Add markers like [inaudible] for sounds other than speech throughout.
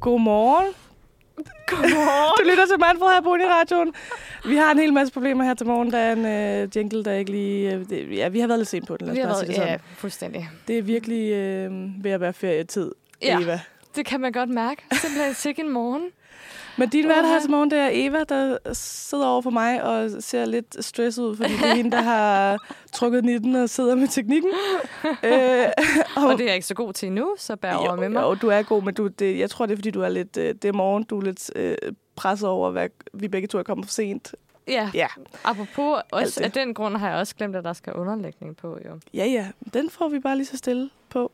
Godmorgen. Godmorgen. Du lytter til Manfred her på Uniradioen. Vi har en hel masse problemer her til morgen. Der er en øh, jingle, der ikke lige... Øh, det, ja, vi har været lidt sent på den. Lad os Vi har bare sige det været, sådan. ja, fuldstændig. Det er virkelig øh, ved at være ferietid, Ja. Eva. Det kan man godt mærke. Simpelthen sikke en morgen. Men din vært her Uha. til morgen, det er Eva, der sidder over for mig og ser lidt stresset ud, fordi det er hende, der [laughs] har trukket 19 og sidder med teknikken. Øh, Og det er jeg ikke så god til endnu, så bær over med mig. jo, du er god, men du, det, jeg tror, det er, fordi du er lidt... Øh, det er morgen, du er lidt øh, presset over, hvad vi begge to er kommet for sent. Ja, Ja, apropos Alt det. også af den grund har jeg også glemt, at der skal underlægning på, jo. ja, ja. Den får vi bare lige så stille på.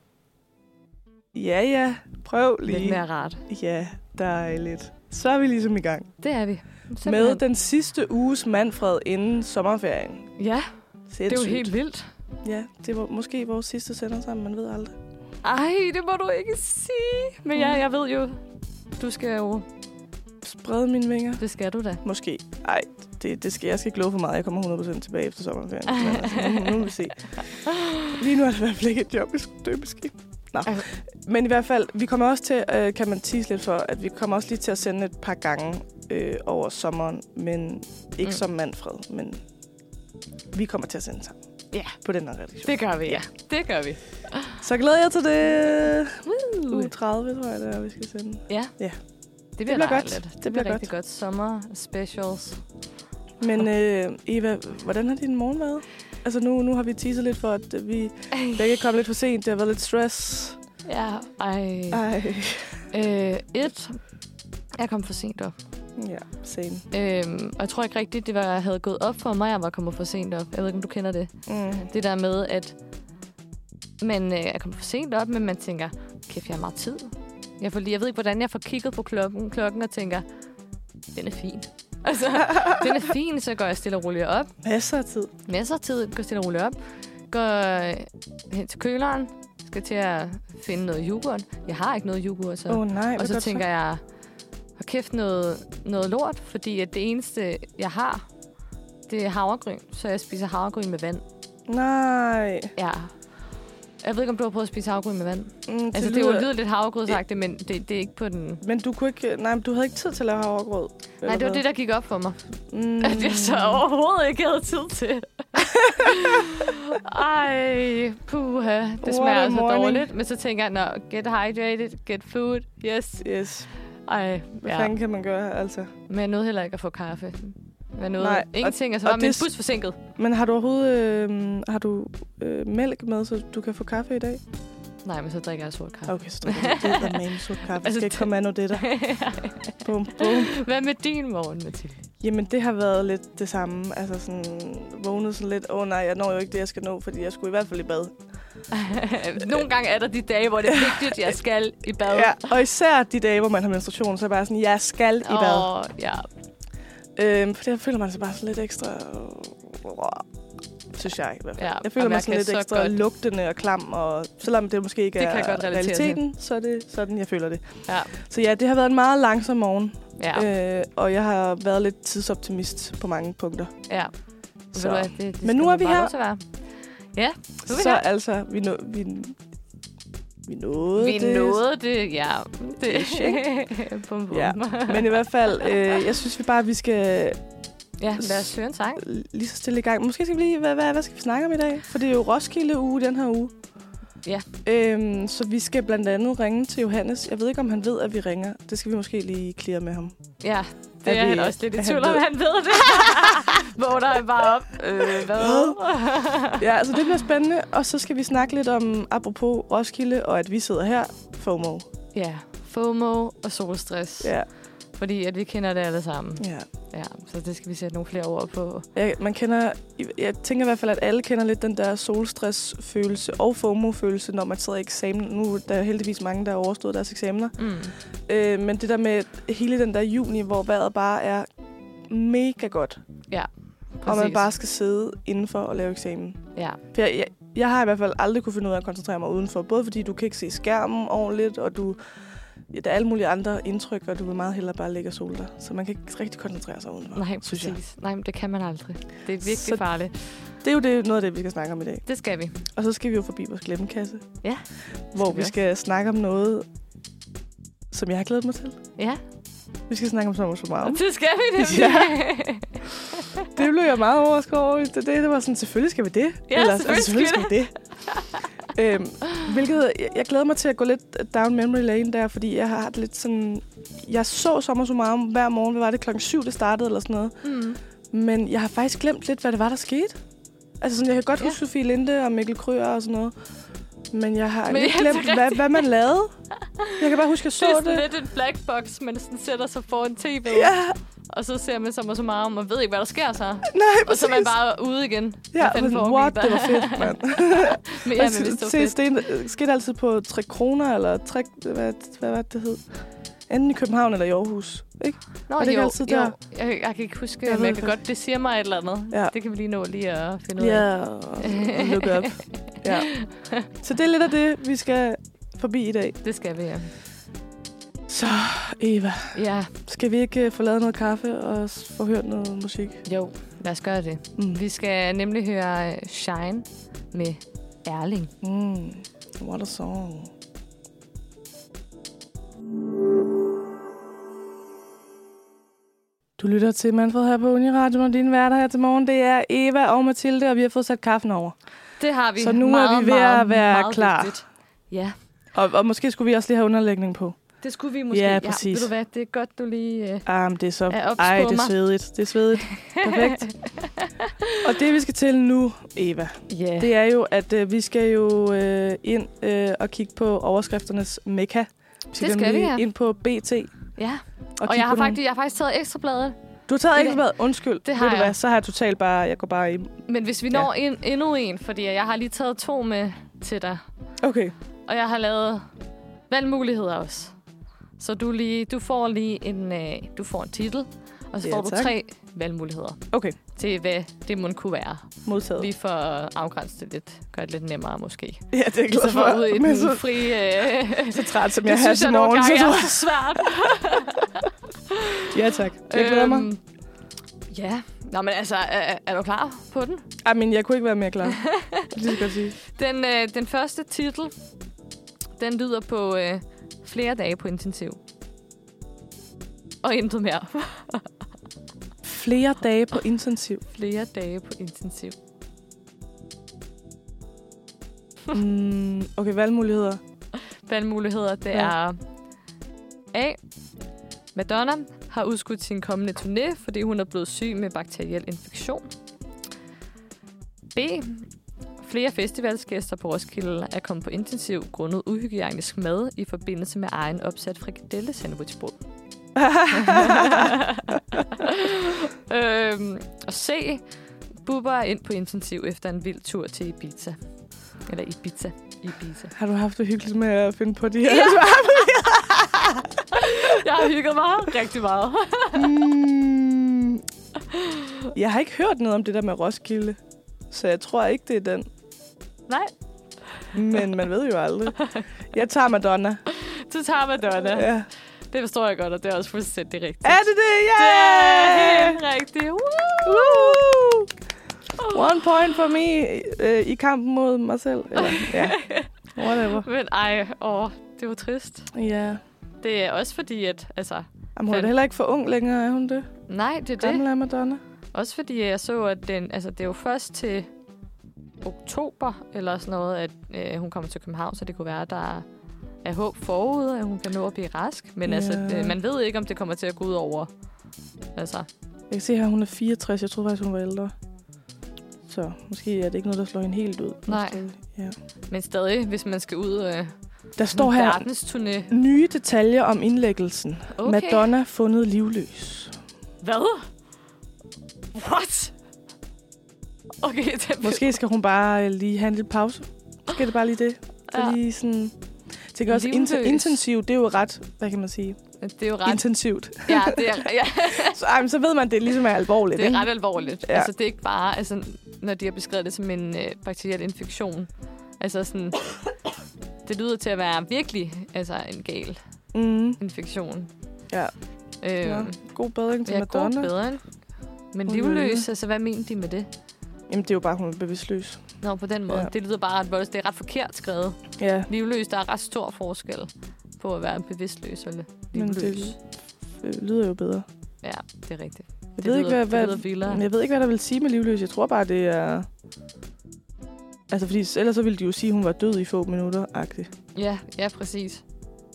Ja, ja. Prøv Lidt lige. mere rart. Ja, dejligt. Så er vi ligesom i gang. Det er vi. Med den sidste uges Manfred inden sommerferien. Ja, det er jo Sindssygt. helt vildt. Ja, det var måske vores sidste sender sammen, man ved aldrig. Ej, det må du ikke sige. Men jeg, jeg ved jo, du skal jo... Spred mine vinger. Det skal du da. Måske. Ej, det, det skal, jeg skal ikke love for meget. Jeg kommer 100% tilbage efter sommerferien. Men altså, nu, nu vil vi [laughs] se. Lige nu er det i hvert fald ikke et job, jeg skulle dø måske. Nå. Ej. Men i hvert fald, vi kommer også til, øh, kan man tease lidt for, at vi kommer også lige til at sende et par gange øh, over sommeren. Men ikke mm. Mm. som Manfred, men vi kommer til at sende sammen. Ja. På den her redaktion. Det gør vi, ja. Det gør vi. Så glæder jeg til det. Woo. Uge 30, tror jeg, det er, vi skal sende. Ja. Ja. Det bliver bliver, godt. dejligt. Det Det, det bliver bliver rigtig godt. Sommer specials. Men øh, Eva, hvordan har din morgen været? Altså nu, nu har vi teaset lidt for, at vi begge kom lidt for sent. Det har været lidt stress. Ja, ej. Ej. Øh, et. Jeg kom for sent op. Ja, same. Øhm, og jeg tror ikke rigtigt, det var, jeg havde gået op for mig, at jeg var kommet for sent op. Jeg ved ikke, om du kender det. Mm. Det der med, at man øh, er kommet for sent op, men man tænker, kæft, jeg har meget tid. Jeg, får lige, jeg ved ikke, hvordan jeg får kigget på klokken, klokken og tænker, den er fin. [laughs] Altså, den er fin, så går jeg stille og roligt op. Masser af tid. masser af tid, går stille og roligt op, går øh, hen til køleren, skal til at finde noget yoghurt. Jeg har ikke noget yoghurt, så. Åh oh, nej, og så tænker jeg, hvor kæft noget, noget lort, fordi at det eneste, jeg har, det er havregryn. Så jeg spiser havregryn med vand. Nej. Ja. Jeg ved ikke, om du har prøvet at spise havregryn med vand. Det Mm, altså, det, lyder- lyder... det lyder lidt havregrynsagtigt, men det, det er ikke på den... Men du, kunne ikke, nej, men du havde ikke tid til at lave havregrød. Nej, det var [laughs] det, der gik op for mig. Mm. [laughs] At jeg så overhovedet ikke havde tid [laughs] til. Ej, puha. a Det smager altså morning. dårligt. Men så tænker jeg, nå, get hydrated, get food, yes. Yes. Ej, Hvad ja. ja. fanden kan man gøre, altså? Men jeg nåede heller ikke at få kaffe. Jeg nåede Nej, Nej, og- ingenting, og så og var min det- bus forsinket. Men har du overhovedet øh, har du, øh, mælk med, så du kan få kaffe i dag? Nej, men så drikker jeg sort kaffe. Okay, så drikker du det. Det er med en sort kaffe. Altså, Altså, skal ikke det- komme an på det der. Bum, bum. [laughs] Hvad med din morgen, Mathilde? [laughs] Jamen, det har været lidt det samme. Altså sådan, vågnet sådan lidt, åh oh, nej, jeg når jo ikke det, jeg skal nå, fordi jeg skulle i hvert fald i bad. Nogle gange er der de dage, hvor det er vigtigt, jeg skal i bad. Ja, og især de dage, hvor man har menstruation, så er jeg bare sådan, jeg skal i bad. Og, ja. Øhm, for der føler man sig bare sådan lidt ekstra... Synes jeg i hvert fald. Ja, jeg føler og mig jeg sådan kan lidt så ekstra godt- lugtende og klam, og selvom det måske ikke Det er kan jeg godt relatere til. realiteten, så er det sådan, jeg føler det. Ja. Så ja, det har været en meget langsom morgen, Ja, øh, og jeg har været lidt tidsoptimist på mange punkter. ja. Ved Så. du hvad, det, det Men skal nu er man vi bare her. lov til at være. Ja, nu er vi Så her. altså, vi, nå, vi, vi nåede Vi det. nåede [laughs] det, ja. Det. Ish, ikke? [laughs] bum, bum. Ja, Ja. Men i hvert fald, øh, jeg synes vi bare, vi skal [laughs] ja, lad os høre en sang. lige så stille i gang. Måske skal vi lige, hvad, hvad, hvad skal vi snakke om i dag? For det er jo Roskilde uge den her uge. Ja. Øhm, så vi skal blandt andet ringe til Johannes. Jeg ved ikke, om han ved, at vi ringer. Det skal vi måske lige klare med ham. Ja, Er det er, vi- han også lidt er i han tvivl om, ved- han ved det. [laughs] Vågner han bare op. Øh, hvad? Ja, så det bliver spændende. Og så skal vi snakke lidt om, apropos Roskilde, og at vi sidder her. FOMO. ja, FOMO og solstress. Ja. Ja, Mm. Fordi at vi kender det alle sammen. ja. Ja, så det skal vi sætte nogle flere ord på. Jeg, man kender, jeg tænker i hvert fald, at alle kender lidt den der solstress-følelse og FOMO-følelse, når man sidder i eksamen. Nu er der heldigvis mange, der har overstået deres eksamener. Mm. Øh, men det der med hele den der juni, hvor vejret bare er mega godt, Præcis. og man bare skal sidde indenfor og lave eksamen. Ja, For jeg, jeg, jeg har i hvert fald aldrig kunne finde ud af at koncentrere mig udenfor, både fordi du kan ikke se skærmen ordentligt, og du ja, der er alle mulige andre indtryk, og du vil meget hellere bare ligge og sole dig. Så man kan ikke rigtig koncentrere sig udenfor, nej, synes jeg. præcis. Nej, men det kan man aldrig. Det er Så- virkelig farligt. Det er jo det, noget af det, vi skal snakke om i dag. Det skal vi. Og så skal vi jo forbi vores glemmekasse. Ja, Hvor skal vi vi skal snakke om noget, som jeg har glædet mig til. Ja, Vi skal snakke om sommer så meget. [laughs] det skal vi nemlig. Ja. Det blev jeg meget overrasket over. Det, det, det var sådan, selvfølgelig skal vi det. [laughs] altså, Ja, selvfølgelig skal vi det. øhm, hvilket, jeg, jeg glæder mig til at gå lidt down memory lane der, fordi jeg har det lidt sådan... Jeg så sommer så meget hver morgen. Hvad var det? Klokken syv, det startede eller sådan noget. Mm. Men jeg har faktisk glemt lidt, hvad det var, der skete. Altså, sådan, jeg kan godt Ja. ja. huske Sofie Linde og Mikkel Kryer og sådan noget. Men jeg har Men men lidt ja, det er glemt, hvad, hvad man lavede. Jeg kan bare huske, at jeg så Det er det. sådan lidt en black box, man sådan sætter sig foran tv, Ja, og så ser man som og så meget om, og ved ikke, hvad der sker så. nej, [laughs] Og så er man præcis. bare ude igen. Ja, fanden men foregik what, der? det var fedt, mand. Men [laughs] ja, Ja, men hvis det var se, fedt. det skete altid på 3 kroner, eller 3, hvad, hvad var det, det hed? Enten i København eller i Aarhus. Ikke? Nå, var det ikke altid der? Jeg, jeg kan ikke huske, Jeg jeg men ved jeg kan det. godt, det siger mig et eller andet. Ja. Det kan vi lige nå lige at finde ud af. Ja, og og look [laughs] up. Ja. Så det er lidt af det, vi skal forbi i dag. Det skal vi, ja. Så, Eva, Ja, skal vi ikke øh, få lavet noget kaffe og s- få hørt noget musik? jo. Lad os gøre det. Mm. Vi skal nemlig høre øh, Shine med Erling. Mm. What a song. Du lytter til Manfred her på Uniradio, og din værter her til morgen, det er Eva og Mathilde, og vi har fået sat kaffen over. Det har vi. Så nu er meget, vi ved at meget, være meget klar. Vigtigt. Ja, Og, og måske skulle vi også lige have underlægning på. det skulle vi måske. Ja, præcis. ved du hvad, det er godt, du lige... Øh, Ah, men det er så... Er ops Ej, på det er mig. svedigt. Det er svedigt. [laughs] Perfekt. og det, vi skal til nu, Eva, yeah. det er jo, at øh, vi skal jo øh, ind øh, og kigge på overskrifternes mekka. Vi Det skal nemlig vi, ja. ind på BT. ja. Og, og kigge jeg, har på nogle- faktisk, jeg har faktisk taget ekstrabladet. Du har taget Det- ikke med. Undskyld. det har Ved du jeg. hvad, så har jeg totalt bare... Jeg går bare i... Men hvis vi når ja. en, endnu en, fordi jeg har lige taget to med til dig. Okay. Og jeg har lavet valgmuligheder også. Så du, lige, du får lige en, øh, du får en titel, og så Ja, får du tak. tre valgmuligheder Okay. til, hvad det må kunne være. Modtaget. Vi får afgrænset det lidt, gør det lidt nemmere måske. Ja, det er jeg glad Så får for. ud i Men den så, fri... Øh, så træt, som det jeg har synes til jeg nogle morgen. Så, gange er tror så [laughs] svært. jeg- ja, tak. Jeg glæder mig. Øhm, Ja, Nå, men altså, er, er du klar på den? Ej, men jeg kunne ikke være mere [laughs] klar. Det skal jeg sige. Den, øh, den første titel, den lyder på øh, flere dage på intensiv. Og intet mere. Flere dage på intensiv. Flere dage på intensiv. Mm, okay, [laughs] valgmuligheder. Valgmuligheder, det Ja. er... A. Madonna har udskudt sin kommende turné, fordi hun er blevet syg med bakteriel infektion. B. Flere festivalsgæster på Roskilde er kommet på intensiv grundet uhygiejnisk mad i forbindelse med egen opsat frikadelle sandwichbrød. øhm, og C. Bubber er ind på intensiv efter en vild tur til Ibiza. Eller Ibiza. Ibiza. Har du haft det hyggeligt med at finde på de her? Ja. Ja. Jeg har hygget mig rigtig meget. [laughs] Mm, jeg har ikke hørt noget om det der med Roskilde, så jeg tror ikke, det er den. Nej, [laughs] Men man ved jo aldrig. Jeg tager Madonna. du tager Madonna. Ja. Det forstår jeg godt, og det er også fuldstændig rigtigt. Er det det? Ja! Det er helt rigtigt. Woo! Woo! One point for me øh, i kampen mod mig selv. Eller, ja. Whatever. Men ej, åh, det var trist. Ja. Det er også fordi, at... Altså, Jamen, hun er da heller ikke for ung længere, er hun det? nej, det er det. Gammel er Madonna. Også fordi jeg så, at den, altså, det er jo først til oktober eller sådan noget, at øh, hun kommer til København, så det kunne være, at der er håb forude, at hun kan nå at blive rask. Men altså, Ja. øh, man ved ikke, om det kommer til at gå ud over... Altså, Jeg kan se her, hun er 64. Jeg troede faktisk, hun var ældre. Så måske er det ikke noget, der slår hende helt ud. Nej. Ja. men stadig, hvis man skal ud... Øh, Der står her, Verdensturné. nye detaljer om indlæggelsen. Okay. Okay. Madonna fundet livløs. Hvad? What? Okay, det Måske skal hun bare øh, lige have en lille pause. Måske er det bare lige det. For Ja. ja. lige sådan... Jeg tænker også, Livløs. int- intensivt, det er jo ret, hvad kan man sige, Det er jo ret. ret... intensivt. Ja, det er, ja, [laughs] Så, ej, men så ved man, det ligesom er alvorligt. det ikke? er ret alvorligt. Ja. Ja. Altså, det er ikke bare... Altså, når de har beskrevet det som en øh, bakteriel infektion. Altså sådan... Det lyder til at være virkelig altså en gal Mm. infektion. Ja. Øh, Nå, god bedring til ja, god Madonna. bedring. Men Hun livløs, lever. altså hvad mener de med det? Jamen, det er jo bare, hun er bevidstløs. Nå, på den måde. Ja. Ja. Det lyder bare ret voldsomt. Det er ret forkert skrevet. Ja, Livløs, der er ret stor forskel. på at være bevidstløs eller Men livløs. det- Det... Det øh, lyder jo bedre. Ja, det er rigtigt. Jeg Det ved, ikke, lyder- hvad, det lyder vildere. hvad, jeg ved ikke, hvad der vil sige med livløs. Jeg tror bare, det er... Altså, fordi ellers så ville de jo sige, at hun var død i få minutter. -agtigt. Ja, ja, præcis.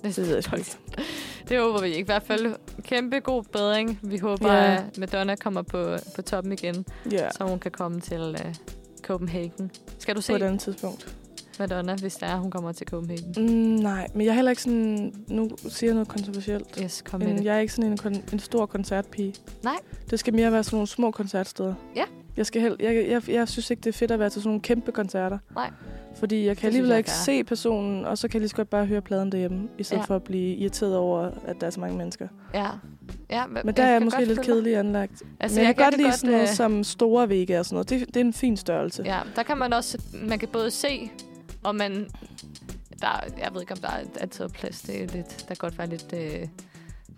Det, Det ved jeg sgu ikke. [laughs] det håber vi ikke. I hvert fald kæmpe god bedring. Vi håber, Ja. ja. at Madonna kommer på, på toppen igen, Ja, ja. så hun kan komme til uh, Copenhagen. Skal du se på et andet tidspunkt. Madonna, hvis der er, hun kommer til Copenhagen? Mm, nej, men jeg er heller ikke sådan... Nu siger jeg noget kontroversielt. Yes, kom med Men det. jeg er ikke sådan en, kon- en stor koncertpige. Nej. Det skal mere være sådan nogle små koncertsteder. Ja. Jeg, skal hel- jeg, jeg, jeg synes ikke, det er fedt at være til sådan nogle kæmpe koncerter. Nej. Fordi jeg kan Det synes alligevel jeg er ikke se personen, og så kan jeg lige så godt bare høre pladen derhjemme, i stedet Ja. ja. for at blive irriteret over, at der er så mange mennesker. Ja. ja hva- Men der er kan jeg godt måske lidt følge dig. kedelig anlagt. Altså, Men jeg, jeg kan godt lide sådan noget øh, som store vægge og sådan noget. Det, det er en fin størrelse. Ja, der kan man også, man kan både se, og man, der, jeg ved ikke, om der er altid er plads. Det er jo lidt, der kan godt være lidt øh,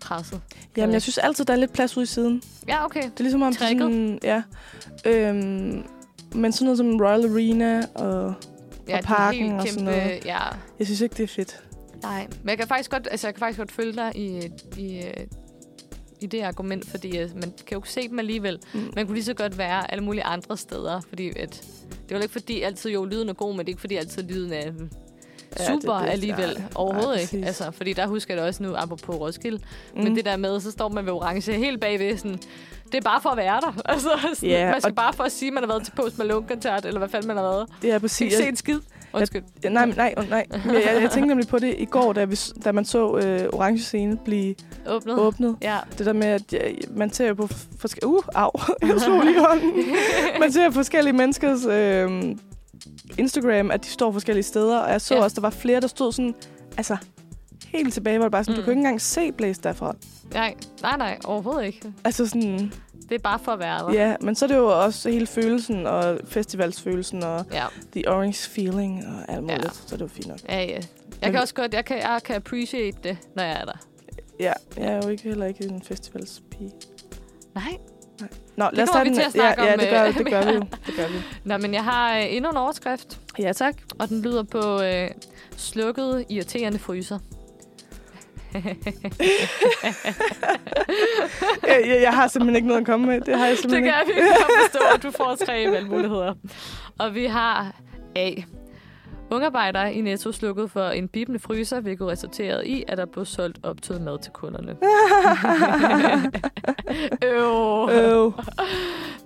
presset. Jamen, jeg synes altid, der er lidt plads ude i siden. Ja, okay. Det er ligesom om... det er Tricket. Sådan, ja. Øhm, men sådan noget som Royal Arena, og Ja, Og parken det er en og helt sådan kæmpe, noget. ja. jeg synes ikke, det er fedt. Nej, men jeg kan faktisk godt, altså, jeg kan faktisk godt følge dig i, i, øh, i det argument, fordi øh, man kan jo ikke se dem alligevel. Mm. Man kunne lige så godt være alle mulige andre steder, fordi at, det er jo ikke fordi altid, jo, lyden er god, men det er ikke fordi altid lyden er øh, Ja, super ja, det- det, det- det, alligevel. nej, Overhovedet nej, ikke. præcis. Altså, fordi der husker jeg det også nu, apropos Roskilde, Mm. Men det der med, så står man ved orange helt bagved, sådan, det er bare for at være der. [laughs] Altså, Ja, sådan, yeah, man skal og- og... bare for at sige, at man har været til Post Malone-koncert, eller hvad fanden man har været. det er Du præcis... ikke se en skid. Undskyld. Ja, Nej, nej, oh, nej. Men Jeg, jeg, jeg tænkte nemlig på det i går, da, vi, s- da man så øh, Orange Scene blive Åbnet. åbnet. Ja. Det der med, at jeg, man ser jo på forskellige... Uh, au, [laughs] jeg slog lige [laughs] hånden. Man ser forskellige menneskers øh, Instagram, at de står forskellige steder. Og jeg så Ja. ja. også, der var flere, der stod sådan... Altså, helt tilbage, hvor det bare sådan, mm. Mm. du kan ikke engang se Blaze derfra. Nej, nej, nej, overhovedet ikke. Altså sådan, Det er bare for at være der. ja, men så er det jo også hele følelsen og festivalsfølelsen og Ja. the orange feeling og alt Ja. muligt, ja. så det er jo fint nok. Ja, ja. Jeg Men- kan også godt, jeg kan, jeg kan appreciate det, når jeg er der. Ja, jeg er jo ikke heller ikke en festivalspige. Nej. Nå, Det kommer vi til at snakke ja, om, Ja, det gør, øh, det gør vi jo. Det gør vi. Nå, men jeg har øh, endnu en overskrift, Ja, tak. og den lyder på øh, slukkede, irriterende fryser. [laughs] Jeg, jeg, jeg har simpelthen ikke noget at komme med. Det har jeg Det simpelthen kan ikke. [laughs] jeg virkelig godt forstå, at du får tre valgmuligheder. Og vi har A. Ungarbejdere i Netto slukkede for en bibende fryser, hvilket resulterede i, at der blev solgt optøet mad til kunderne. Øv. Øv.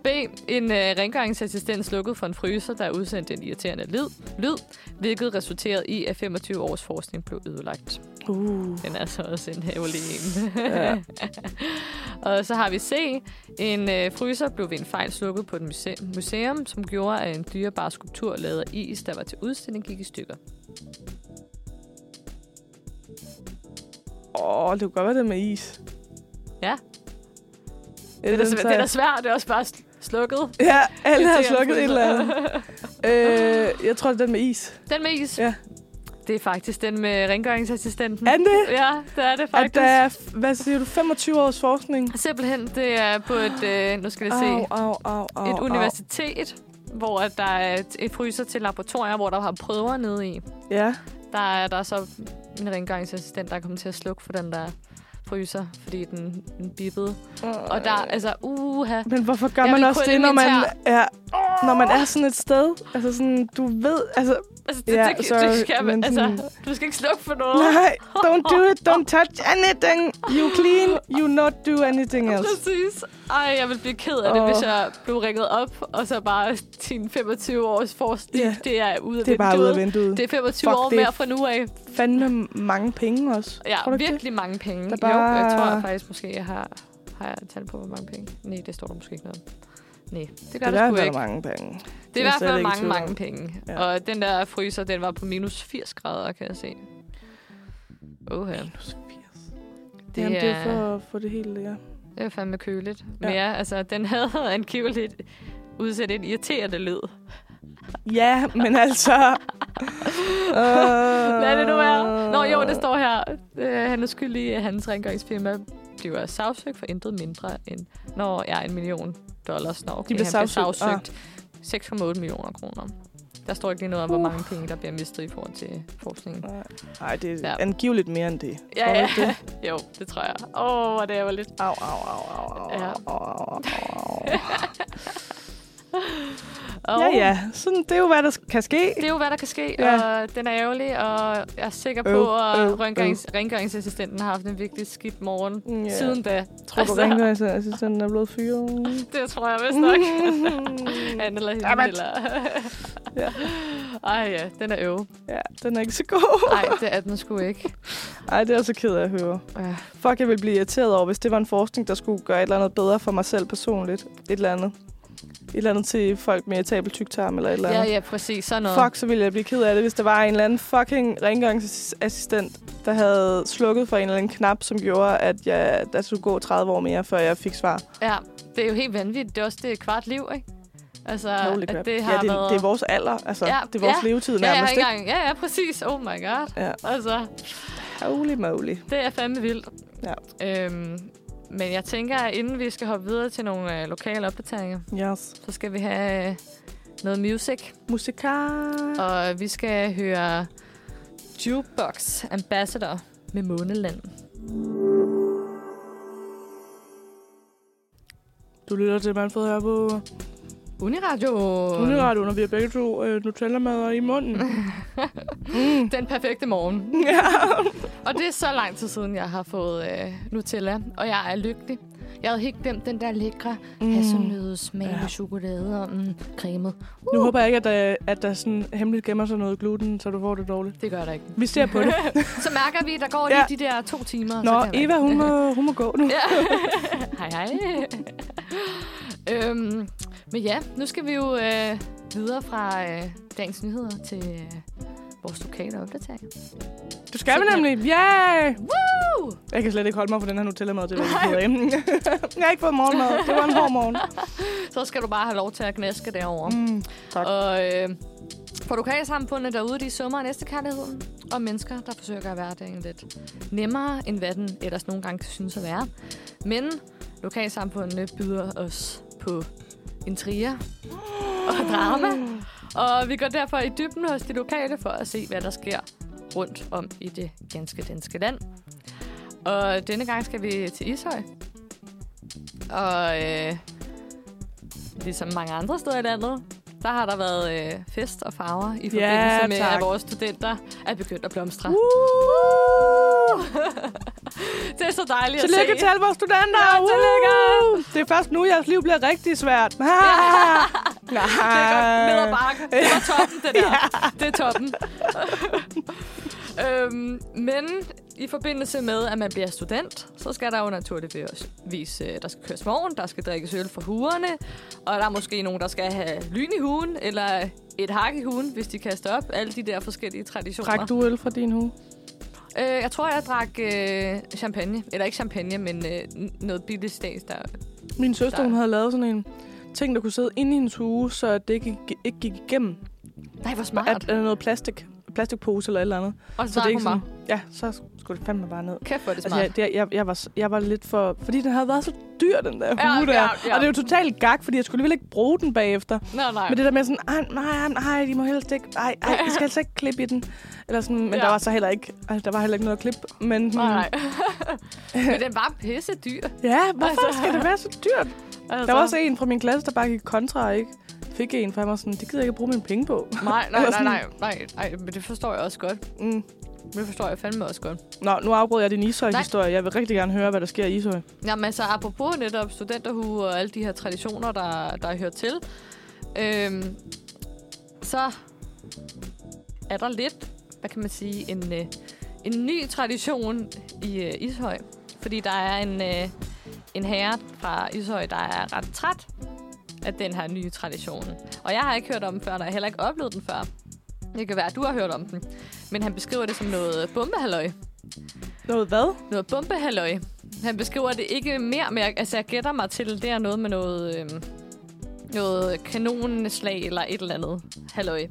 B. En øh, rengøringsassistent slukkede for en fryser, der udsendte en irriterende lyd, lyd, hvilket resulterede i, at 25 års forskning blev ødelagt. Uh. Den er så også en hævlig en. Ja. [laughs] og så har vi C. En øh, fryser blev ved en fejl slukket på et muse- museum, som gjorde, at en dyrebar skulptur lavet af is, der var til udstilling, gik i stykker. Åh, det kunne godt være det med is. Ja. Ja, Det er, da, den tager svæ- det er da jeg. svært, det er også bare sl- slukket. Ja, alle har Irriterende slukket et fryser. [laughs] eller andet. Øh, jeg tror, det er den med is. Den med is. Ja. Det er faktisk den med rengøringsassistenten. Er det? Ja, det er det At faktisk. der er, f- hvad siger du, 25 års forskning? Simpelthen, det er på et, øh, nu skal jeg se, Au, au, au, au, et universitet, hvor at der er et, et fryser til laboratorier, hvor der har prøver nede i. Au. Ja. Der er, der er så en rengøringsassistent, der er kommet til at slukke for den der fryser, fordi den, den bippede. Og der, Øh. altså, uha. Men hvorfor gør Jeg man vil også krølle det, når min man, tær. er, når man er sådan et sted? Altså sådan, du ved, altså... Altså, det, Ja, ja, det, sorry, det skal man, men altså, sådan- du skal ikke slukke for noget. [laughs] [laughs] Nej, don't do it, don't touch anything. You clean, you not do anything else. Præcis. Ej, jeg ville blive ked af altså- det, Åh. hvis jeg blev ringet op, og så bare din 25 års forskning, Ja. det er ude af Det er bare ud af vinduet. vinduet. Det Det er 25 Fuck, år det er mere fra nu af. er fandme mange penge også. Ja, Tror du ikke det? virkelig mange penge. Der Jo, bare- jeg tror faktisk måske, jeg har, har jeg tal på, hvor mange penge. Nej, det står der måske ikke noget. om. Nej, det Det er gør i der hvert sgu fald ikke. mange penge. Det er i jeg hvert slet fald ikke i mange, tvivl om. mange penge. Ja. Ja. Og den der fryser, den var på minus 80 grader, kan jeg se. Åh, ja. Minus 80. Det Jamen, det er er- for at få det hele, ja. Det var fandme køligt. Ja. Ja. Men ja, altså, den havde [laughs] angiveligt udsat en irriterende lyd. Ja, men [laughs] altså... Uh, Hvad er det nu er? Nå jo, det står her. Øh, han er skyldig, at hans rengøringsfirma bliver sagsøgt for intet mindre end... Når jeg er en million dollars. Nå, okay, bliver han bliver sagsøgt. Ah. sagsøgt. 6,8 millioner kroner. Der står ikke lige noget om, Uh. hvor mange penge, der bliver mistet i forhold til forskningen. Nej, det er Ja. ja. angiveligt mere end det. Ja, Tror du ja. ikke det? Jo, det tror jeg. Åh, oh, det er jo lidt... Au, au, au, au, au, Ja. ja. au, au, au. Oh. Ja, ja. Sådan, det er jo, hvad der kan ske. Det er jo, hvad der kan ske, Ja. og den er ærgerlig, og jeg er sikker på, Øv, at øv, øh, rengørings, rengøringsassistenten har haft en virkelig skidt morgen Mm, Ja. siden da. Tror du, rengøringsassistenten er blevet fyret? Det tror jeg vist [laughs] nok. Han eller hende, Jamen. eller... [laughs] Ja. Ej ja, den er øve. ja, den er ikke så god. Nej, det er den sgu ikke. [laughs] Ej, det er jeg så ked af at høre. Ja. Fuck, jeg ville blive irriteret over, hvis det var en forskning, der skulle gøre et eller andet bedre for mig selv personligt. Et eller andet. Et eller andet til folk med irritabel tygtarm eller et eller ja, andet. ja, præcis. Sådan noget. Fuck, så ville jeg blive ked af det, hvis der var en eller anden fucking rengøringsassistent, der havde slukket for en eller anden knap, som gjorde, at jeg, der skulle gå 30 år mere, før jeg fik svar. Ja, det er jo helt vanvittigt. Det er også det kvart liv, ikke? Altså, Holy crap. at det har ja, det, været... det er vores alder, altså. Ja, Ja, det er vores ja. ja. levetid Ja, jeg har nærmest, ikke engang... Ja, ja, præcis. Oh my god. Ja. Altså, ikke? Holy moly. Det er fandme vildt. Ja. Øhm, men jeg tænker, at inden vi skal hoppe videre til nogle øh, lokale opdateringer, Yes. så skal vi have øh, noget music. Musikal. Og vi skal høre Jukebox Ambassador med Måneland. Du lytter til Manfred her på Uniradio. Uniradioen, og vi har begge to øh, Nutella-mader i [laughs] munden. Den perfekte morgen. og det er så lang tid siden, jeg har fået øh, Nutella, og jeg er lykkelig. Jeg havde helt glemt den der lækre mm. hasselnødsmag ja. Ja. med chokolade og mm, cremet. Nu håber jeg ikke, at der, at der sådan hemmeligt gemmer sig noget gluten, så du får det dårligt. Det gør der ikke. Vi ser på [laughs] det. Så mærker vi, at der går lige Ja. de der to timer. og så Nå, kan jeg- Eva, hun [laughs] må, hun må gå nu. Ja. hej, hej. [laughs] øhm, men ja, nu skal vi jo øh, videre fra øh, dagens nyheder til øh, vores lokale opdatering. Du skal vi nemlig. Yay! Woo! Jeg kan slet ikke holde mig for den her Nutella-mad, det var jeg ked af. [laughs] Jeg har ikke fået morgenmad. Det var en hård morgen. Så skal du bare have lov til at knæske derovre. [laughs] Mm, Mm, tak. og øh, for lokalsamfundet derude, de summer næste kærligheden og mennesker, der forsøger at gøre hverdagen lidt nemmere, end hvad den ellers nogle gange kan synes at være. Men lokalsamfundene byder os på intriger og drama. Og vi går derfor i dybden hos de lokale for at se, hvad der sker rundt om i det ganske danske land. Og denne gang skal vi til Ishøj. Og øh, ligesom mange andre steder i landet, der har der været øh, fest og farver i forbindelse med, tak. at vores studenter er begyndt at blomstre. Uh. Woo! Det er så dejligt Tillykke at se. til alle vores studenter! Ja, tillykke! Woo! Det er først nu, jeres liv bliver rigtig svært. Nej. [laughs] Det er godt ned ad bakke. Det var toppen, det [laughs] der. Det er toppen. øhm, men i forbindelse med, at man bliver student, så skal der jo naturligvis, øh, der skal køres vogn, der skal drikkes øl for huerne, og der er måske nogen, der skal have lyn i huen, eller et hak i huen, hvis de kaster op. Alle de der forskellige traditioner. Drak du øl fra din hue? Øh, jeg tror, jeg drak øh, champagne. Eller ikke champagne, men øh, n- noget billigt stags, der Min søster, Der- hun havde lavet sådan en ting, der kunne sidde inde i hendes hue, så det ikke, ikke gik igennem. Nej, hvor smart. At, at noget plastik, plastikpose eller et eller andet. og så, Så det er ikke sådan... sådan, ja, så skulle det fandme bare ned. Kæft, hvor er det smart. Altså, jeg, det, jeg, jeg, var, s- jeg var lidt for... Fordi den havde været så dyr, den der Ja, hue der. ja, ja. Og det er jo totalt gag, fordi jeg skulle alligevel ikke bruge den bagefter. Nej, nej. Men det der med sådan, ej, nej, nej, de må helst ikke, ej, ej, I [laughs] skal altså ikke klippe i den. Eller sådan, men Ja. ja. der var så heller ikke, altså, der var heller ikke noget at klippe. Men, [laughs] Nej, nej. Men den var pisse dyr. Ja, hvorfor Altså. altså. skal det være så dyrt? Altså, Der var også en fra min klasse, der bare gik kontra og ikke fik en, for han var sådan, det gider jeg ikke at bruge mine penge på. [laughs] Nej, nej, Eller nej, sådan- nej, nej, nej, men det forstår jeg også godt. Mm. Det forstår jeg fandme også godt. Nå, nu afbryder jeg din Ishøj-historie. Jeg vil rigtig gerne høre, hvad der sker i Ishøj. Jamen altså, apropos netop studenterhue og alle de her traditioner, der, der hører til, øhm, så er der lidt, hvad kan man sige, en, øh, en ny tradition i øh, Ishøj. Fordi der er en, øh, en herre fra Ishøj, der er ret træt af den her nye tradition. Og jeg har ikke hørt om den før, og jeg har heller ikke oplevet den før. Det kan være, at du har hørt om den. Men han beskriver det som noget bombehalløj Noget hvad? noget bombehalløj. Han beskriver det ikke mere, men jeg, altså, jeg gætter mig til, det er noget med noget, øhm, noget kanonslag eller et eller andet halløj.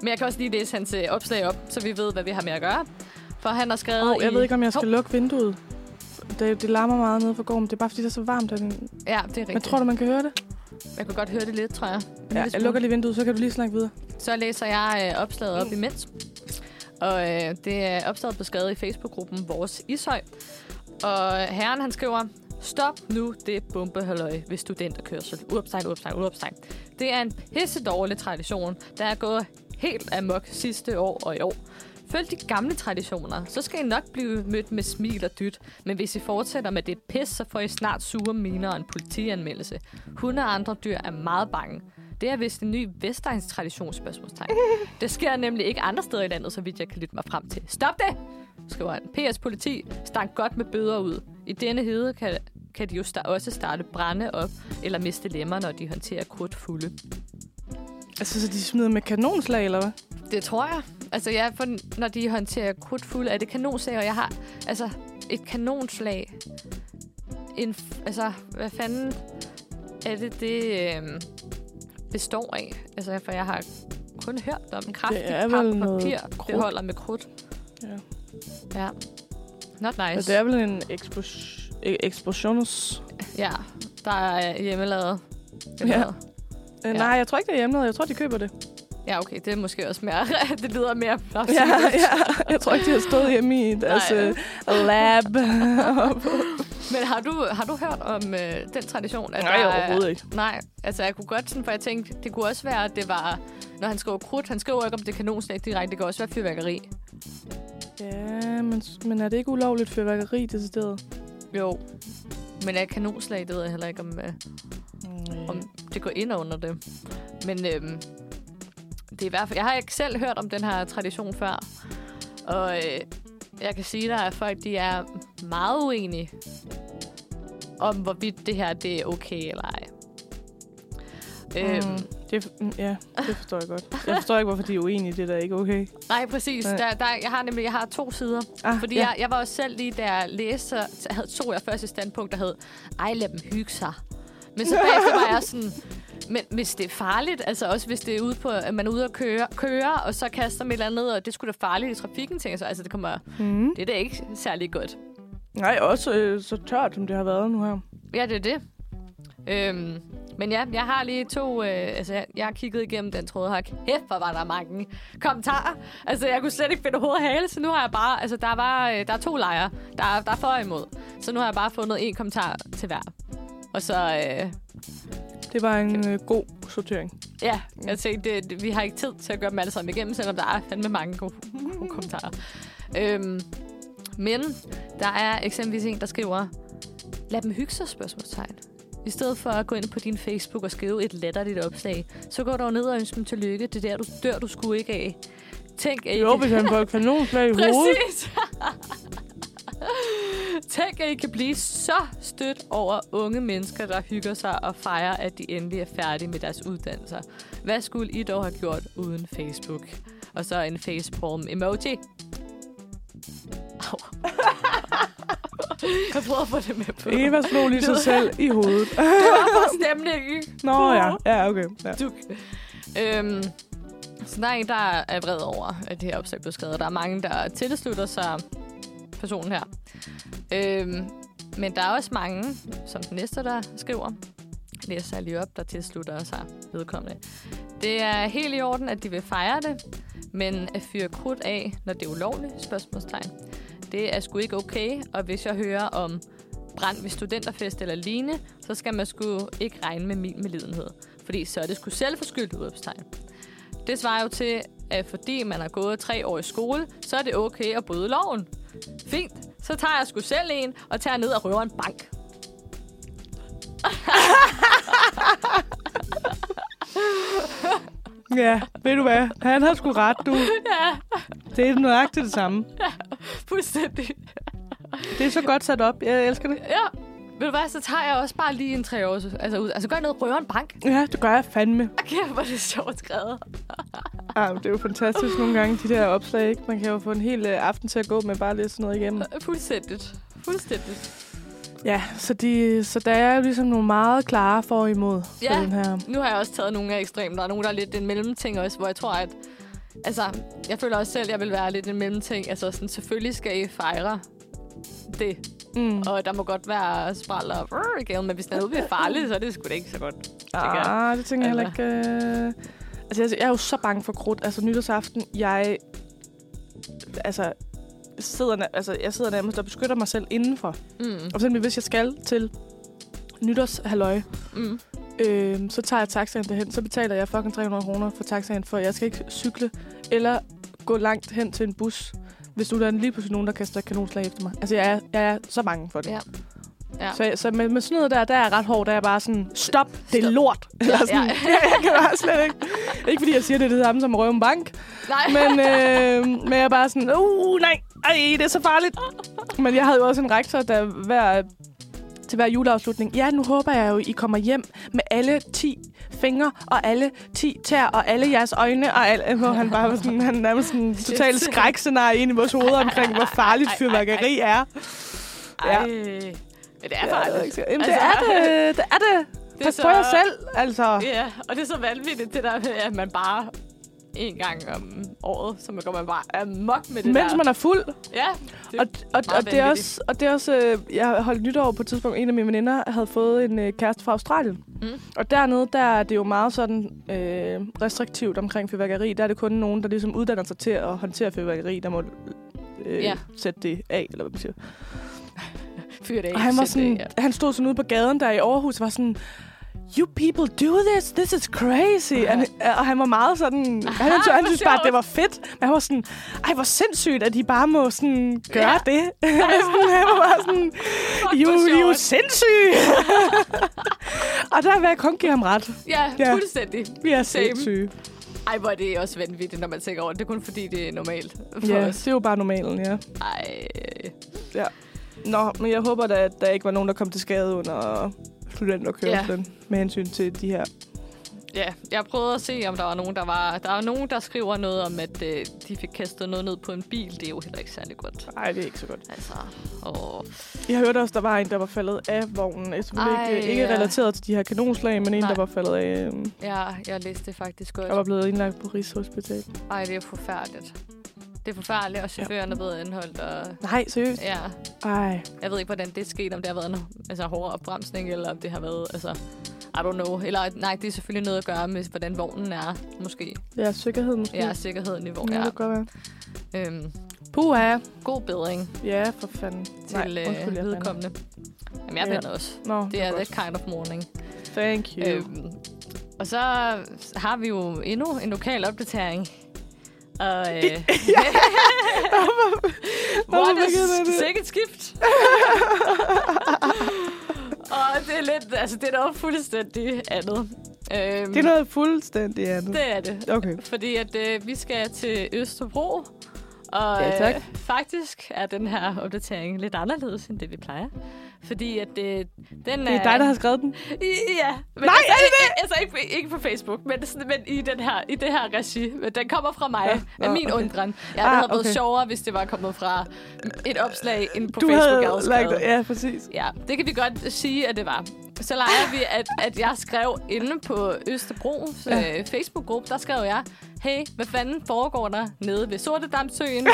Men jeg kan også lige læse hans øh, opslag op, så vi ved, hvad vi har med at gøre. For han har skrevet... Oh, jeg i... ved ikke, om jeg skal Hov, lukke vinduet. Det, det larmer meget nede for gården. Det er bare, fordi det er så varmt. At den... Ja, det er rigtigt. Men tror du, man kan høre det? Jeg kunne godt høre det lidt, tror jeg. En Ja, lille jeg lukker smule. lige vinduet, så kan du lige snakke videre. Så læser jeg øh, opslaget op imens. Og øh, det er opslaget på skade i Facebook-gruppen Vores Ishøj. Og herren han skriver, Stop nu det bombehalløj ved studenterkørsel. Uopstegn, uopstegn, uopstegn. Det er en pissedårlig tradition, der er gået helt amok sidste år og i år. Følg de gamle traditioner, så skal I nok blive mødt med smil og dyt. Men hvis I fortsætter med det pis, så får I snart sure miner og en politianmeldelse. Hunde og andre dyr er meget bange. Det er vist en ny Vestegns tradition, spørgsmålstegn. Det sker nemlig ikke andre steder i landet, så vidt jeg kan lytte mig frem til. Stop det! skriver han. PS politi, stank godt med bøder ud. I denne hede kan, kan de jo sta- også starte brænde op eller miste lemmer, når de håndterer krudt fulde. Altså, så de smider med kanonslag, eller hvad? Det tror jeg. Altså, jeg, for, når de håndterer krudt fulde, er det kanonsager, jeg har. Altså, et kanonslag. En, f- altså, hvad fanden er det, det øh, består af? Altså, for jeg har kun hørt om kraftigt Det er pap vel noget papir, det krudt. holder med krudt. Ja. Ja. Not Og nice. Altså, det er vel en ekspos- e- explosions... Ja, der er hjemmelavet. Ja. Ja. Ja. Ja. Øh, Nej, jeg tror ikke, det er hjemmelavet. Jeg tror, de køber det. ja, okay, det er måske også mere... [laughs] det lyder mere... [laughs] Ja, ja. Jeg tror ikke, de har stået hjemme i deres Nej. øh, lab. Men har du, har du hørt om øh, den tradition? At Nej, der overhovedet ikke. Er, nej, altså jeg kunne godt sådan, for jeg tænkte, det kunne også være, at det var, når han skriver krudt, han skriver ikke om det er kanonslag direkte, det kan også være fyrværkeri. Ja, men, s- men er det ikke ulovligt fyrværkeri, decideret? Jo. Men er kanonslag, det ved jeg heller ikke, om, øh, Mm. om det går ind under det. Men øhm, det er i hvert fald, jeg har ikke selv hørt om den her tradition før. Og øh, jeg kan sige dig, at folk de er meget uenige om, hvorvidt det her det er okay eller ej. Øhm, Øhm. Det, mm, ja, det forstår jeg godt. Jeg forstår ikke, hvorfor de er uenige i det, der er ikke okay. Nej, præcis. Nej. Der, der, jeg har nemlig jeg har to sider. Ah, Fordi ja. ja. jeg, jeg var også selv lige, da jeg læste, så så havde, tog jeg først et standpunkt, der hed, ej, lad dem hygge sig. Men så bagefter var jeg sådan, men hvis det er farligt, altså også hvis det er ude på, at man er ude og køre, køre og så kaster man et eller andet, og det skulle da farligt i trafikken, tænker jeg så, altså det kommer, Mm. det er da ikke særlig godt. Nej, også øh, så tørt, som det har været nu her. Ja, det er det. Øhm, men ja, jeg har lige to... Øh, altså, jeg, jeg har kigget igennem den tråd her. Kæft, hvor var der mange kommentarer. Altså, jeg kunne slet ikke finde hovedet og hale, så nu har jeg bare... Altså, der, var, øh, der er to lejre. Der, er- der er for og imod. Så nu har jeg bare fundet en kommentar til hver. Og så... Øh, Det var en øh, god sortering. ja, jeg tænkte, det, det- vi har ikke tid til at gøre dem alle sammen igennem, selvom der er fandme mange gode, gode kommentarer. Øhm, men der er eksempelvis en, der skriver, lad dem hygge sig, spørgsmålstegn. I stedet for at gå ind på din Facebook og skrive et latterligt opslag, så går du ned og ønsker dem tillykke. Det er der, du dør, du skulle ikke af. Tænk, at I Jo, hvis han får et kanonslag i hovedet. [laughs] Præcis. Tænk, at I kan blive så stødt over unge mennesker, der hygger sig og fejrer, at de endelig er færdige med deres uddannelser. Hvad skulle I dog have gjort uden Facebook? Og så en facepalm emoji. Au. Jeg prøver at få det med på. Eva slog lige sig [laughs] selv i hovedet. [laughs] Stemningen. Nå ja, ja okay. Ja. Duk. Øhm, så der er en, der er vred over, at det her opslag blev skrevet. Der er mange, der tilslutter sig personen her. Øhm, men der er også mange, som den næste, der skriver, læser jeg lige op, der tilslutter sig vedkommende. Det er helt i orden, at de vil fejre det, men at fyre krudt af, når det er ulovligt, spørgsmålstegn. Det er sgu ikke okay, og hvis jeg hører om brand ved studenterfest eller lignende, så skal man sgu ikke regne med min medlidenhed. Fordi så er det sgu selvforskyldt udopstegn. Det svarer jo til, at fordi man har gået tre år i skole, så er det okay at bryde loven. Fint, så tager jeg sgu selv en og tager ned og røver en bank. [laughs] ja, ved du hvad? Han har sgu ret, du. [laughs] Ja, Det er nøjagtigt det samme. fuldstændig. Det er så godt sat op. Jeg elsker det. Ja, ved du hvad, så tager jeg også bare lige en tre år. Altså, ud, altså gør jeg ned og røver en [laughs] bank. Ja, det gør jeg fandme. Okay, hvor er det sjovt skrevet. Ah, men det er jo fantastisk nogle gange, de der opslag. Ikke? Man kan jo få en hel øh, aften til at gå med bare at læse noget igennem. Fuldstændigt. Fuldstændigt. Ja, så, de, så der er jo ligesom nogle meget klare for og imod ja. Ja. for den her. Nu har jeg også taget nogle af ekstreme. Der er nogle, der er lidt en mellemting også, hvor jeg tror, at... Altså, jeg føler også selv, at jeg vil være lidt en mellemting. Altså, sådan, selvfølgelig skal I fejre det. Mm. Og der må godt være spral og brrr i gaden, men hvis den er ude ved farligt, så er det sgu da ikke så godt. tænker jeg. Ah, det tænker jeg heller ikke. Øh... Altså, jeg, jeg er jo så bange for krudt. Altså, nytårsaften, jeg... Altså, sidder, nær- altså, jeg sidder nærmest og beskytter mig selv indenfor. Mm. Og simpelthen, hvis jeg skal til nytårshalløj, Mm. øh, så tager jeg taxaen derhen. Så betaler jeg fucking 300 kroner for taxaen, for jeg skal ikke cykle eller gå langt hen til en bus, hvis du der er lige pludselig nogen, der kaster kanonslag efter mig. Altså, jeg er, jeg er så bange for det. Ja. Ja. Så, jeg- så med, med sådan noget der, der er jeg ret hård, der er jeg bare sådan, stop, det er Stop. lort. Eller ja. sådan, [laughs] ja, ja. jeg kan bare slet ikke. Ikke fordi jeg siger, det er det samme som at røve en bank, Nej. men, øh, men jeg er bare sådan, uh, nej, ej, det er så farligt. Men jeg havde jo også en rektor, der hver, til hver juleafslutning, ja, nu håber jeg jo, I kommer hjem med alle 10 fingre og alle 10 tær og alle jeres øjne, og al, hvor han bare var sådan, han nærmest sådan Shit. totalt skrækscenarie ind i vores hoveder omkring, hvor farligt Ej, ej, ej, ej. fyrværkeri er. Ej. Men det er farligt. Ja, Jamen, Altså, det er det. Det er det. Det er Pas så- på jer selv, altså. Ja, og det er så vanvittigt, det der med, at man bare en gang om året, så man går man bare amok med det Mens der. man er fuld. Ja, det, Og, og, meget og, det er vanvittigt. også, og det er også... øh, Jeg holdt nytår på et tidspunkt. En af mine veninder havde fået en øh, kæreste fra Australien. Mm. Og dernede, der er det jo meget sådan øh, restriktivt omkring fyrværkeri. Der er det kun nogen, der ligesom uddanner sig til at håndtere fyrværkeri, der må øh, Ja. sætte det af, eller hvad man siger. fyr det af, Og han, var sæt det sådan, af. han stod sådan ude på gaden der i Aarhus og var sådan, You people do this? This is crazy. And, og han var meget [laughs] sådan... Han, Aha, han hvor synes bare, at det sjovt. var fedt. Men han var sådan... Ej, hvor sindssygt, at I bare må sådan gøre Ja. ja. det. Sådan, [laughs] han var bare sådan... Fuck, You, hvor I er jo sjovt. [laughs] sindssyge! og der vil jeg kun give ham ret. Ja, Ja. ja, fuldstændig. Vi er Same. sindssyge. Ej, hvor er det også vanvittigt, når man tænker over det. Det er kun fordi, det er normalt for Ja, os. det er jo bare normalen, ja. Ej. ja. Nå, men jeg håber da, at der ikke var nogen, der kom til skade under studenterkørslen. Ja. Med hensyn til de her... Ja, jeg prøvede at se, om der var nogen, der var... Der er jo nogen, der skriver noget om, at øh, de fik kastet noget ned på en bil. Det er jo heller ikke særlig godt. Nej, det er ikke så godt. Altså, åh. Jeg hørte også, der var en, der var faldet af vognen. Jeg selvfølgelig Ej, ikke, øh, ikke ja. relateret til de her kanonslag, men en, Nej. der var faldet af øhm, Ja, jeg læste det faktisk godt. og var blevet indlagt på Rigshospitalet. Ej, det er forfærdeligt. Det er forfærdeligt, og chaufføren er blevet anholdt, og Nej, seriøst? ja, Ej. jeg ved ikke, hvordan det er sket, om det har været en altså, hårdere opbremsning, eller om det har været, altså, I don't know. Eller nej, det er selvfølgelig noget at gøre med, hvordan vognen er, måske. Det er sikkerhed måske. Ja, sikkerheden i Ja. vognen. Det Ja. kan godt være. Øhm, Puha. god bedring Ja, for fanden. til Nej, undskyld, jeg øh, vedkommende. Jamen, jeg Ja. bander også. bander. Nå, Det er godt. that kind of morning. Thank you. Øhm, og så har vi jo endnu en lokal opdatering. Og, [laughs] [laughs] øh, Hvorfor What begynder jeg a det? sikkert [laughs] skift. og det er lidt, altså det er noget fuldstændig andet. Øhm, Det er noget fuldstændig andet. det er det. Okay. Fordi at øh, vi skal til Østerbro. Og Ja, tak. Øh, faktisk er den her opdatering lidt anderledes, end det vi plejer. Fordi at øh, den Det er dig, der har skrevet den. i- Ja. Men Nej, altså, er det ikke- Altså ikke, ikke på Facebook, men, sådan, men i, den her, i det her regi. Men den kommer fra mig, Ja, ja, nå, af min okay. okay. undren. Jeg Ah, havde ah, været okay. sjovere, hvis det var kommet fra et opslag ind på du Facebook. havde jeg havde lagt skrevet. Ja, præcis. Ja, det kan vi godt sige, at det var. Så leger vi, at, at jeg skrev inde på Østerbros Ja. ja. øh, Facebook-gruppe, der skrev jeg, hey, hvad fanden foregår der nede ved [laughs] Sortedamsøen?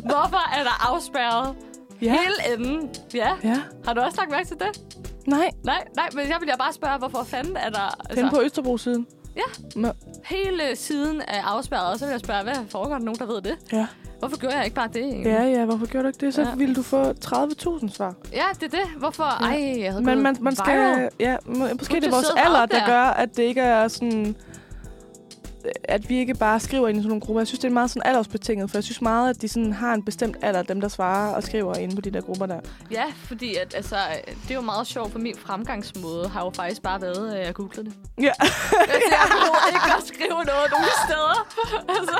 Hvorfor er der afspærret ja. Ja. hele enden? Ja. Ja. Har du også lagt mærke til det? Nej, Nej, nej, men jeg vil jeg bare spørge, hvorfor fanden er der... den på Østerbro-siden. Altså. Ja, Nå. hele siden er afspærret, og så vil jeg spørge, hvad foregår der nogen, der ved det? Ja. Hvorfor gjorde jeg ikke bare det egentlig? Ja, ja, hvorfor gjorde du ikke det? Så Mm. Ja. ville du få 30.000 svar. ja det er det. Hvorfor? Ej, jeg havde Men gået man, man skal... viral. Ja, må- måske Du det er kan vores sidde alder, op der der. gør, at det ikke er sådan at vi ikke bare skriver ind i sådan nogle grupper. Jeg synes, det er meget sådan aldersbetinget, for jeg synes meget, at de sådan har en bestemt alder, dem der svarer og skriver inde på de der grupper der. Ja, fordi at, altså, det er jo meget sjovt, for min fremgangsmåde har jo faktisk bare været, øh, at jeg googlede det. Ja, Altså, [laughs] jeg behøver ikke at skrive noget nogen steder. [laughs] altså.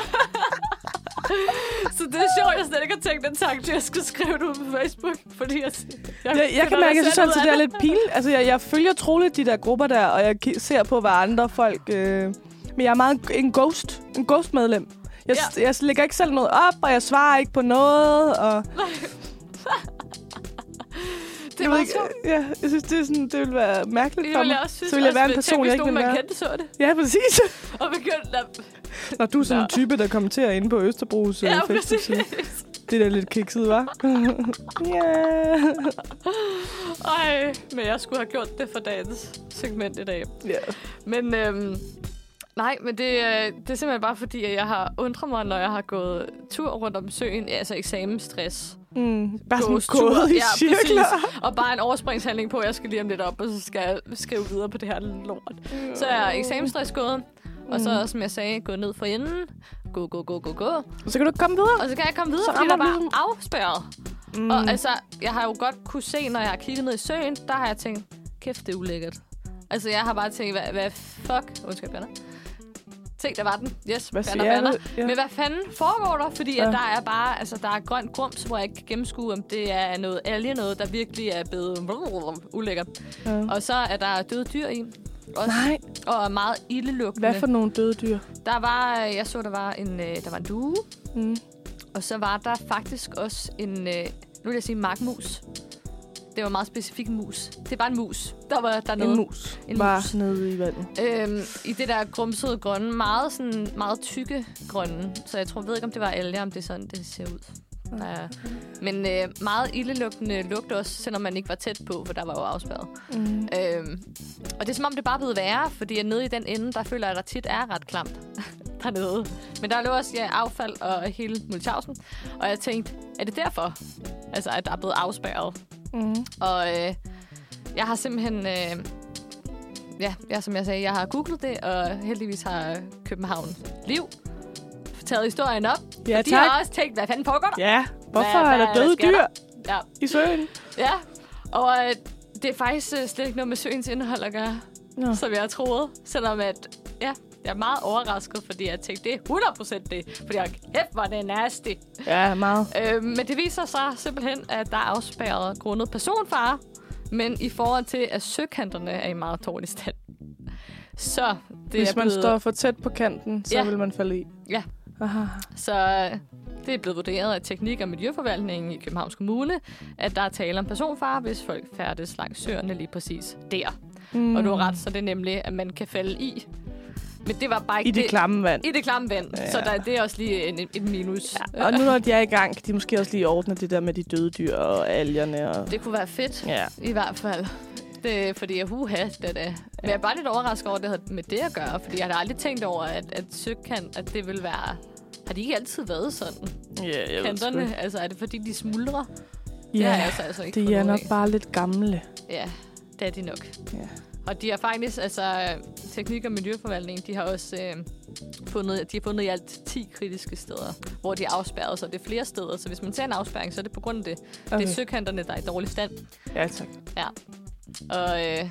Så det er sjovt, at jeg slet ikke har tænkt den tanke, at jeg skal skrive det ud på Facebook. Fordi jeg, jeg, jeg, jeg kan mærke, at jeg synes altid, det er lidt pil. Altså, jeg, jeg følger troligt de der grupper der, og jeg ki- ser på, hvad andre folk... Øh... Men jeg er meget en ghost. En ghost-medlem. Jeg, ja. jeg lægger ikke selv noget op, og jeg svarer ikke på noget, og... Det Jeg ved er meget ikke, øh, sjovt. ja, jeg synes, det, er sådan, det ville være mærkeligt Det for ville mig. jeg også synes. så ville jeg være en også, person, tænk, jeg hvis ikke nogen, ville man være. kendte, så det. Ja, præcis. [laughs] Og begyndte at... Når du er sådan Nå. en type, der kommenterer inde på Østerbros øh, Ja, ja, Facebook-side. præcis. Det er da lidt kikset, [laughs] var. yeah. [laughs] Ej, men jeg skulle have gjort det for dagens segment i dag. yeah. Men øhm, nej, men det, øh, det er simpelthen bare fordi, at jeg har undret mig, når jeg har gået tur rundt om søen, altså eksamensstress. Mm. Bare sådan Gåstur. gået i Ja, cirkler. Og bare en overspringshandling på, at jeg skal lige om lidt op, og så skal jeg skrive videre på det her lort. Så er eksamensstress gået, og Mm. så, som jeg sagde, gå ned for enden. Gå, gå, gå, gå, gå. Mm. Så kan du komme videre. Og så kan jeg komme videre, Så så fordi der rammer bare den er afspærret. Mm. Mm. Og altså, jeg har jo godt kunne se, når jeg har kigget ned i søen, der har jeg tænkt, kæft, det er ulækkert. Altså, jeg har bare tænkt, hvad, hvad fuck... Undskyld, banner. Tænk, der var den. Yes, Hvad banner, siger jeg? banner. Ja. Men hvad fanden foregår der? Fordi ja. Ja. at der er bare, altså, der er grønt grums, hvor jeg ikke kan gennemskue, om det er noget alge noget, der virkelig er blevet [laughs] ulækkert. Ja. Og så er der døde dyr i. Også, Nej, og er meget ildelugtende. hvad for nogle døde dyr? Der var, øh, jeg så, der var en, øh, der var en due, Mm. og så var der faktisk også en, øh, nu vil jeg sige markmus. Det var en meget specifik mus. Det var en mus, der var dernede. En mus. En var mus. nede i vandet. Øhm, I det der grumsede grønne, meget, sådan, meget tykke grønne. Så jeg tror, jeg ved ikke, om det var alger, om det er sådan, det ser ud. Der er. Men øh, meget ildelugtende lugt også, selvom man ikke var tæt på, for der var jo afspærret. Mm. Øhm, og det er som om, det bare er blevet værre, fordi at nede i den ende, der føler jeg, at der tit er ret klamt [laughs] dernede. Men der lå også ja, affald og hele Mulchausen. Og jeg tænkte, er det derfor, altså, at der er blevet afspærret? Mm. Og øh, jeg har simpelthen... Øh, ja, jeg, som jeg sagde, jeg har googlet det, og heldigvis har København Liv taget historien op. Ja, og de tak. har også tænkt, hvad fanden foregår der? Ja, hvorfor Hvad- er der hvad- døde hvad sker dyr Ja. i søen? ja. Og øh, det er faktisk øh, slet ikke noget med søens indhold at gøre. Nå. som jeg troede. Selvom at, ja, jeg er meget overrasket, fordi jeg tænkte, det er 100% det. Fordi jeg, kæft, hvor er det nasty. Ja, meget. Øh, men det viser sig simpelthen, at der er afspærret grundet personfare. Men i forhold til, at søkanterne er i meget dårlig stand. Så det er Hvis man blevet, står for tæt på kanten, så Ja. vil man falde i. Ja. Aha. Så øh, det er blevet vurderet af Teknik- og Miljøforvaltningen i Københavns Kommune, at der er tale om personfare, hvis folk færdes langs søerne lige præcis der. Mm. Mm. Og du har ret, så det er nemlig, at man kan falde i. Men det var bare ikke Mm. I det, det, klamme vand. I det klamme vand. Ja. Ja. Så der, det er også lige en, et minus. Øh. Ja. Og nu når de er i gang, kan de måske også lige ordne det der med de døde dyr og algerne. Og... Det kunne være fedt, ja. Ja. i hvert fald. Det, fordi jeg huha, det er det. Men jeg er bare lidt overrasket over, at det havde med det at gøre. Fordi jeg har aldrig tænkt over, at, at søkant, at det vil være... Har de ikke altid været sådan? Ja, jeg Kanterne, altså er det fordi, de smuldrer? Det har Ja, jeg så altså ikke de fundet er ud nok af. bare lidt gamle. Ja, det er de nok. Ja. Og de har faktisk, altså teknik- og miljøforvaltning, de har også øh, fundet, de har fundet i alt 10 kritiske steder, hvor de er afspærret, så det er flere steder. Så hvis man ser en afspærring, så er det på grund af det. Okay. Det er søkanterne, der er i dårlig stand. Ja, tak. Og øh,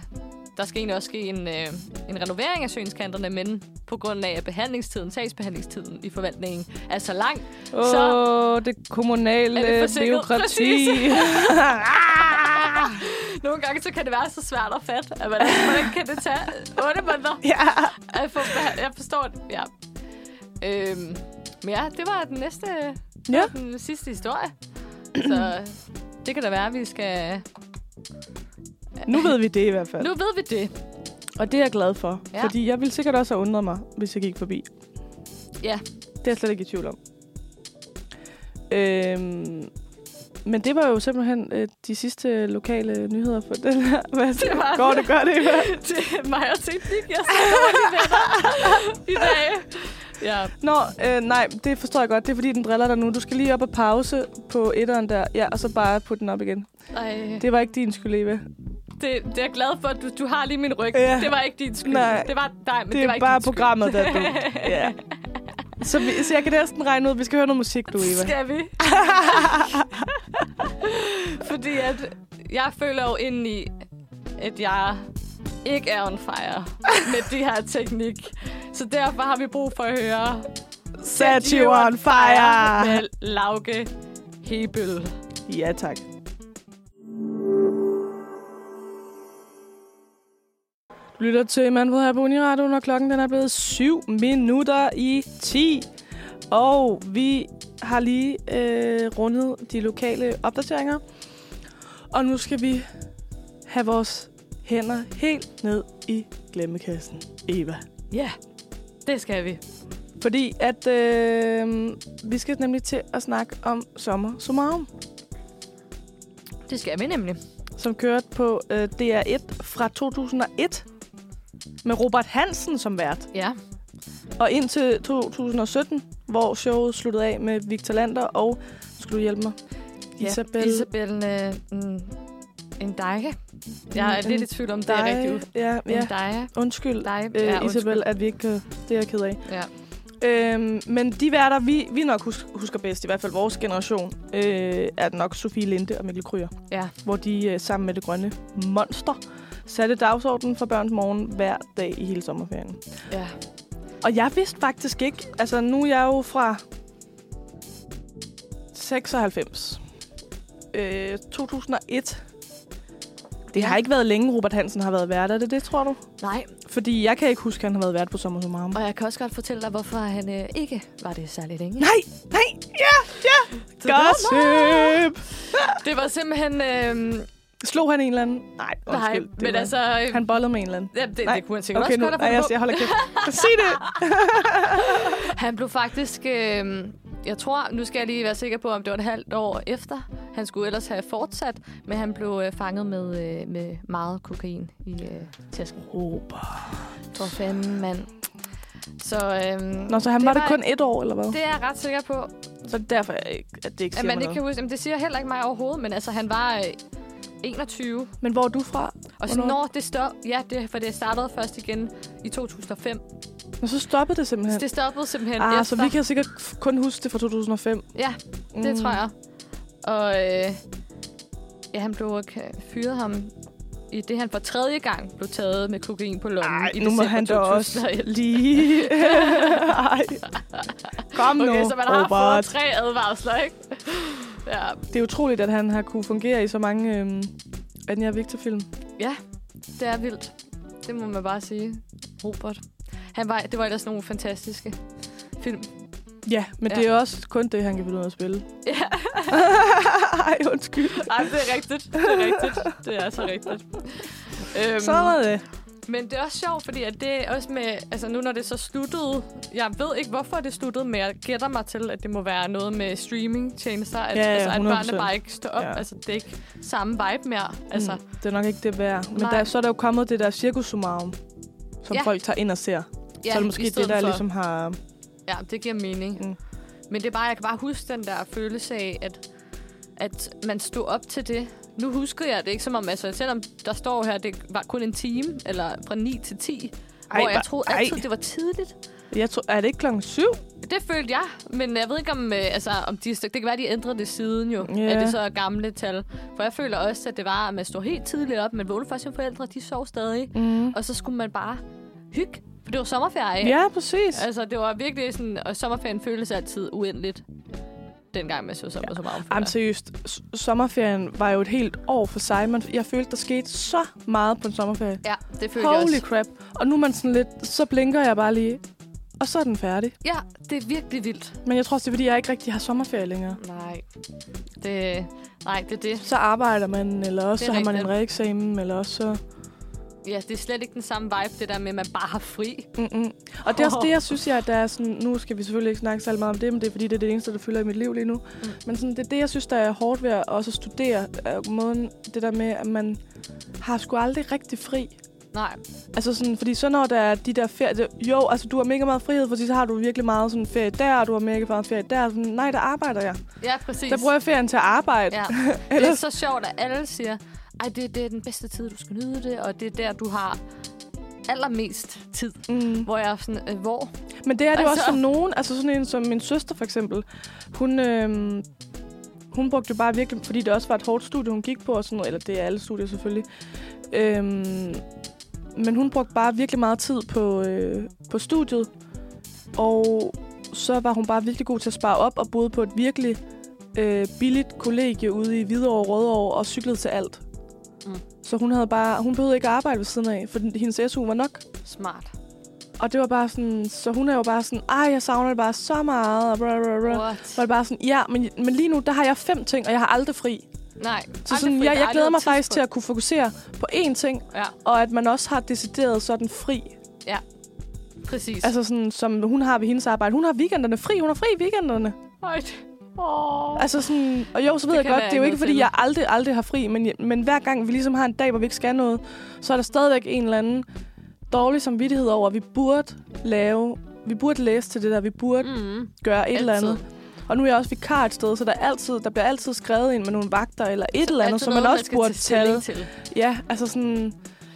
der skal egentlig også ske en, øh, en renovering af søenskanterne, men på grund af, at behandlingstiden, sagsbehandlingstiden i forvaltningen er så lang, Åh, Så- oh, det kommunale Er det forsinket? byråkrati. Præcis. nogle gange så kan det være så svært at fatte, at hvordan, hvordan kan det tage 8 måneder [laughs] ja. at få beha- Jeg forstår det, ja. Øhm, men ja, det var den næste, ja. den sidste historie. Så det kan da være, at vi skal... Nu ved vi det i hvert fald. Nu ved vi det. Og det er jeg glad for. Ja. Ja. Fordi jeg ville sikkert også have undret mig, hvis jeg gik forbi. Ja. Det er jeg slet ikke i tvivl om. Øhm, men det var jo simpelthen øh, de sidste lokale nyheder for den her. [laughs] Hvad det var- Går det godt, Eva? [laughs] Det er mig og teknik, jeg snakker med dig i dag. Ja, Nå, øh, nej, det forstår jeg godt. Det er fordi, den driller dig nu. Du skal lige op og pause på etteren der. Ja, og så bare putte den op igen. Ej, det, Det var ikke din skyld, Eva. det, det er jeg glad for, at du, du har lige min ryg. Ja. Ja. Det var ikke din skyld. Nej. Det var dig, men det, det er var ikke bare din skyld. programmet, der er [laughs] dumt. Ja. Så, vi, så jeg kan næsten regne ud, at vi skal høre noget musik, du, Eva. Skal [laughs] vi? Fordi at jeg føler jo indeni, at jeg ikke er on fire med det her teknik. Så derfor har vi brug for at høre Set you on fire! med Lauke Hebel. Ja, tak. Du lytter til Manfred her på Uniradioen, og klokken den er blevet 7 minutter i 10. Og vi har lige øh, rundet de lokale opdateringer. Og nu skal vi have vores hænder helt ned i glemmekassen. Eva. Ja, det skal vi. Fordi at øh, vi skal nemlig til at snakke om Sommer Summarum, Det skal vi nemlig. som kørte på øh, DR1 fra 2001 med Robert Hansen som vært. Ja. Og indtil 2017, hvor showet sluttede af med Victor Lander og, skulle du hjælpe mig, Ja, Isabel Isabel øh, mm, en dejke. Jeg er Mm, En- lidt i tvivl om, det er Dej- rigtigt. ud. Ja, En ja. dejke. Undskyld, Dej, øh, ja, ja, undskyld. Isabel, at vi ikke kan... Det er jeg ked af. Ja. Øhm, men de værter, vi, vi nok hus- husker bedst, i hvert fald vores generation, øh, er nok Sofie Linde og Mikkel Kryer. Ja. Hvor de øh, sammen med det grønne monster satte dagsordenen for børns morgen hver dag i hele sommerferien. ja. Og jeg vidste faktisk ikke, altså nu er jeg jo fra 96. Øh, 2001. Det Ja. har ikke været længe, Robert Hansen har været vært. Er det det, tror du? Nej, Fordi jeg kan ikke huske, at han har været vært på Sommer som Arme. og jeg kan også godt fortælle dig, hvorfor han øh, ikke var det særlig længe. Nej, nej, ja, ja. Så det var Gossip. Det var simpelthen... Øh, Slog han en eller anden? Nej, nej, undskyld. det men var- altså... Øh, Han bollede med en eller anden. ja, det, Nej, det kunne han sikkert Okay, også nu, godt have nej, jeg, fundet på. jeg holder [laughs] kæft. Sig det. Han blev faktisk... Øh, jeg tror, nu skal jeg lige være sikker på, om det var et halvt år efter. Han skulle ellers have fortsat, men han blev øh, fanget med, øh, med meget kokain i øh, tæsken. Robert. For fanden, mand. Så, øhm, Nå, så han var det kun ikke- et år, eller hvad? Det er jeg ret sikker på, Så det er derfor, jeg ikke- at det ikke at siger man mig ikke noget. kan huske. Jamen, det siger heller ikke mig overhovedet, men altså, han var øh, 21. Men hvor er du fra? Og så Hvornår? når det stop... Ja, det, for det startede først igen i 2005. Nå, så stoppede det Så simpelthen. det stoppede simpelthen Ah, efter. så vi kan sikkert f- kun huske det fra 2005. Ja, det Mm. tror jeg. Og øh, ja, han blev øh, fyret ham i det, han for tredje gang blev taget med kokain på lommen Ej, i nu må december han da også 2001. lige... Ej. Kom Okay, nu, så man har fået Robert. tre advarsler, ikke? [laughs] Ja, Det er utroligt, at han har kunne fungere i så mange øhm, Anja Victor-film. Det er vildt. Det må man bare sige. Robert. Han var, det var ellers nogle fantastiske film. Ja, men Ja. ja. det er også kun det, han kan finde ud af at spille. Ja. [laughs] Ej, undskyld. Ej, det er rigtigt. Det er rigtigt. Det er så rigtigt. Øhm, Så var det. Mm, Men det er også sjovt, fordi at det er også med... Altså nu, når det så sluttede... Jeg ved ikke, hvorfor det sluttede, men jeg gætter mig til, at det må være noget med streamingtjenester. At, Ja, ja, altså, at 100%. børnene bare ikke står op. Ja. Ja. Altså, det er ikke samme vibe mere. Altså, Mm, det er nok ikke det værd. Men Nej. der, så er der jo kommet det der cirkussummarum, som Ja. ja. folk tager ind og ser. Ja, så er det måske i det, stedet der for- ligesom har... Ja, det giver mening. Mm. Mm. Men det er bare, jeg kan bare huske den der følelse af, at, at man stod op til det. Nu husker jeg det ikke som om, altså selvom der står her, det var kun en time, eller fra 9 til 10, ej, hvor jeg hva- troede altid, det var tidligt. Jeg tror, er det ikke klokken syv? Det følte jeg, men jeg ved ikke, om, øh, altså, om de, det kan være, de ændrede det siden jo, Ja. yeah. at det så er gamle tal. For jeg føler også, at det var, at man stod helt tidligt op, man vågnede for sine forældre, de sov stadig, Mm. og så skulle man bare hygge, for det var sommerferie. Ja, præcis. Altså, det var virkelig sådan, og sommerferien føles altid uendeligt, dengang man så sommer ja. så meget. Jamen seriøst, s- sommerferien var jo et helt år for sig. Man, jeg følte, der skete så meget på en sommerferie. Ja, det føles jeg Holy også. crap. Og nu er man sådan lidt, så blinker jeg bare lige, og så er den færdig. Ja, det er virkelig vildt. Men jeg tror også, det er, fordi jeg ikke rigtig har sommerferie længere. Nej. Det, nej, det er det. Så arbejder man, eller også Det så er har man en rigtigt. reeksamen, eller også så... Ja, det er slet ikke den samme vibe, det der med, at man bare har fri. Mm-mm. Og det er også det, jeg synes, jeg, der er sådan... Nu skal vi selvfølgelig ikke snakke særlig meget om det, men det er, fordi det er det eneste, der fylder i mit liv lige nu. Mm. Men sådan, det er det, jeg synes, der er hårdt ved at også studere. er Måden, det der med, at man har sgu aldrig rigtig fri. Nej, Altså sådan, fordi så når der er de der ferie... det- Jo, altså du har mega meget frihed, fordi så har du virkelig meget sådan ferie der, og du har mega meget ferie der. Sådan, nej, der arbejder jeg. ja, præcis. Der bruger jeg ferien til at arbejde. ja. [laughs] Det er Ellers- så sjovt, at alle siger, ej, det, det er den bedste tid, du skal nyde det, og det er der, du har allermest tid. Mm. Hvor jeg er sådan, øh, hvor? Men det er det jo Altså- også for nogen. Altså sådan en som min søster for eksempel. Hun, øhm, hun brugte jo bare virkelig, fordi det også var et hårdt studie, hun gik på, og sådan noget, eller det er alle studier selvfølgelig. Øhm, men hun brugte bare virkelig meget tid på, øh, på studiet, og så var hun bare virkelig god til at spare op og boede på et virkelig øh, billigt kollegie ude i Hvidovre, Rødovre og cyklede til alt. Mm. Mm. Så hun havde bare, hun behøvede ikke at arbejde ved siden af, for hendes SU var nok. Smart. Og det var bare sådan, så hun er jo bare sådan, ej, jeg savner det bare så meget, og bla, bla, bla. What? Var det bare sådan, ja, men, men lige nu, der har jeg fem ting, og jeg har aldrig fri. Nej. Så aldrig sådan, fri. jeg, jeg Der er glæder aldrig mig noget faktisk til tidspunkt. at kunne fokusere på én ting, Ja. og at man også har decideret sådan fri. Ja. Præcis. Altså, Altså sådan, som hun har ved hendes arbejde. Hun har weekenderne fri. Hun har fri i weekenderne. Højt. Åh. Altså sådan, og jo, så ved Det jeg kan godt, være det er jo noget ikke, fordi til. jeg aldrig, aldrig har fri, men, men hver gang vi ligesom har en dag, hvor vi ikke skal noget, så er der stadigvæk en eller anden dårlig samvittighed over, at vi burde lave, vi burde læse til det der, vi burde Mm. gøre et eller Altid. andet. Og nu er jeg også vikar et sted, så der, er altid, der bliver altid skrevet ind med nogle vagter eller et eller andet, Altid som man noget, også skal burde tage stilling tale. Til. Ja, altså sådan...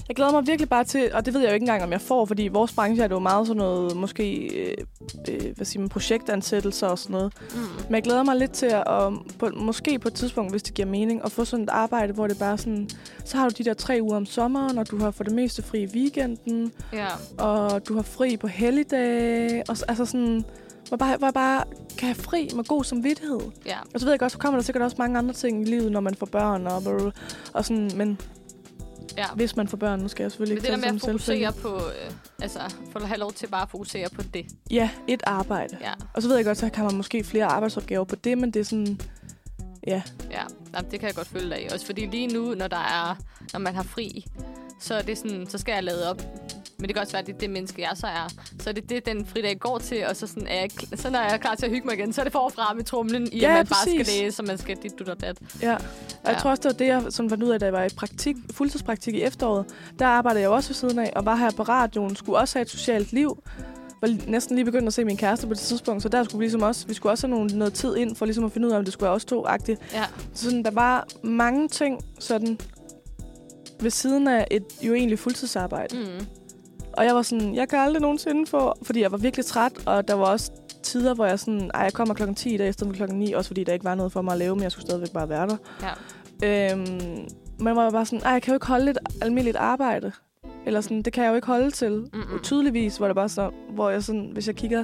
Jeg glæder mig virkelig bare til, og det ved jeg jo ikke engang, om jeg får, fordi i vores branche er det jo meget sådan noget, måske, øh, øh, hvad siger man, projektansættelser og sådan noget. Mm. Men jeg glæder mig lidt til at, og på, måske på et tidspunkt, hvis det giver mening, at få sådan et arbejde, hvor det bare er sådan, så har du de der tre uger om sommeren, og du har for det meste fri i weekenden, Ja. og du har fri på helligdage, og s- altså sådan, hvor jeg bare, hvor jeg bare kan have fri med god samvittighed. ja. Og så ved jeg godt, så kommer der sikkert også mange andre ting i livet, når man får børn og, blablabla, og sådan, men Ja. hvis man får børn, nu skal jeg selvfølgelig Men det ikke der med tage at som fokusere selvfølgelig. på, øh, altså, for at have lov til bare at fokusere på det. Ja, et arbejde. Ja, Og så ved jeg godt, så kan man måske flere arbejdsopgaver på det, men det er sådan, ja, ja. Jamen, det kan jeg godt følge dig i. Også fordi lige nu, når, der er, når man har fri, så, er det sådan, så skal jeg lade op. Men det kan også være, at det er det menneske, jeg så er. Så er det det, den fridag går til, og så, sådan er jeg, kl- så når jeg er klar til at hygge mig igen, så er det forfra med trumlen i, Ja, at man bare præcis. skal læse, og man skal dit, dut og dat. Ja, og ja. jeg Ja. tror også, det var det, jeg sådan fandt ud af, da jeg var i praktik, fuldtidspraktik i efteråret. Der arbejdede jeg jo også ved siden af, og var her på radioen, skulle også have et socialt liv. Var li- næsten lige begyndt at se min kæreste på det tidspunkt, så der skulle vi ligesom også, vi skulle også have nogle, noget tid ind, for ligesom at finde ud af, om det skulle være os to-agtigt. Ja, Så sådan, der var mange ting sådan ved siden af et jo egentlig fuldtidsarbejde. mm. Og jeg var sådan, jeg kan aldrig nogensinde få, fordi jeg var virkelig træt, og der var også tider, hvor jeg sådan, ej, jeg kommer klokken 10 i dag, i stedet for klokken 9, også fordi der ikke var noget for mig at lave, men jeg skulle stadigvæk bare være der. ja. Øhm, man var bare sådan, Ej, jeg kan jo ikke holde et almindeligt arbejde. Eller sådan, det kan jeg jo ikke holde til. Mm-mm. Og tydeligvis var det bare så, hvor jeg sådan, hvis jeg kigger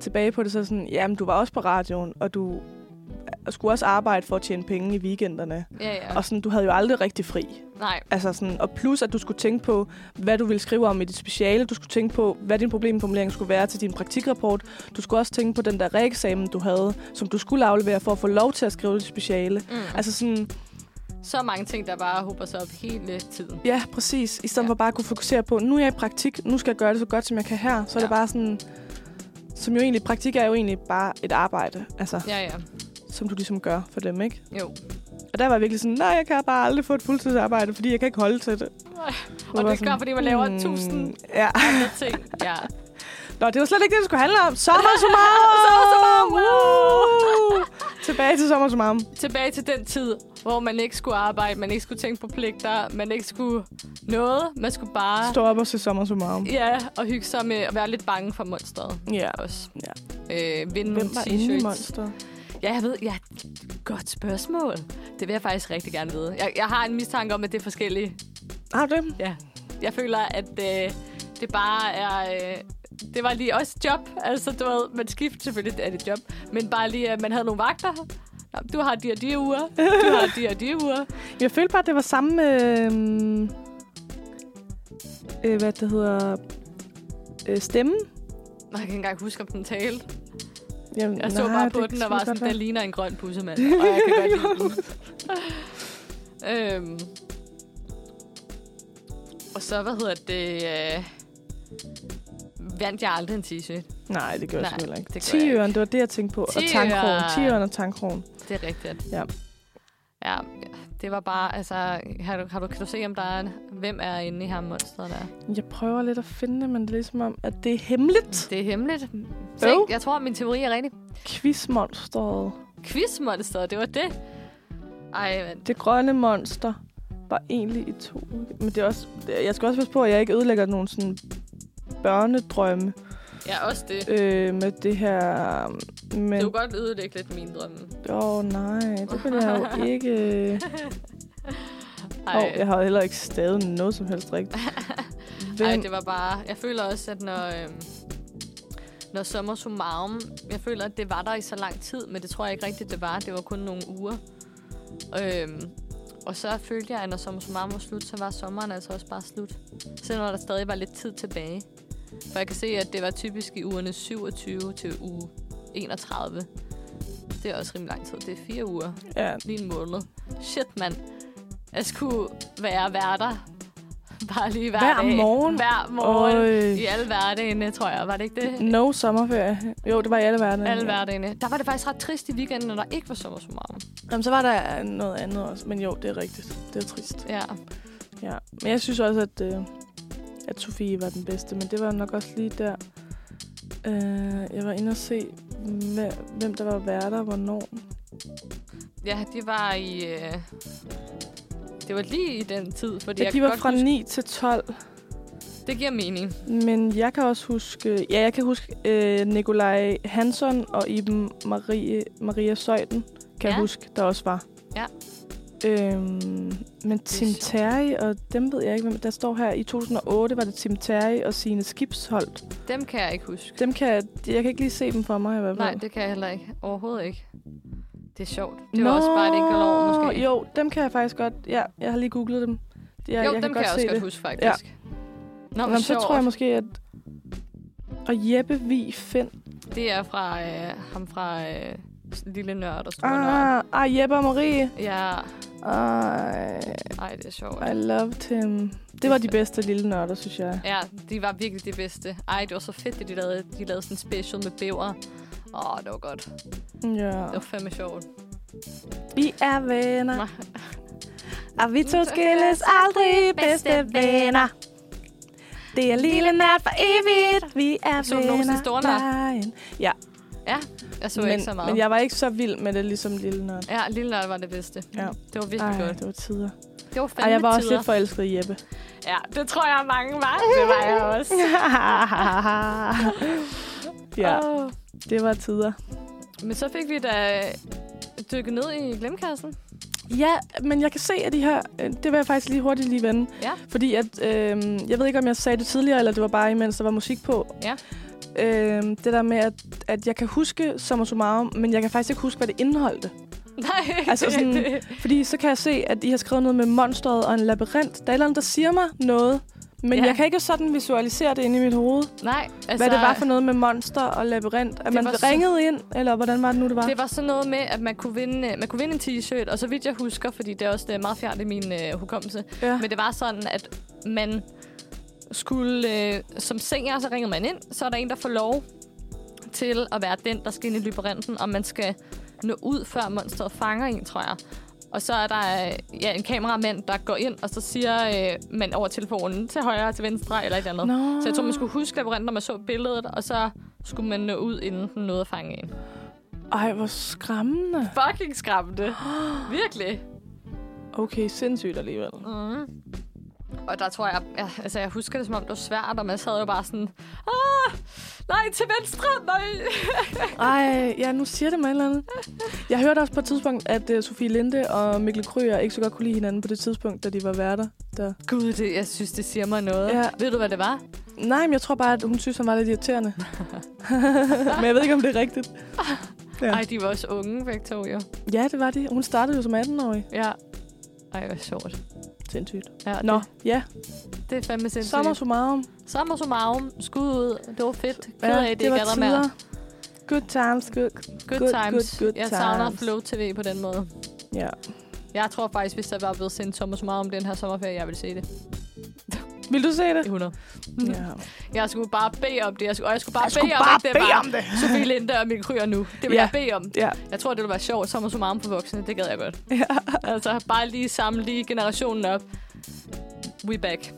tilbage på det, så er det sådan, jamen du var også på radioen, og du øh, skulle også arbejde for at tjene penge i weekenderne. Ja, ja. Og sådan, du havde jo aldrig rigtig fri. Nej, Altså sådan, og plus at du skulle tænke på, hvad du ville skrive om i dit speciale. Du skulle tænke på, hvad din problemformulering skulle være til din praktikrapport. Du skulle også tænke på den der reeksamen, du havde, som du skulle aflevere for at få lov til at skrive dit speciale. Mm. Altså sådan, så mange ting, der bare hober sig op hele tiden. Ja, præcis. I stedet Ja. ja. for bare at kunne fokusere på, nu er jeg i praktik, nu skal jeg gøre det så godt, som jeg kan her. Så ja. er det Ja. bare sådan, som jo egentlig, praktik er jo egentlig bare et arbejde, altså, ja. Ja, ja. som du ligesom gør for dem, ikke? Jo. Og der var jeg virkelig sådan, nej, jeg kan bare aldrig få et fuldtidsarbejde, fordi jeg kan ikke holde til det. Nej. Så Og var det sådan, gør, fordi man laver hmm, tusind Ja. andre ting. Ja. Nå, det var slet ikke det, det skulle handle om. [laughs] Sommer som Woo! Tilbage til sommer som Tilbage til den tid, hvor man ikke skulle arbejde, man ikke skulle tænke på pligter, man ikke skulle noget. Man skulle bare Stå op og se sommer som arm. ja, og hygge sig med at være lidt bange for monsteret Ja. også. Ja. Øh, vinde nogle Hvem var inde i t-shirts. Monster? Ja, jeg ved. Ja, godt spørgsmål. Det vil jeg faktisk rigtig gerne vide. Jeg, jeg har en mistanke om, at det er forskellige Har du det? Ja. Jeg føler, at øh, det bare er... Øh, det var lige også job. Altså, du ved, man skifter selvfølgelig, er det job. Men bare lige, at man havde nogle vagter. Nå, du har de og de uger. Du har de og de [laughs] uger. Jeg følte bare, at det var samme... Øh, øh, hvad det hedder... Øh, stemme. Nå, Jeg kan ikke engang huske, om den talte. Jamen, Jeg så bare på den og var sådan, der ligner en grøn [laughs] bussemand. Og jeg kan godt lide den. [laughs] øhm. Og så, hvad hedder det... Øh, vandt jeg aldrig en t-shirt. Nej, det gør jeg Nej, selvfølgelig ikke. det gør jeg 10 ikke. øren, det var det, jeg tænkte på. Og Tiøren. tankkrogen. 10 øren og tankkrogen. Det er rigtigt. Ja. Ja, det var bare, altså, har du, har du, kan du se, om der er en, hvem er inde i her monster der? Jeg prøver lidt at finde det, men det er ligesom om, at det er hemmeligt. Det er hemmeligt. Se, Øv. jeg tror, min teori er rigtig. Quizmonsteret. Quizmonster, det var det. Ej, men Det grønne monster var egentlig i to. udgaver. Men det er også, jeg skal også passe på, at jeg ikke ødelægger nogen sådan børnedrømme ja, også det. øh, med det her. um, Men Det kunne godt ødelægge lidt min drømme. Åh oh, nej, det vil jeg [laughs] jo ikke. Ej, Og jeg har heller ikke stadig noget som helst rigtigt. [laughs] Ej, Hvem? det var bare... Jeg føler også, at når... Øhm, når Sommer Summarum... Jeg føler, at det var der i så lang tid, men det tror jeg ikke rigtigt, det var. Det var kun nogle uger. Øhm, og så følte jeg, at når Sommer Summarum var slut, så var sommeren altså også bare slut. Selvom der stadig var lidt tid tilbage. For jeg kan se, at det var typisk i ugerne 27 til uge 31. Det er også rimelig lang tid. Det er fire uger. Ja, Lige en måned. Shit, mand. Jeg skulle være værter Bare lige hver, Hver dag. morgen. Hver morgen. I alle hverdagene, tror jeg. Var det ikke det? No sommerferie. Jo, det var i alle hverdage. Alle hverdagene. Der var det faktisk ret trist i weekenden, når der ikke var sommer så meget. Jamen, så var der noget andet også. Men jo, det er rigtigt. Det er trist. Ja. Ja. Men jeg synes også, at, øh, at Sofie var den bedste. Men det var nok også lige der. Øh, jeg var inde og se, hvem- hvem der var værter, hvornår. ja, det var i... Øh... Det var lige i den tid, fordi Ja, jeg de kan var godt fra huske, 9 til 12. Det giver mening. Men jeg kan også huske, ja, jeg kan huske øh, Nikolaj Hansson og Iben Marie, Maria Søjden, kan ja. jeg Ja. huske, der også var. Ja. Øhm, men Tim sjovt. Terry, og dem ved jeg ikke, hvem der står her. I 2008 var det Tim Terry og Signe Skibsholt. Dem kan jeg ikke huske. Dem kan jeg, jeg kan ikke lige se dem for mig i hvert fald. Nej, det kan jeg heller ikke. Overhovedet ikke. Det er sjovt. Det var også bare et enkelt år, måske. Jo, dem kan jeg faktisk godt. Ja, jeg har lige googlet dem. Jeg, jo dem kan, jeg også se godt det. huske, faktisk. Ja. Nå, Nå, men men så sjovt. tror jeg måske, at... Og Jeppe Vi Finn. Det er fra øh, ham fra øh, Lille Nørd og Store ah. Nørd. Ah, ah, Jeppe og Marie. Ja, Ej, ej, det er sjovt. I loved him. Det var de bedste lille nørder, synes jeg. Ja, de var virkelig det bedste. Ej, det var så fedt, at de lavede, de lavede sådan en special med bæver. Åh, oh, det var godt. Ja. Det var fandme sjovt. Vi er venner, Nej. og vi to skilles aldrig bedste venner. Det er lille nørd for evigt. Vi er Så du venner. nogensinde Store Nørd? Nej. Jeg så men, ikke så Men, meget. men Men jeg... jeg var ikke så vild med det, ligesom lille nørd. Ja, Lille Nørd var det bedste. Ja. Det var virkelig Ej. Ej, godt. det var tider. Det var Ej, fandme jeg var også tider. lidt forelsket i Jeppe. Ja, det tror jeg mange var. Det var jeg også. [laughs] ja, Oh. det var tider. Men så fik vi da øh, dykket ned i glemkassen. [laughs] Ja, men jeg kan se, at de her... øh, Det vil jeg faktisk lige hurtigt lige vende. Ja. Fordi at... Øh, jeg ved ikke, om jeg sagde det tidligere, eller det var bare imens, der var musik på. Ja. Øh, det der med, at, at jeg kan huske Sommer Summarum, men jeg kan faktisk ikke huske, hvad det indeholdte. Nej, Altså det- sådan- det- Fordi så kan jeg se, at I har skrevet noget med monsteret og en labyrint. Der er et eller andet, der siger mig noget, men Ja. ja. jeg kan ikke sådan visualisere det inde i mit hoved. Nej, altså... Hvad det var for noget med monster og labyrint. At Det man var så- ringede ind, eller hvordan var det nu, det var? Det var sådan noget med, at man kunne vinde, øh, man kunne vinde en t-shirt, og så vidt jeg husker, fordi det er også det er meget fjernt i min øh, hukommelse, ja. men det var sådan, at man skulle, øh, som senior, så ringede man ind, så er der en, der får lov til at være den, der skal ind i labyrinten, og man skal nå ud, før monsteret fanger en, tror jeg. Og så er der øh, ja, en kameramand, der går ind, og så siger øh, man over telefonen til højre, til venstre, eller et eller andet. Nå. Så jeg tror, man skulle huske labyrinten, når man så billedet, og så skulle man nå ud, inden den nåede at fange en. Ej, hvor skræmmende. Fucking [gasps] skræmmende. Virkelig. Okay, sindssygt alligevel. Mm. Og der tror jeg, jeg, altså jeg husker det som om det var svært, og man sad jo bare sådan, ah, nej, til venstre, nej. [laughs] Ej, ja, nu siger det mig et eller andet. Jeg hørte også på et tidspunkt, at uh, Sofie Linde og Mikkel Kryer ikke så godt kunne lide hinanden på det tidspunkt, da de var værter. Der. Gud, det, jeg synes, det siger mig noget. Ja. Ved du, hvad det var? Nej, men jeg tror bare, at hun synes, han var lidt [laughs] irriterende. men jeg ved ikke, om det er rigtigt. Ja. Ja. Ej, de var også unge, begge to, jo. Ja, det var det. Hun startede jo som 18-årig. Ja. Ej, hvor sjovt. Sindssygt. Ja, Nå, Det, ja. det er fandme sindssygt. Sommer summarum. Sommer summarum. Skud ud. Det var fedt. Ked Ja, af, det, det ikke er der mere. Good times, good. Good, Good, times. good, good jeg savner times. Flow TV på den måde. Ja. Jeg tror faktisk, hvis der var blevet sendt sommer summarum den her sommerferie, jeg ville se det. Vil du se det? 100. Ja. Jeg skulle bare bede om det. Jeg skulle, og jeg skulle bare Jeg skulle bede om, bare at det bede var om det. Sofie Linde og Mikkel Kryer nu. Det vil ja. Ja. jeg bede om. Ja. Jeg tror, det ville være sjovt. Sommer så meget for voksne. Det gad jeg godt. ja. Altså, bare lige samle lige generationen op. We back.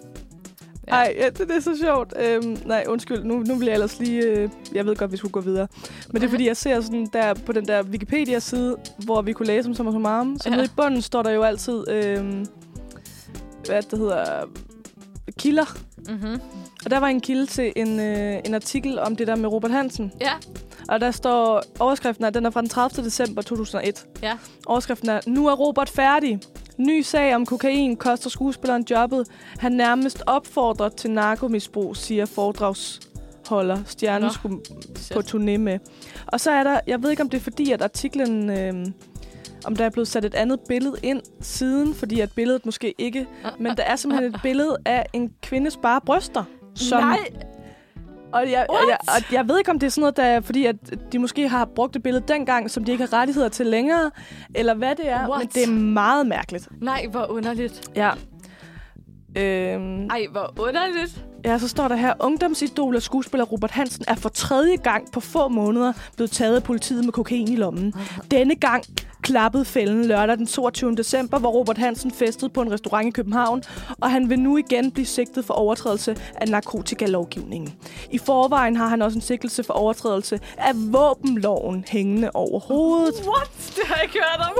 Ja. Ej, ja, det, det er så sjovt. Øhm, nej, undskyld, nu, nu bliver jeg ellers lige... Øh, jeg ved godt, vi skulle gå videre. Mhm. Men det er fordi, jeg ser sådan der på den der Wikipedia-side, hvor vi kunne læse om Sommer Summarum. Så Ja. ja. nede i bunden står der jo altid... Øh, hvad det hedder... Kilder. Mm-hmm. Og der var en kilde til en, øh, en artikel om det der med Robert Hansen. Ja. Og der står overskriften, er, den er fra den 30. december 2001. Ja. Overskriften er, nu er Robert færdig. Ny sag om kokain koster skuespilleren jobbet. Han nærmest opfordrer til narkomisbrug, siger foredragsholder Nå. Stjernen skulle Shit. på turné med. Og så er der, jeg ved ikke om det er fordi, at artiklen, øh, om der er blevet sat et andet billede ind siden, fordi at billedet måske ikke, men der er simpelthen et billede af en kvindes bare [laughs] bryster. Som, Nej, og jeg, og What? jeg, og jeg ved ikke, om det er sådan noget, der, er- fordi at de måske har brugt det billede dengang, som de ikke har rettigheder til længere, eller hvad det er, What? men det er meget mærkeligt. nej, hvor underligt. Ja. Øhm, Ej, hvor underligt. ja, så står der her, ungdomsidol og skuespiller Robert Hansen er for tredje gang på få måneder blevet taget af politiet med kokain i lommen. Denne gang klappede fælden lørdag den 22. december, hvor Robert Hansen festede på en restaurant i København, og han vil nu igen blive sigtet for overtrædelse af narkotikalovgivningen. I forvejen har han også en sigtelse for overtrædelse af våbenloven hængende over hovedet. What? Det har jeg ikke hørt om.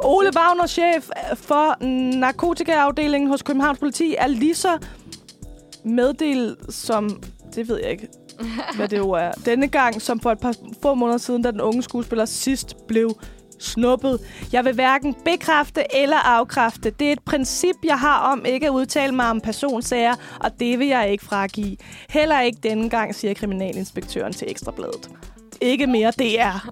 Uh! Ole Wagner, chef for narkotikaafdelingen hos Københavns Politi, er lige så meddel som... Det ved jeg ikke, hvad det ord er. Denne gang, som for et par få måneder siden, da den unge skuespiller sidst blev snuppet. Jeg vil hverken bekræfte eller afkræfte. Det er et princip, jeg har om ikke at udtale mig om personsager, og det vil jeg ikke fragive. Heller ikke denne gang, siger kriminalinspektøren til Ekstrabladet. Ikke mere DR.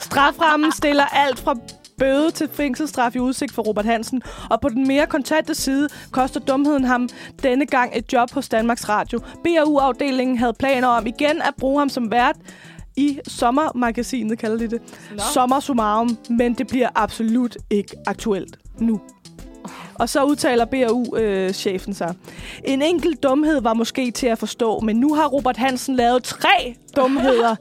Straframmen stiller alt fra bøde til fængselsstraf i udsigt for Robert Hansen, og på den mere kontante side koster dumheden ham denne gang et job hos Danmarks Radio. BAU-afdelingen havde planer om igen at bruge ham som vært i sommermagasinet, kalder de det. Nå. Sommer summarum, men det bliver absolut ikke aktuelt nu. Og så udtaler BAU-chefen sig. øh, En enkelt dumhed var måske til at forstå, men nu har Robert Hansen lavet tre dumheder.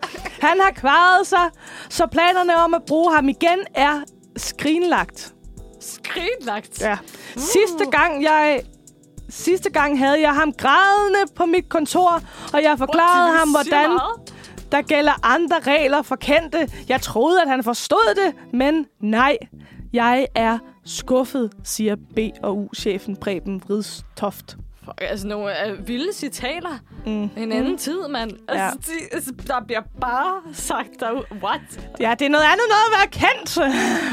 Han har kvaret sig, så planerne om at bruge ham igen er skrinlagt. [laughs] Skrinlagt. Ja. Sidste gang jeg... Sidste gang havde jeg ham grædende på mit kontor, og jeg forklarede ham, hvordan der gælder andre regler for kendte. Jeg troede, at han forstod det, men nej. Jeg er skuffet, siger B&U-chefen Preben Vridstoft. Fuck, altså nogle øh, vilde citater. Mm. En anden tid, mand. Altså, de, altså, der bliver bare sagt der What? Ja, det er noget andet noget at være kendt.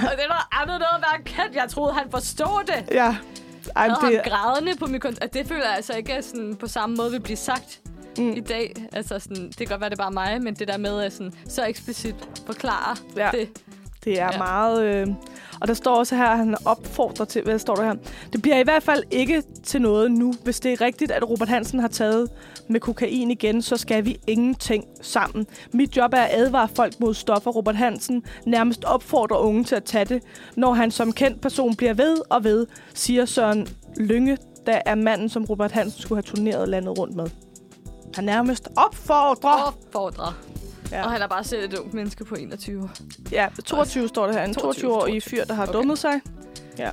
Og det er noget andet noget at være kendt. Jeg troede, han forstod det. ja. Ej, Jeg havde det, det... ham grædende på mit kontor. Det føler jeg altså ikke er sådan, på samme måde vil blive sagt Mm. mm. i dag. Altså sådan, det kan godt være, det er bare mig, men det der med at sådan, så eksplicit forklare Ja. ja. det. det er ja. Ja. meget... Øh... Og der står også her, at han opfordrer til... Hvad står der her? Det bliver i hvert fald ikke til noget nu. Hvis det er rigtigt, at Robert Hansen har taget med kokain igen, så skal vi ingenting sammen. Mit job er at advare folk mod stoffer. Robert Hansen nærmest opfordrer unge til at tage det, når han som kendt person bliver ved og ved, siger Søren Lynge, der er manden, som Robert Hansen skulle have turneret landet rundt med. Han nærmest opfordrer... Opfordre. Ja. Ja. Og han er bare selv et ungt menneske på 21. Ja, 22 står der her. En 22, 22-årig fyr, der har okay. Okay. dummet sig. Ja.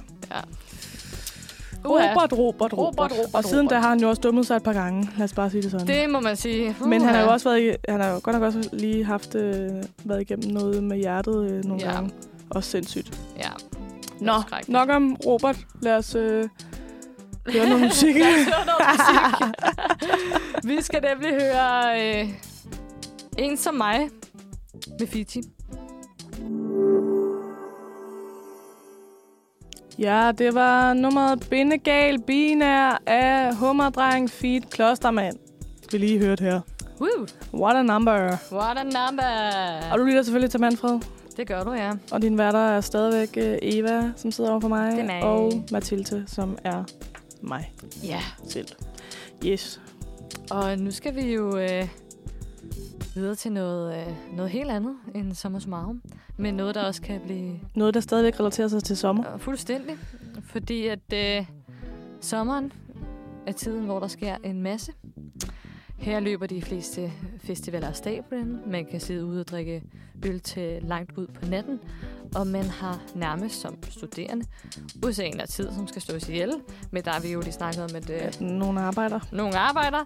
Robert, Robert, Robert, Robert, Robert, Og siden da Robert. har han jo også dummet sig et par gange. Lad os bare sige det sådan. Det må man sige. Men han har jo Uha. også været, i- han har jo godt nok også lige haft, øh, været igennem noget med hjertet øh, nogle ja. Ja. gange. Også sindssygt. Ja. Nå, skrækkeligt. nok om Robert. Lad os øh, høre noget [laughs] musik. Hør noget musik. Vi skal nemlig høre øh, En som mig med Fiji. [laughs] ja, det var nummeret Bindegal Binær af Hummerdreng Feed Klostermand. Vi lige hørt her. Woo, What a number. what a Og number. du lytter selvfølgelig til Manfred. Det gør du, ja. Og din værter er stadigvæk øh, Eva, som sidder overfor mig, Det er mig. og Mathilde, som er mig Ja. selv. Yes. Og nu skal vi jo øh, videre til noget, øh, noget helt andet end Sommers Marum. Men noget, der også kan blive Noget, der stadigvæk relaterer sig til sommer. øh, fuldstændig. Fordi at øh, sommeren er tiden, hvor der sker en masse. Her løber de fleste festivaler af stablen. Man kan sidde ude og drikke øl til langt ud på natten. Og man har nærmest som studerende udseende af tid, som skal stås ihjel. Men der har vi jo lige snakket om, at... Øh, At nogle arbejder. nogle arbejder.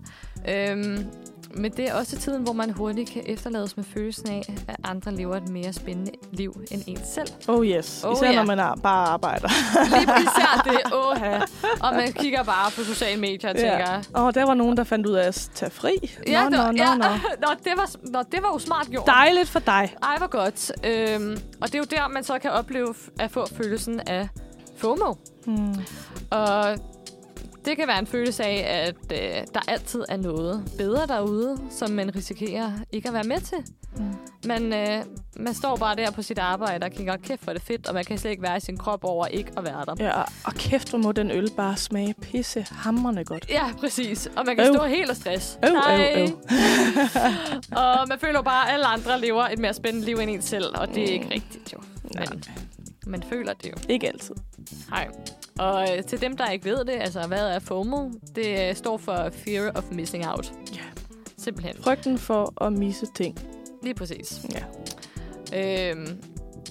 Øhm, men det er også tiden, hvor man hurtigt kan efterlades med følelsen af, at andre lever et mere spændende liv end en selv. Oh yes. Oh Især ja. når man ar- bare arbejder. [laughs] Lige især det, åha. Og man kigger bare på sociale medier og Ja. tænker... Ja. Og der var nogen, der fandt ud af at tage fri. Ja, nå, det, nå, var- nå, ja, [laughs] nå. nå, det var, nå, det var jo smart gjort. Dejligt for dig. Ej, hvor godt. Øhm, og det er jo der, man så kan opleve f- at få følelsen af FOMO. Hmm. Og det kan være en følelse af, at øh, der altid er noget bedre derude, som man risikerer ikke at være med til. Mm. Mm. Man, øh, man står bare der på sit arbejde og kigger, kæft hvor er det fedt, og man kan slet ikke være i sin krop over ikke at være der. Ja, Ja, og- og kæft, hvor må den øl bare smage pisse hammerne godt. ja præcis. Og man kan Øv. stå helt og stress. Øv, Nej. øv, øv. [laughs] og man føler bare, at alle andre lever et mere spændende liv end en Mm. selv, og det er ikke rigtigt jo. Men, man føler det jo. Ikke altid. Nej. Og øh, til dem, der ikke ved det, altså hvad er FOMO? Det øh, står for Fear of Missing Out. Ja. Simpelthen. Frygten for at misse ting. Lige præcis. Ja. Øhm,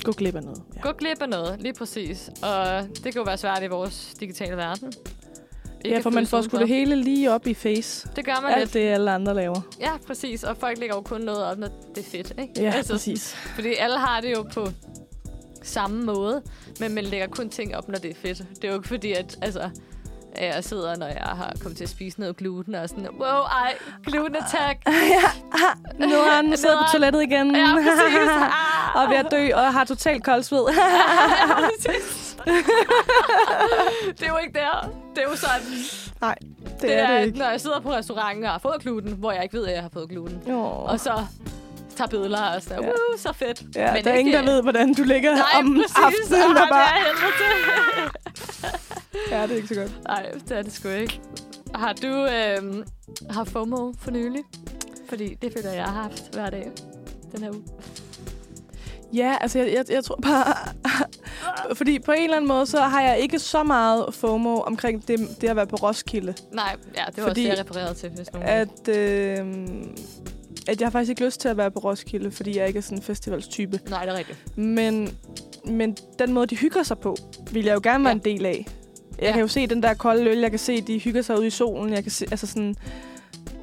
Gå glip af noget. Ja. gå glip af noget, lige præcis. Og det kan jo være svært i vores digitale verden. Ikke ja, at for man føle sig får sgu det udenfor. hele lige op i face. Det gør man Alt lidt. det, alle andre laver. Ja, præcis. Og folk lægger jo kun noget op, når det er fedt, ikke? Altså, Ja, [laughs] præcis. Fordi alle har det jo på samme måde, men man lægger kun ting op, når det er fedt. Det er jo ikke fordi, at altså, at jeg sidder, når jeg har kommet til at spise noget gluten, og sådan, wow, ej, gluten [laughs] attack. Nu har han [laughs] siddet på Nederen. toilettet igen. Ja, præcis. [laughs] Ah, og er ved at dø, og har totalt koldsved. [laughs] det er jo ikke der. Det er jo sådan. Nej, det, det er, det ikke. når jeg sidder på restauranten og har fået gluten, hvor jeg ikke ved, at jeg har fået gluten. Oh. Og så tager billeder og sådan, Ja. wow, så fedt. Ja, men der er ingen, der ved, hvordan du ligger Nej, om præcis. [laughs] aftenen. Ah, Og bare, det er helvede til. [laughs] ja, det er ikke så godt. Nej, det er det sgu ikke. Har du øh, har FOMO for nylig? Fordi det føler jeg, jeg har haft hver dag den her uge. Ja, altså jeg, jeg, jeg tror bare... [laughs] fordi på en eller anden måde, så har jeg ikke så meget FOMO omkring det, det at være på Roskilde. Nej, ja, det var Fordi Fordi også det, jeg refererede til, hvis nogen... At... At, øh, at jeg har faktisk ikke lyst til at være på Roskilde, fordi jeg ikke er sådan en festivalstype. Nej, det er rigtigt. Men, men den måde, de hygger sig på, vil jeg jo gerne være Ja. en del af. Jeg Ja. kan jo se den der kolde øl, jeg kan se, de hygger sig ude i solen. Jeg kan se, altså sådan,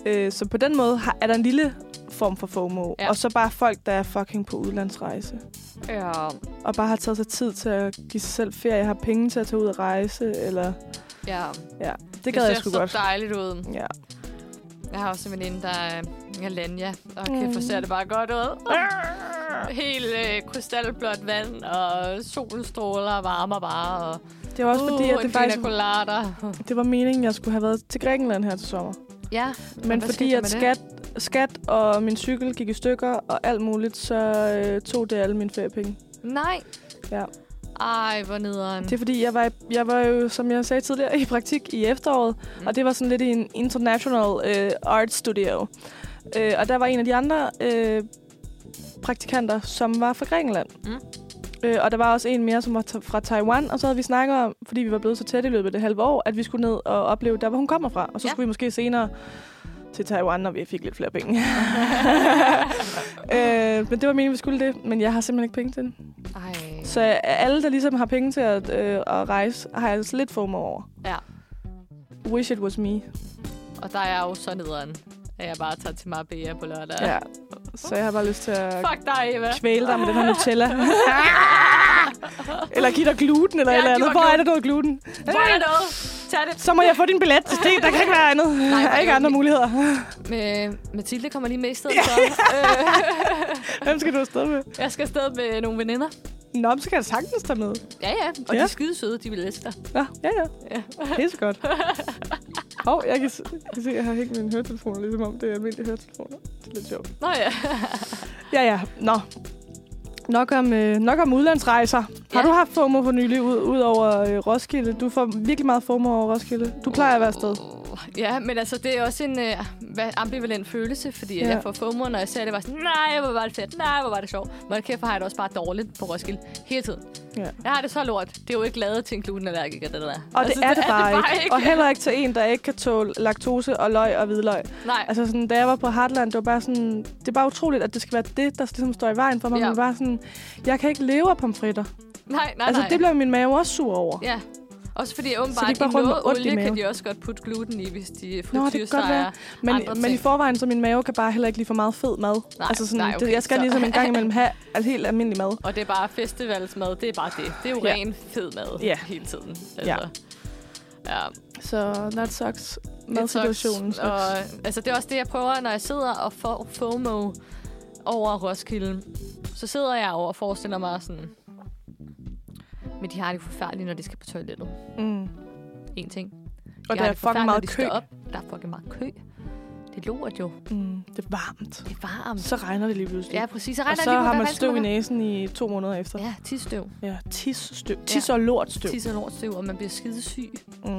øh, så på den måde har, er der en lille form for FOMO. Ja. Og så bare folk, der er fucking på udlandsrejse. Ja, Og bare har taget sig tid til at give sig selv ferie. Jeg har penge til at tage ud og rejse. Eller, ja. det gad jeg ser sgu så godt. dejligt ud. Ja. Jeg har også en veninde, der er øh, Alanya, og Mm. Ah! kan mm. ser det bare godt ud. Helt øh, krystalblåt vand, og solen stråler og varmer bare. Og, Uh, Det var også fordi, at en det pina faktisk colada. det var meningen, jeg skulle have været til Grækenland her til sommer. Ja, Men hvad fordi skete der at med det? skat, skat og min cykel gik i stykker og alt muligt, så øh, tog det alle mine feriepenge. Nej. Ja. Ej, hvor nederen. Det er fordi, jeg var, i- jeg var jo, som jeg sagde tidligere, i praktik i efteråret, Mm. mm. og det var sådan lidt i en international øh, art studio. Øh, og der var en af de andre øh, praktikanter, som var fra Grækenland. Mm. Øh, og der var også en mere, som var ta- fra Taiwan, og så havde vi snakket om, fordi vi var blevet så tæt i løbet af det halve år, at vi skulle ned og opleve der, hvor hun kommer fra. Og så Ja. ja. skulle vi måske senere til Taiwan, når vi fik lidt flere [laughs] penge. [laughs] øh, men det var meningen, vi skulle det, men jeg har simpelthen ikke penge til det. Ej. Så alle, der ligesom har penge til at, øh, at rejse, har jeg altså lidt FOMO over. Ja. Wish it was me. Og der er jeg jo så nederen, at jeg bare tager til Marbella på lørdag. Ja. Så jeg har bare lyst til at Fuck dig, Eva. kvæle dig med den her [laughs] Nutella. eller give dig gluten eller Ja, ja, eller giv andet. mig Hvor er gluten. der noget gluten? Tag det noget. Tag det. Så må jeg få din billet til det. Der kan ikke være andet. hvor Nej, der er ikke ærgerligt. andre muligheder. Med, Mathilde kommer lige med i stedet for. Øh, [laughs] Hvem skal du afsted med? jeg skal afsted med nogle veninder. Nå, men så kan jeg sagtens tage med. Ja, ja. Og ja. de Ja. er skide søde, de vil læse dig. Nå, ja, ja. Ja. Det er så [laughs] godt. Hov, jeg kan, se, jeg kan se, at jeg har hængt mine høretelefoner, ligesom om det er almindelige høretelefoner. Det er lidt sjovt. Nå ja. Ja, ja. Nå. Nok om, øh, nok om udlandsrejser. Ja. Ja. Har du haft FOMO for nylig ud, ud over øh, Roskilde? Du får virkelig meget FOMO over Roskilde. Du plejer at være afsted. Ja, men altså, det er også en øh, hvad- ambivalent følelse, fordi ja. Ja. jeg får FOMO, når jeg ser det, bare sådan, nej, hvor var det fedt, nej, hvor var det sjovt. Men kæft, hvor har jeg det også bare dårligt på Roskilde hele tiden. Ja. Jeg har det så lort. Det er jo ikke lavet til en glutenallergiker, det der. Og altså, det er det bare, det bare ikke. Og heller ikke til en, der ikke kan tåle laktose og løg og hvidløg. Nej, Altså sådan, da jeg var på Heartland, det var bare sådan... Det er bare utroligt, at det skal være det, der ligesom står i vejen for mig. Ja. Ja. Men bare sådan, jeg kan ikke leve af pomfritter. nej, nej, Altså, nej. det bliver min mave også sur over. Ja. Også fordi Så de åbenbart, ikke bare i rundt med noget ondt i olie kan maven. de også godt putte gluten i, hvis de kan godt frityrstejer. være. Men, andre men ting. i forvejen, så min mave kan bare heller ikke lide for meget fed mad. Nej, altså sådan, nej, okay, det, jeg skal så- ligesom en gang imellem have altså, helt almindelig mad. Og det er bare festivalsmad, det er bare det. Det er jo Ja. ren fed mad Ja. hele tiden. Altså. Ja. Ja, Så that sucks. det sucks. Madsituationen sucks. Og, altså, det er også det, jeg prøver, når jeg sidder og får FOMO over Roskilde. Så sidder jeg over og forestiller mig sådan... Men de har det jo forfærdeligt, når de skal på toilettet. Mm. En ting. Og der de har er øh, det forfærdeligt, fucking når meget de kø. står Op. Der er fucking meget kø. Det er lort jo. Mm, det er varmt. Det er varmt. Så regner det lige pludselig. Ja, præcis. og regner så det lige ud, har hvad man fanden støv i skal man næsen i to måneder efter. have? Ja, tisstøv. Ja, tisstøv. Tis og lortstøv. Tis og lortstøv, og man bliver skide syg. Mm.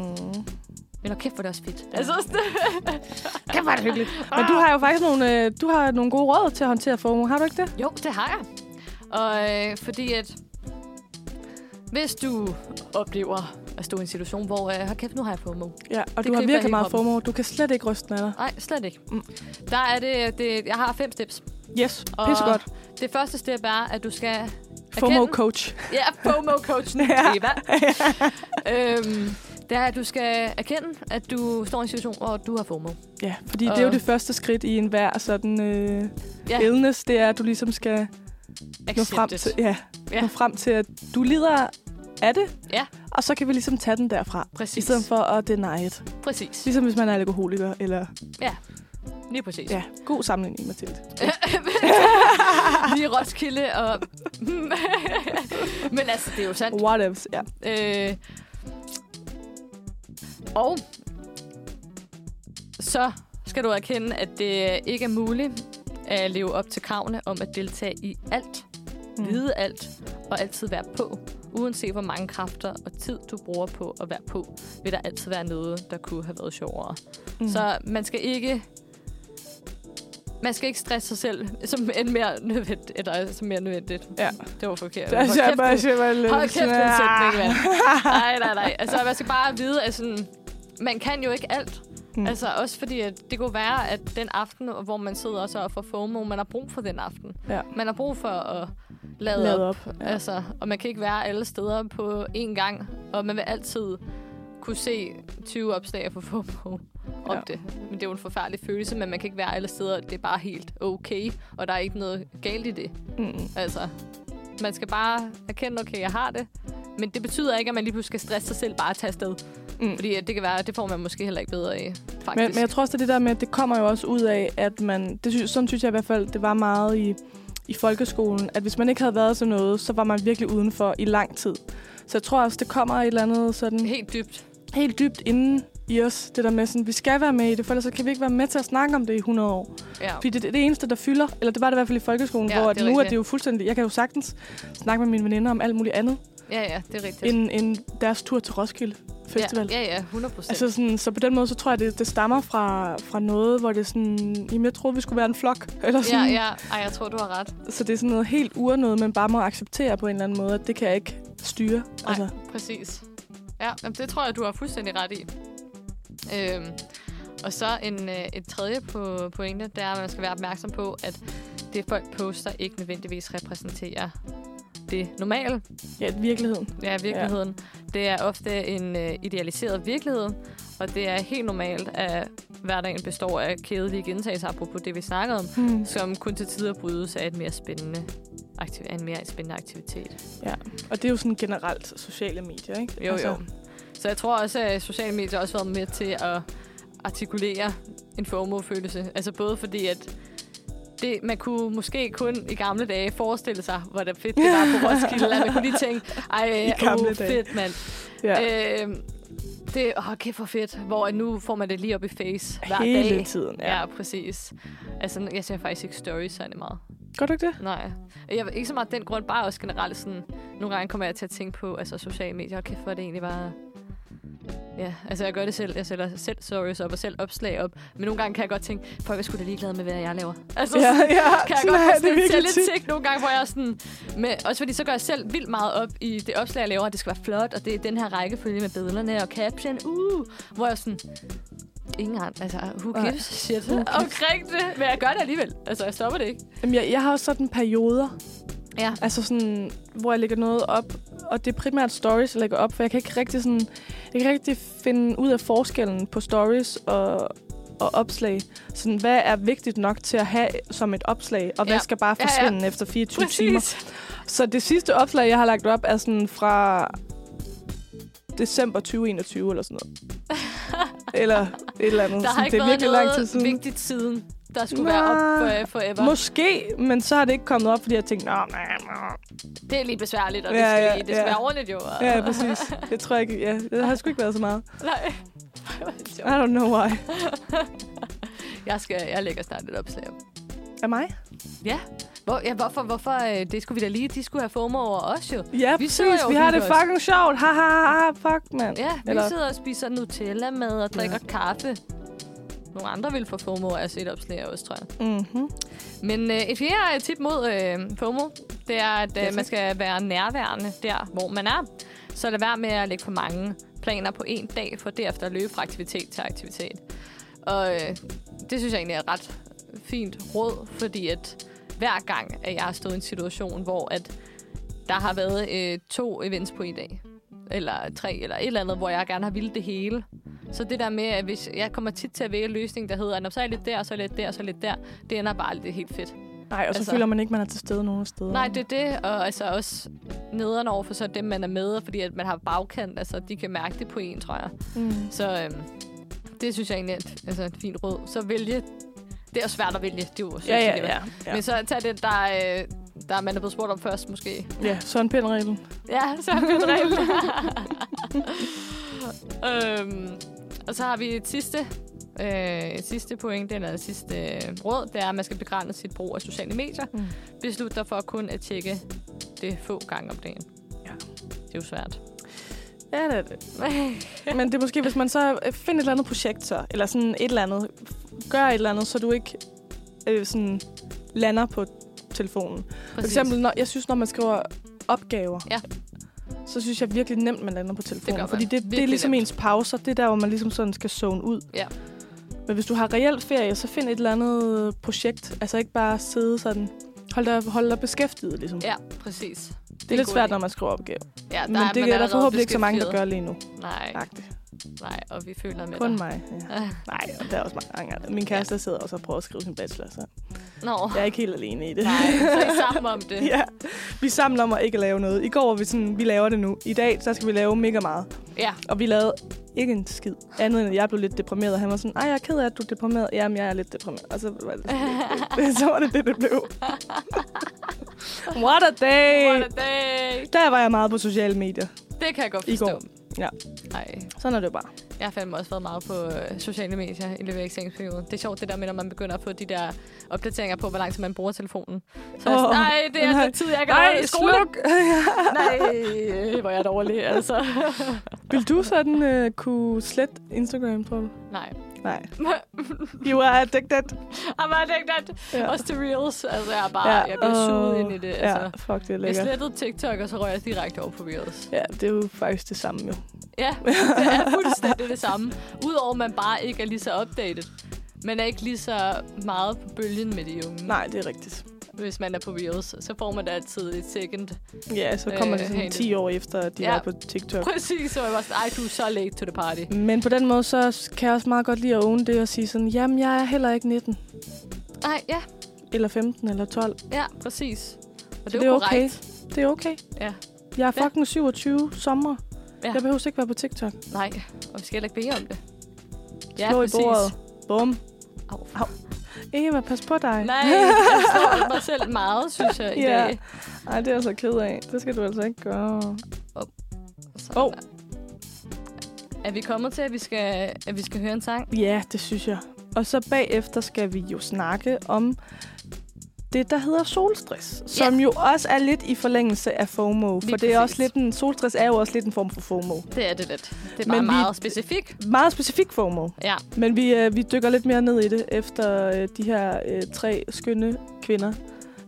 Men og kæft, hvor er det også fedt. Altså, det, Det var hyggeligt. Ah. Men du har jo faktisk nogle, øh, du har nogle gode råd til at håndtere FOMO, har du ikke det? jo, det har jeg. Og øh, fordi at... Hvis du oplever at stå i en situation, hvor, øh, hold kæft, nu har jeg FOMO. Ja, og det du Det har griber virkelig hele meget kroppen. FOMO. Du kan slet ikke ryste den af dig. Nej, slet ikke. Mm. Mm. Der er det, det, jeg har fem steps. Yes, Og- pissegodt. Det første step er, at du skal... erkende- FOMO-coach. Ja, FOMO-coachen [laughs] Ja. Eva. øhm, det er, at du skal erkende, at du står i en situation, hvor du har FOMO. Ja, fordi det er jo Og- det første skridt i enhver sådan øh, Ja. ja. illness, det er, at du ligesom skal nå Accept frem, it. til, ja, Ja. ja. nå frem til, at du lider af det, Ja. og så kan vi ligesom tage den derfra, i Præcis. stedet for at deny it. Præcis. Ligesom hvis man er alkoholiker, eller... Lige præcis. Ja, god sammenligning, Mathilde. Lige Roskilde [laughs] og... Men altså, det er jo sandt. What ifs, ja. Øh, og så skal du erkende, at det ikke er muligt at leve op til kravene om at deltage i alt, mm. vide alt og altid være på. Uanset hvor mange kræfter og tid du bruger på at være på, vil der altid være noget, der kunne have været sjovere. Mm. Så man skal ikke... Man skal ikke stresse sig selv som end mere nødvendigt. Eller, som mere nødvendigt. Ja. Det var forkert. Det er Hold jeg kæft, bare det- simpelthen lidt... Hold kæft, det er en sådan, sætning, mand. [laughs] Nej, nej, nej. Altså, man skal bare vide, at sådan, man kan jo ikke alt. Mm. Mm. Altså, også fordi at det kunne være, at den aften, hvor man sidder og så får FOMO, man har brug for den aften. Ja. Man har brug for at lade, Lad lade op. op. Ja. Altså, og man kan ikke være alle steder på én gang. Og man vil altid kunne se 20 opslag for FOMO om Ja. det. Men det er jo en forfærdelig følelse, men man kan ikke være alle steder. Det er bare helt okay, og der er ikke noget galt i det. Mm. Altså, man skal bare erkende, okay, jeg har det. Men det betyder ikke, at man lige pludselig skal stresse sig selv bare at tage afsted. Mm. Fordi at det kan være, at det får man måske heller ikke bedre af, faktisk. Men, men jeg tror også, det er det der med, at det kommer jo også ud af, at man... Det synes, sådan synes jeg i hvert fald, det var meget i, i folkeskolen, at hvis man ikke havde været til noget, så var man virkelig udenfor i lang tid. Så jeg tror også, det kommer et eller andet sådan Helt dybt. helt dybt inden i os, det der med sådan, vi skal være med i det, for ellers så kan vi ikke være med til at snakke om det i 100 år. Ja. Fordi det er det eneste, der fylder, eller det var det i hvert fald i folkeskolen, Ja, ja, hvor det er at nu er rigtigt. det jo fuldstændig, jeg kan jo sagtens snakke med mine veninder om alt muligt andet, ja, ja, det er rigtigt. end, end deres tur til Roskilde Festival. Ja, ja, ja 100 procent. Altså sådan, så på den måde, så tror jeg, det, det stammer fra, fra noget, hvor det er sådan, jamen jeg troede, vi skulle være en flok, [laughs] eller ja, sådan. ja. Ej, jeg tror, du har ret. Så det er sådan noget helt urenoget, man bare må acceptere på en eller anden måde, at det kan jeg ikke styre. altså, Nej, præcis. Ja, jamen, det tror jeg, du har fuldstændig ret i. Øhm, og så en, øh, et tredje på pointe, det er, at man skal være opmærksom på, at det folk poster ikke nødvendigvis repræsenterer det normale. ja, i virkeligheden. Ja, virkeligheden. Ja. Det er ofte en øh, idealiseret virkelighed, og det er helt normalt, at hverdagen består af kedelige gentagelser, apropos det, vi snakkede om, Hmm. som kun til tider brydes af, et mere spændende aktiv- af en mere spændende aktivitet. Og det er jo sådan generelt sociale medier, ikke? Altså, Jo, jo. Altså, Så jeg tror også, at sociale medier har også været med til at artikulere en FOMO-følelse. Altså både fordi, at det, man kunne måske kun i gamle dage forestille sig, hvor det fedt det var på Roskilde, at man kunne lige tænke, [laughs] ej, gamle oh, dage." fedt mand. Ja. Øh, det er oh, kæft for fedt, hvor at nu får man det lige op i face hver Hele dag. tiden, ja. Ja. ja. ja, præcis. Altså, jeg ser faktisk ikke stories særlig meget. Gør du ikke det? Nej. Jeg, ikke så meget af den grund, bare også generelt sådan... Nogle gange kommer jeg til at tænke på altså, sociale medier. Hold kæft, hvor er det egentlig bare... Ja, altså jeg gør det selv. Jeg sælger selv stories op og selv opslag op. Men nogle gange kan jeg godt tænke, folk er sgu da ligeglade med, hvad jeg laver. Altså, Ja, sådan- ja. kan jeg sådan godt er forstå. Det er virkelig lidt tit nogle gange, hvor jeg er sådan... Med, også fordi så gør jeg selv vildt meget op i det opslag, jeg laver, at det skal være flot, og det er den her rækkefølge med billederne og caption. Uh, hvor jeg er sådan... Ingen andre, altså, who Nej. gives shit Who gives? omkring det? Men jeg gør det alligevel. Altså, jeg stopper det ikke. Jamen, jeg, jeg har også sådan perioder, Ja. altså sådan, hvor jeg lægger noget op, og det er primært stories, jeg lægger op, for jeg kan ikke rigtig, sådan, jeg kan ikke rigtig finde ud af forskellen på stories og, og opslag. Sådan, hvad er vigtigt nok til at have som et opslag, og hvad Ja. skal bare Ja, ja. forsvinde ja, ja. efter 24 timer. Så det sidste opslag, jeg har lagt op, er sådan fra december 2021 eller sådan noget. eller et eller andet. [laughs] Der sådan, har ikke det er været virkelig noget lang tid siden. vigtigt siden, der skulle være op Nej. for, forever. Måske, men så har det ikke kommet op, fordi jeg tænkte, nej, nej, nej. det er lige besværligt, og det Ja, skal, ja, lige, det ja. skal være ordentligt jo. og- Ja, præcis. Det tror jeg ikke. Ja, det har sgu ikke været så meget. [laughs] Nej. [laughs] I don't know why. jeg, skal, jeg lægger snart et opslag op. Er mig? Hvor, ja, hvorfor, hvorfor øh, det skulle vi da lige, de skulle have FOMO over os jo. Ja, Vi vi sidder præcis. jo Vi har det hygger os. fucking sjovt. Ha, ha, ha, fuck, mand. Ja, vi Eller... Eller- sidder og spiser Nutella med og drikker ja. kaffe. Nogle andre ville få FOMO af at se et opslag også, tror jeg. Mm-hmm. Men øh, et fjerde tip mod øh, FOMO, det er, at Ja, øh, tak. man skal være nærværende der, hvor man er. Så lad være med at lægge for mange planer på en dag, for derefter at løbe fra aktivitet til aktivitet. Og øh, det synes jeg egentlig er et ret fint råd, fordi at hver gang, at jeg har stået i en situation, hvor at der har været øh, to events på i dag, eller tre, eller et eller andet, hvor jeg gerne har ville det hele. Så det der med, at hvis jeg kommer tit til at vælge en løsning, der hedder, at så er jeg lidt der, og så er jeg lidt der, og så er jeg lidt der, det ender bare lidt helt fedt. Nej, og så altså, Altså- føler man ikke, man er til stede nogen steder. Nej, det er det, og altså også nederen over for så dem, man er med, fordi at man har bagkant, altså de kan mærke det på en, tror jeg. Mm. Så øhm, det synes jeg egentlig er et, altså, et fint råd. Så vælge, det er jo svært at vælge, det er jo Ja, ja, sindssygt, ja. ja. Men så tag det, der, øh, der man er blevet spurgt om først, måske. Ja, sådan pindreglen. Ja, så er vi bedrevet. [laughs] øhm, og så har vi et sidste, øh, et sidste point, eller et sidste øh, råd, det er, at man skal begrænse sit brug af sociale medier. Mm. Mm. Beslut dig for kun at tjekke det få gange om dagen. Ja. Det er jo svært. Ja, det er [laughs] det. Men det er måske, hvis man så øh, finder et eller andet projekt, så, eller sådan et eller andet, f- gør et eller andet, så du ikke øh, sådan lander på telefonen. For Præcis. eksempel, når, jeg synes, når man skriver opgaver, Ja. så synes jeg virkelig nemt, man lander på telefonen. Det gør man. fordi det, det er Virkelig ligesom nemt. ens pauser. Det er der, hvor man ligesom sådan skal zone ud. Ja. Men hvis du har reelt ferie, så find et eller andet projekt. Altså ikke bare sidde sådan... Hold dig, hold dig beskæftiget, ligesom. Ja, præcis. det er lidt god svært, idé. når man skriver opgave. Ja, der Men det man er der allerede forhåbentlig ikke så mange, der beskæftiget. gør lige nu. Nej, Agtigt. nej, og vi føler med Kun dig. mig. Ja. Nej, og der er også mange andre. Min kæreste ja. sidder også og prøver at skrive sin bachelor, så [laughs] [laughs] Nå, jeg er ikke helt alene i det. nej, så er I sammen om det. [laughs] ja. Vi samler om at ikke lave noget. I går var vi sådan, vi laver det nu. I dag, så skal vi lave mega meget. ja. Og vi lavede ikke en skid. Andet end, at jeg blev lidt deprimeret. og Han var sådan, ej, jeg er ked af, at du er deprimeret. Jamen, jeg er lidt deprimeret. Og så var det, sådan, det, så var det, det, det [laughs] blev. What a day! What a day. Der var jeg meget på sociale medier. Det kan jeg godt I forstå. går. Ja. Nej, Sådan er det jo bare. Jeg har fandme også været meget på øh, sociale medier i løbet af eksamensperioden. Det er sjovt det der med, når man begynder at få de der opdateringer på, hvor lang tid man bruger telefonen. Så oh, Åh, nej, det er nej. altså tid, jeg kan Nej, holde i skole. sluk! [laughs] Nej, øh, hvor er jeg dårlig, altså. Vil du sådan øh, kunne slette Instagram, tror du? Nej. Nej. [laughs] You are addicted. I'm addicted. Ja. Også til Reels. Altså, jeg er bare, ja. jeg bliver åh, suget ind i det. Altså. Ja, fuck, det er Jeg lækkert. slettede TikTok, og så røg jeg direkte over på Reels. Ja, det er jo faktisk det samme, jo. [laughs] Ja, det er fuldstændig det samme. Udover at man bare ikke er lige så updated. Man er ikke lige så meget på bølgen med de unge. Nej, det er rigtigt. hvis man er på Reels, så får man da altid et second. Ja, så kommer øh, Øh, det sådan helt. 10 år efter, at de ja. Ja. var på TikTok. Præcis, så jeg var sådan, ej, du er så late to the party. Men på den måde, så kan jeg også meget godt lide at own det og sige sådan, jamen, jeg er heller ikke 19, Nej, ja, eller 15, eller 12. Det ja, præcis. Og så det, det er er jo okay. korrekt. Det er okay. Ja. Jeg er Ja. fucking 27 sommer. Ja. Ja. Jeg behøver ikke være på TikTok. Nej, og vi skal heller ikke bede om det. Ja, Slå i bordet. Bum. Au. Eva, pas på dig. Nej, jeg slår mig selv [laughs] meget, synes jeg, i Ja. dag. Ej, det er jeg så ked af. Det skal du altså ikke gøre. Sådan Åh. der. Er vi kommet til, at vi skal, at vi skal høre en sang? Ja, det synes jeg. Og så bagefter skal vi jo snakke om det, der hedder solstress, som jo også er lidt i forlængelse af FOMO. Lige for det er også lidt præcis. en, solstress er jo også lidt en form for FOMO. Det er det lidt. Det er Men bare vi- meget specifikt. Meget specifik FOMO, Ja, men vi, øh, vi dykker lidt mere ned i det, efter øh, de her øh, tre skønne kvinder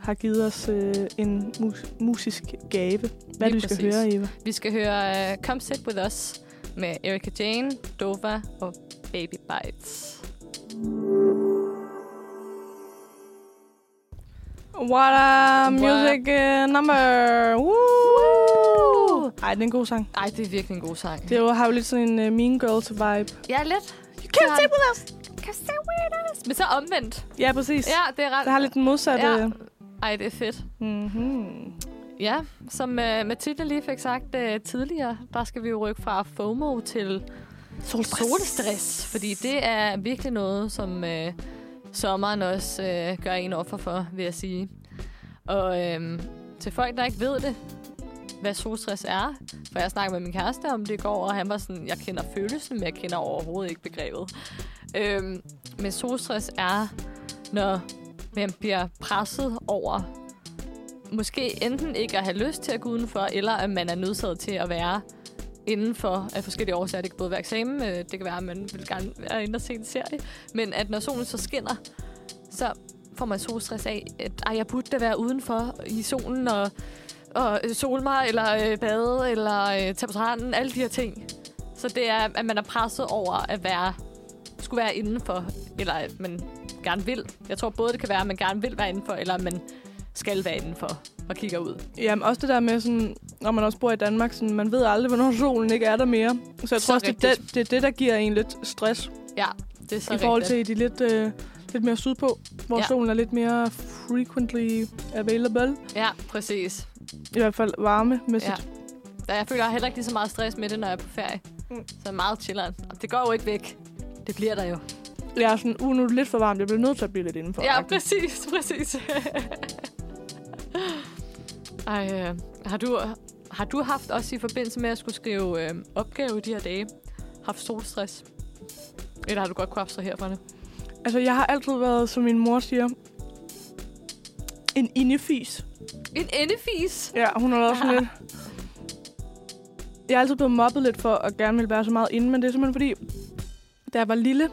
har givet os øh, en mus- musisk gave. Hvad er det, vi Lige skal præcis. høre, Eva? vi skal høre uh, Come Sit With Us med Erika Jane, Dova og Baby Bites. What a music music, uh, number! Woo! Ej, det er en god sang. Ej, det er virkelig en god sang. Det er jo- har jo lidt sådan en uh, Mean Girls-vibe. Ja, lidt. You can't stay with us. Kan se weird ass. Men så omvendt. Ja, præcis. Ja. Ja, det er ret. Det har lidt den modsatte... Ja. Ja. Ej, det er fedt. Mm-hmm. Ja, som uh, Mathilde lige fik sagt uh, tidligere, der skal vi jo rykke fra FOMO til Solstress. solstress. Fordi det er virkelig noget, som uh, sommeren også uh, gør en offer for, vil jeg sige. Og uh, til folk, der ikke ved det, hvad solstress er, for jeg snakkede med min kæreste om det i går, og han var sådan, jeg kender følelsen, men jeg kender overhovedet ikke begrebet. Øhm, men solstress er, når man bliver presset over måske enten ikke at have lyst til at gå udenfor, eller at man er nødsaget til at være inden for af forskellige årsager. Det kan både være eksamen, øh, det kan være, at man vil gerne være inde og se en serie. Men at når solen så skinner, så får man solstress af, at ej, jeg burde da være udenfor i solen og, og øh, sole mig, eller øh, bade, eller øh, tage på stranden, alle de her ting. Så det er, at man er presset over at være, skulle være indenfor, eller at man gerne vil. Jeg tror både, det kan være, at man gerne vil være indenfor, eller at man skal være indenfor og kigger ud. Jamen også det der med, sådan, når man også bor i Danmark, sådan, man ved aldrig, hvornår solen ikke er der mere. Så jeg Så tror også, det er, rigtigt. det, det er det, der giver en lidt stress Ja, det er så i forhold rigtigt. til de lidt, øh, lidt mere sydpå, hvor Ja. ja. solen er lidt mere frequently available. Ja, præcis. I hvert fald varmemæssigt. Ja. Der, jeg føler heller ikke lige så meget stress med det, når jeg er på ferie. Mm. Mm. Så jeg er meget chilleren. Og det går jo ikke væk. Det bliver der jo. Ja. Jeg er sådan, uh, nu er det lidt for varmt, jeg bliver nødt til at blive lidt indenfor. Ja, præcis, [laughs] præcis. Ej, øh, har du, har du haft også i forbindelse med at skulle skrive øh, opgave de her dage, haft solstress? Eller har du godt kunne abstrahere fra det? Altså, jeg har altid været, som min mor siger, en indefis. En endefis! Ja, hun har været sådan lidt... Jeg er altid blevet mobbet lidt for at gerne ville være så meget inde, men det er simpelthen fordi, da jeg var lille,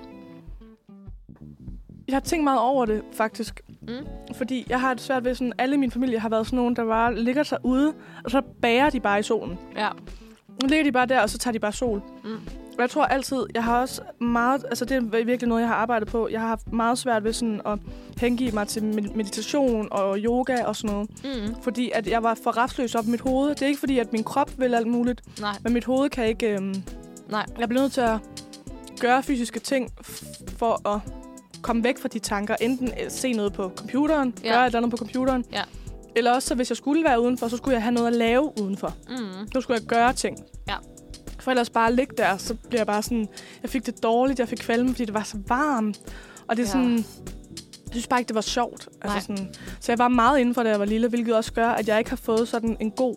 jeg har tænkt meget over det, faktisk. Mm. Fordi jeg har det svært ved, sådan alle min familie har været sådan nogen, der bare ligger sig ude, og så bærer de bare i solen. Ja. Nu ligger de bare der, og så tager de bare sol. Mm. Og jeg tror altid, jeg har også meget, altså det er virkelig noget, jeg har arbejdet på. Jeg har haft meget svært ved sådan at hengive mig til med- meditation og yoga og sådan noget. Mm. Fordi at jeg var for rastløs op i mit hoved. Det er ikke fordi, at min krop vil alt muligt, Nej, men mit hoved kan ikke... Øhm, Nej. Jeg bliver nødt til at gøre fysiske ting f- for at komme væk fra de tanker. Enten øh, se noget på computeren, Ja. ja. gøre et eller andet på computeren. Ja. Eller også, så hvis jeg skulle være udenfor, så skulle jeg have noget at lave udenfor. mm. Nu skulle jeg gøre ting. Ja. For ellers bare at ligge der, så bliver jeg bare sådan... Jeg fik det dårligt, jeg fik kvalme, fordi det var så varmt. Og det er Ja. ja. sådan... Jeg synes bare ikke, det var sjovt. Nej. Altså sådan, så jeg var meget indenfor, da jeg var lille, hvilket også gør, at jeg ikke har fået sådan en god...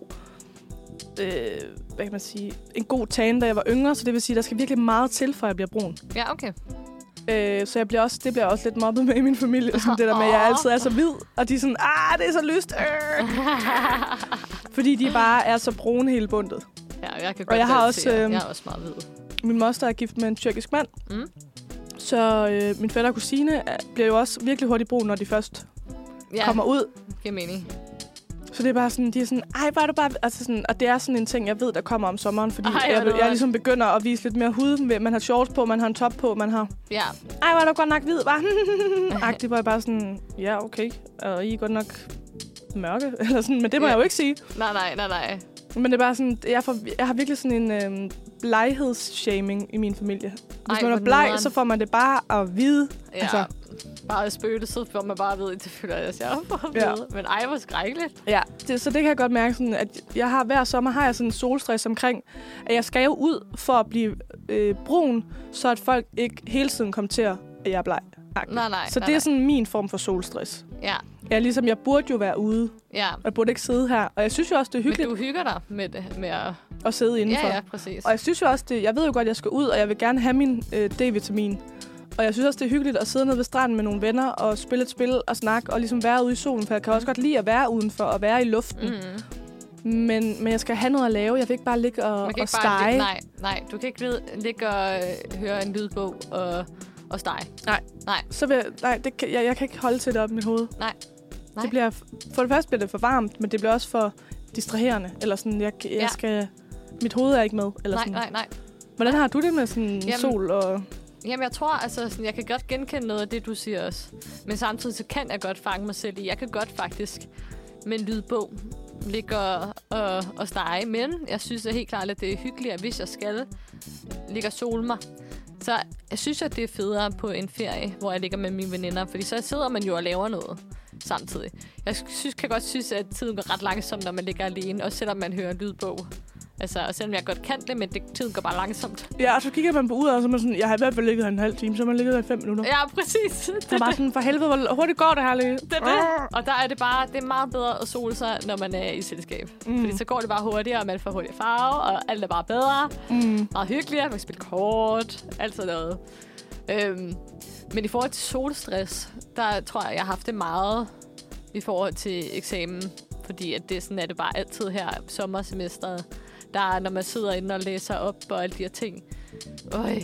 Øh, hvad kan man sige? En god tan, da jeg var yngre. Så det vil sige, at der skal virkelig meget til, for at jeg bliver brun. ja, okay. Øh, så jeg bliver også, det bliver jeg også lidt mobbet med i min familie. Sådan det der med, at jeg altid er så hvid. Og de er sådan, ah, det er så lyst. [laughs] Øh. Fordi de bare er så brune hele bundet. ja, jeg kan godt Og jeg har relatere. også, øh, Jeg er også meget hvid. Min moster er gift med en tyrkisk mand, Mm. så øh, min fætter og kusine er- bliver jo også virkelig hurtigt brun, når de først Ja, ja. kommer ud. giver mening. Så det er bare sådan, de er sådan, ej, hvor er du bare... Altså sådan, og det er sådan en ting, jeg ved, der kommer om sommeren, fordi Ej, hvor ej, er jeg, du jeg, jeg også. ligesom begynder at vise lidt mere hud. med- Man har shorts på, man har en top på, man har... Ja, Ej, hvor er du godt nok [laughs] hvid, var Agtigt, hvor jeg bare sådan, ja, okay, og I er godt nok mørke, [laughs] eller sådan, men det må Ja. jeg jo ikke sige. nej, nej, nej, nej. Men det er bare sådan, jeg, får, jeg har virkelig sådan en øhm, bleghedsshaming i min familie. Hvis Ej, Ej, man hvor er bleg, nederen. så får man det bare at vide. Ja. Altså. Altså. Bare spøgelset, hvor man bare ved, at det føler jeg sig op Ja. ja. Men ej, hvor skrækkeligt. Ja. Det, så det kan jeg godt mærke, sådan, at jeg har hver sommer har jeg sådan en solstress omkring, at jeg skal jo ud for at blive øh, brun, så at folk ikke hele tiden kommer til, at jeg er bleg. Nej, nej. Så nej, det er nej. sådan min form for solstress. Ja, Ja, ligesom jeg burde jo være ude, ja. og jeg burde ikke sidde her. Og jeg synes jo også, det er Men hyggeligt du hygger dig med, det- med at... at sidde indenfor. Ja, ja, præcis. Og jeg synes jo også, det, jeg ved jo godt, at jeg skal ud, og jeg vil gerne have min øh, D-vitamin. Og jeg synes også, det er hyggeligt at sidde nede ved stranden med nogle venner og spille et spil og snakke og ligesom være ude i solen, for jeg kan også godt lide at være udenfor og være i luften. Mm. Mm. Men, men jeg skal have noget at lave. Jeg vil ikke bare ligge og, Man kan og ikke bare stege. ligge, nej, nej, du kan ikke lide- ligge og øh, høre en lydbog og, og stege. Så vil jeg, nej, det kan, jeg, jeg kan ikke holde til det op i mit hoved. Nej. Nej. Det bliver, for det første bliver det for varmt, men det bliver også for distraherende. Eller sådan, jeg, jeg Ja. skal... Mit hoved er ikke med. Eller Nej, sådan. nej, nej. Hvordan har du det med sådan Jamen, sol og... Jamen, jeg tror, altså, sådan, jeg kan godt genkende noget af det, du siger også. Men samtidig så kan jeg godt fange mig selv i. Jeg kan godt faktisk med en lydbog ligge og, og, og stege. Men jeg synes da helt klart, at det er hyggeligere, hvis jeg skal ligge og sole mig. Så jeg synes, at det er federe på en ferie, hvor jeg ligger med mine veninder. Fordi så sidder man jo og laver noget samtidig. Jeg synes, kan godt synes, at tiden går ret langsomt, når man ligger alene. Også selvom man hører en lydbog. Altså, og selvom jeg godt kan det, men det, tiden går bare langsomt. Ja, og så kigger man på uret, og så er man sådan, jeg har i hvert fald ligget her en halv time, så har man ligget her i fem minutter. Ja, præcis. Det Det er bare sådan, for helvede, hvor hurtigt går det her lige? Det er det. Og der er det bare, det er meget bedre at sole sig, når man er i selskab. Mm. Fordi så går det bare hurtigere, og man får hurtigere farve, og alt er bare bedre. Mm. Meget hyggeligere, man kan spille kort, alt sådan noget. Øhm, men i forhold til solstress, der tror jeg, jeg har haft det meget i forhold til eksamen. Fordi at det, sådan er det bare altid her sommersemesteret. der er, når man sidder inde og læser op og alle de her ting. Øj,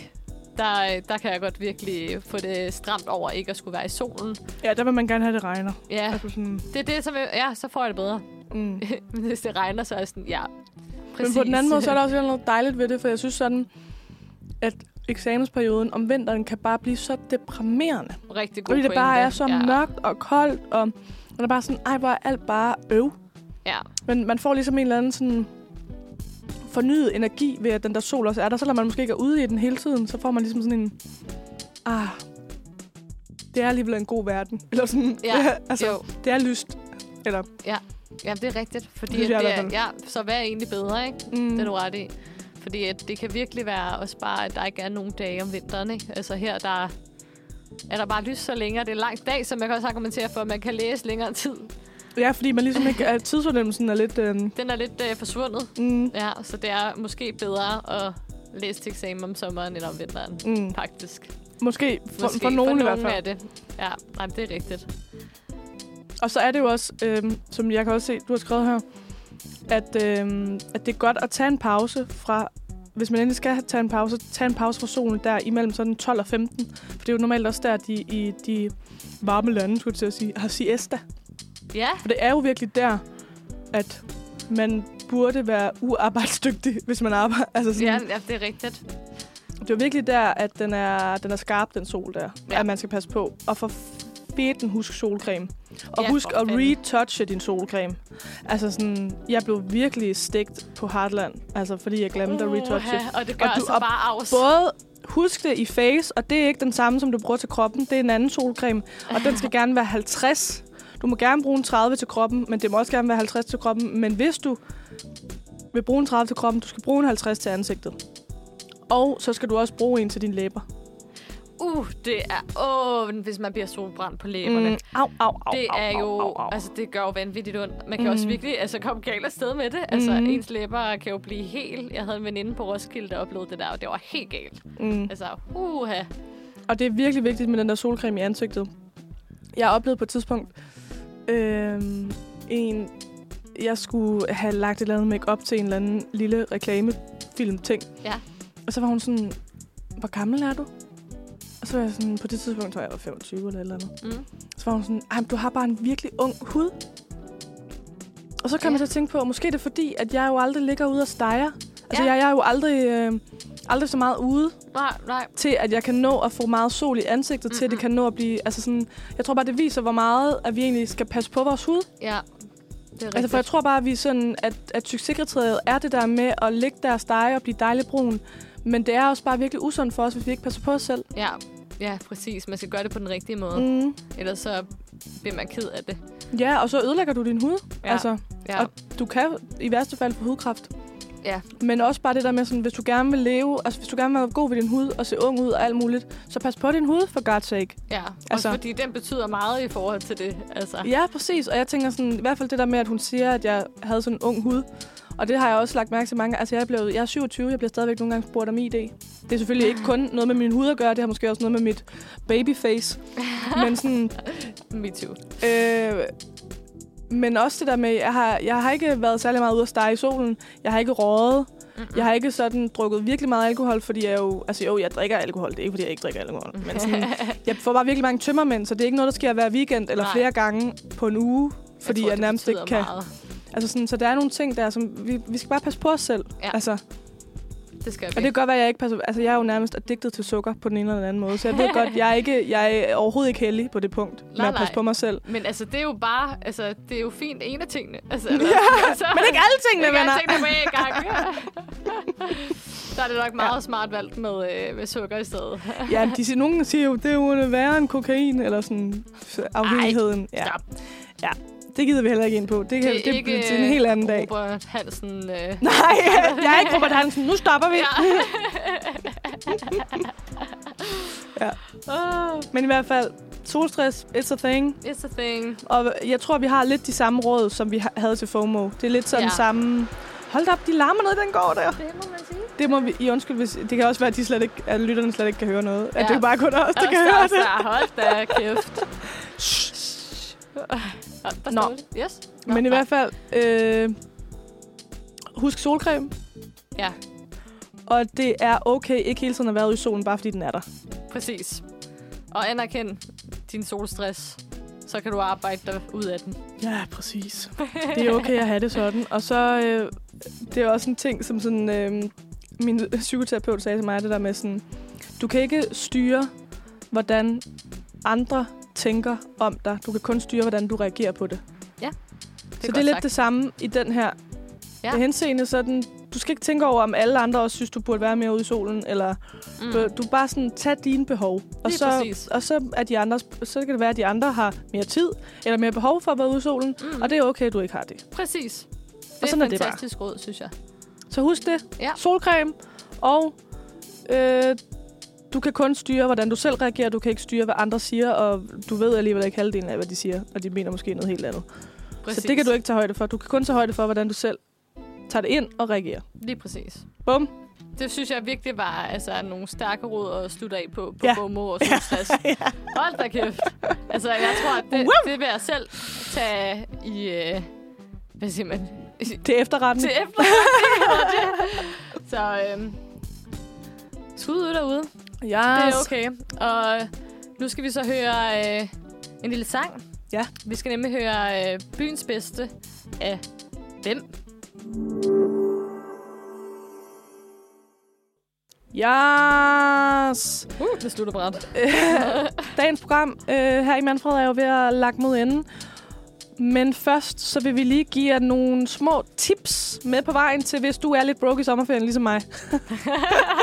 der, øh, der kan jeg godt virkelig få det stramt over ikke at skulle være i solen. Ja, der vil man gerne have, det regner. Ja, Altså sådan, det er det, som jeg, ja, så får jeg det bedre. [laughs] mm. Hvis det regner, så er jeg sådan, ja, Men præcis. på den anden måde, så er der også noget dejligt ved det, for jeg synes sådan, at eksamensperioden om vinteren kan bare blive så deprimerende. [laughs] Rigtig god Fordi det bare pointe. er så ja. mørkt og koldt, og man er bare sådan, ej, hvor er alt bare øv. Ja, Men man får ligesom en eller anden sådan fornyet energi ved, at den der sol også er der. Selvom man måske ikke er ude i den hele tiden, så får man ligesom sådan en... Ah, det er alligevel en god verden. [laughs] Eller sådan, Ja, altså, jo. det er lyst. Eller, ja, det er rigtigt. Fordi Det det er er, i det hvert er, ja, så hvad er egentlig bedre, ikke? mm, Det er du ret i. Fordi at det kan virkelig være også bare, at der ikke er nogen dage om vinteren. Ikke? Altså her, der er- er der bare lys så længe, og det er en lang dag, så man kan også argumentere for, at man kan læse længere tid. ja, fordi man ligesom ikke... At tidsfornemmelsen er lidt... Øh, Den er lidt øh, forsvundet, mm, ja, så det er måske bedre at læse til eksamen om sommeren eller om vinteren, mm, faktisk. måske, for, Måske. for, for nogen i hvert fald. er det. Ja, nej, det er rigtigt. Og så er det jo også, øhm, som jeg kan også se, du har skrevet her, at, øhm, at det er godt at tage en pause fra, hvis man endelig skal tage en pause, tage en pause fra solen der imellem sådan 12 og 15. For det er jo normalt også der, de, i de varme lande, skulle jeg til at sige, har siesta. Ja, For det er jo virkelig der, at man burde være uarbejdsdygtig, hvis man arbejder. Altså sådan, ja, ja, det er rigtigt. Det er jo virkelig der, at den er, den er skarp, den sol der. Ja. Ja. At man skal passe på. Og for feten husk solcreme. Og Ja, ja, husk for at fanden. retouche din solcreme. Altså sådan, jeg blev virkelig stegt på Heartland. Altså fordi jeg glemte at retouche. Uha, og det gør Og og du- altså og bare afs. Både husk det i face, og det er ikke den samme, som du bruger til kroppen. Det er en anden solcreme. Og den skal gerne være 50. Du må gerne bruge en 30 til kroppen, men det må også gerne være 50 til kroppen. Men hvis du vil bruge en 30 til kroppen, du skal bruge en 50 til ansigtet. Og så skal du også bruge en til dine læber. Uh, det er... Åh, oh, hvis man bliver solbrændt på læberne. Mm. Au, au, au, Det au, er au, jo... au, au. Altså, det gør jo vanvittigt ondt. Man kan Mm. mm. også virkelig altså, komme galt afsted med det. Altså, Mm. mm. ens læber kan jo blive helt... Jeg havde en veninde på Roskilde, der oplevede det der, og det var helt galt. Mm. Altså, uha. Og det er virkelig vigtigt med den der solcreme i ansigtet. Jeg oplevede på et tidspunkt øh, en... Jeg skulle have lagt et eller andet make op til en eller anden lille reklamefilm-ting. Ja. Og så var hun sådan, hvor gammel er du? Og så var jeg sådan, på det tidspunkt tror jeg, jeg var 25 eller et eller andet. Mm. Så var hun sådan, Ej, men du har bare en virkelig ung hud. Og så kan ja. Ja. man så tænke på, måske er det fordi, at jeg jo aldrig ligger ude og steger. Altså, Ja. ja. jeg, jeg er jo aldrig, øh, aldrig så meget ude Nej, nej. til, at jeg kan nå at få meget sol i ansigtet, mm-hmm. til at det Mhm. kan nå at blive... Altså sådan, jeg tror bare, det viser, hvor meget, at vi egentlig skal passe på vores hud. Ja, det er rigtigt. Altså, for jeg tror bare, at vi sådan, at, at succeskriteriet er det der med at ligge der og stege og blive dejlig brun. Men det er også bare virkelig usundt for os, hvis vi ikke passer på os selv. Ja, ja, præcis. Man skal gøre det på den rigtige måde. Mm. Mm. Ellers så bliver man ked af det. Ja, og så ødelægger du din hud. Ja. Altså, Ja, Og- du kan i værste fald få hudkræft. ja. Men også bare det der med, sådan, hvis du gerne vil leve, altså hvis du gerne vil være god ved din hud og se ung ud og alt muligt, så pas på din hud, for God's sake. ja. Altså- Også fordi den betyder meget i forhold til det. Altså. Ja, præcis. Og jeg tænker sådan, i hvert fald det der med, at hun siger, at jeg havde sådan en ung hud. Og det har jeg også lagt mærke til mange. Altså, jeg, blev, jeg er 27, jeg bliver stadigvæk nogle gange spurgt om ID. Det er selvfølgelig ikke kun noget med min hud at gøre, det har måske også noget med mit babyface. Men sådan, Me too. Øh, men også det der med, jeg har, jeg har ikke været særlig meget ude at stege i solen. Jeg har ikke røget. Mm-mm. Jeg har ikke sådan drukket virkelig meget alkohol, fordi jeg jo... Altså jo, jeg drikker alkohol. Det er ikke, fordi jeg ikke drikker alkohol. Men [laughs] sådan, jeg får bare virkelig mange tømmermænd, så det er ikke noget, der sker hver weekend eller Nej. Nej. flere gange på en uge. Fordi jeg, tror, jeg det nærmest ikke betyder kan... Meget. Altså sådan, så der er nogle ting der, som vi, vi skal bare passe på os selv. Ja. Altså, Det skal og vi. det kan godt være, at jeg ikke passer... Altså, jeg er jo nærmest addiktet til sukker på den ene eller den anden måde. Så jeg ved godt, jeg er, ikke, jeg er overhovedet ikke heldig på det punkt. Nej, med Nej, at passe nej. på mig selv. Men altså, det er jo bare, altså, det er jo fint en af tingene. [laughs] Altså, eller, Ja, [laughs] altså, Men ikke alle tingene, ikke venner. alle tingene på én [laughs] gang. [laughs] Der er det nok meget ja. smart valgt med, øh, med sukker i stedet. Ja, de siger, nogen siger jo, det er jo en værre end kokain, eller sådan afhængigheden. ja. stop. ja, det gider vi heller ikke ind på. Det, kan, det, det bliver til en helt anden dag. øh, Robert Hansen. Øh, [laughs] Nej, jeg er ikke Robert [laughs] Hansen. Nu stopper vi. ja. Ja. [laughs] Ja. Oh, Men i hvert fald, solstress, it's a thing. it's a thing. Og jeg tror, vi har lidt de samme råd, som vi ha- havde til FOMO. Det er lidt sådan ja. Ja. samme... Hold da op, de larmer ned, den går der. Det må man sige. Det må vi... I undskyld, hvis, det kan også være, at, de slet ikke, at lytterne slet ikke kan høre noget. Ja. Ja. At det er bare kun os, der Det kan høre det. Hold da kæft. Shh. Der Nå. står det. Yes. Men i nej. hvert fald, øh, husk solcreme. Ja. Og det er okay ikke hele tiden at være ude i solen, bare fordi den er der. Præcis. Og anerkend din solstress. Så kan du arbejde dig ud af den. Ja, præcis. Det er okay at have det sådan. Og så, øh, det er også en ting, som sådan, øh, min psykoterapeut sagde til mig, det der med sådan, du kan ikke styre, hvordan andre tænker om dig. Du kan kun styre, hvordan du reagerer på det. Det så det er lidt sagt. det samme i den her. Ja. Ja. Det henseende sådan, du skal ikke tænke over, om alle andre også synes, du burde være mere ude i solen, eller Mm. Mm. Du er bare sådan, tag dine behov. Og Lige præcis. så, og så, er de andre, så kan det være, at de andre har mere tid, eller mere behov for at være ude i solen. Mm. Mm. Og det er okay, at du ikke har det. Præcis. Det sådan er er et det bare. fantastisk råd, synes jeg. Så husk det. Ja. Solcreme. Og øh, du kan kun styre, hvordan du selv reagerer. Du kan ikke styre, hvad andre siger. Og du ved alligevel ikke halvdelen af, hvad de siger. Og de mener måske noget helt andet. Præcis. Så det kan du ikke tage højde for. Du kan kun tage højde for, hvordan du selv tager det ind og reagerer. Lige præcis. Bum. Det synes jeg virkelig var altså, nogle stærke råd at slutte af på, på ja. Ja. FOMO og [laughs] solstress. Hold da kæft. Altså, jeg tror, at det, det vil jeg selv tage i... Øh, hvad siger man? Til efterretten. Til efterretning. Så øhm, skud ud derude. Yes. Det er okay. Og øh, nu skal vi så høre øh, en lille sang. Ja. Vi skal nemlig høre øh, Byens Bedste af hvem? Yes. Uh, det slutter bræt. Dagens program øh, her i Manfred er jo ved at lagt mod enden. Men først, så vil vi lige give jer nogle små tips med på vejen til, hvis du er lidt broke i sommerferien, ligesom mig.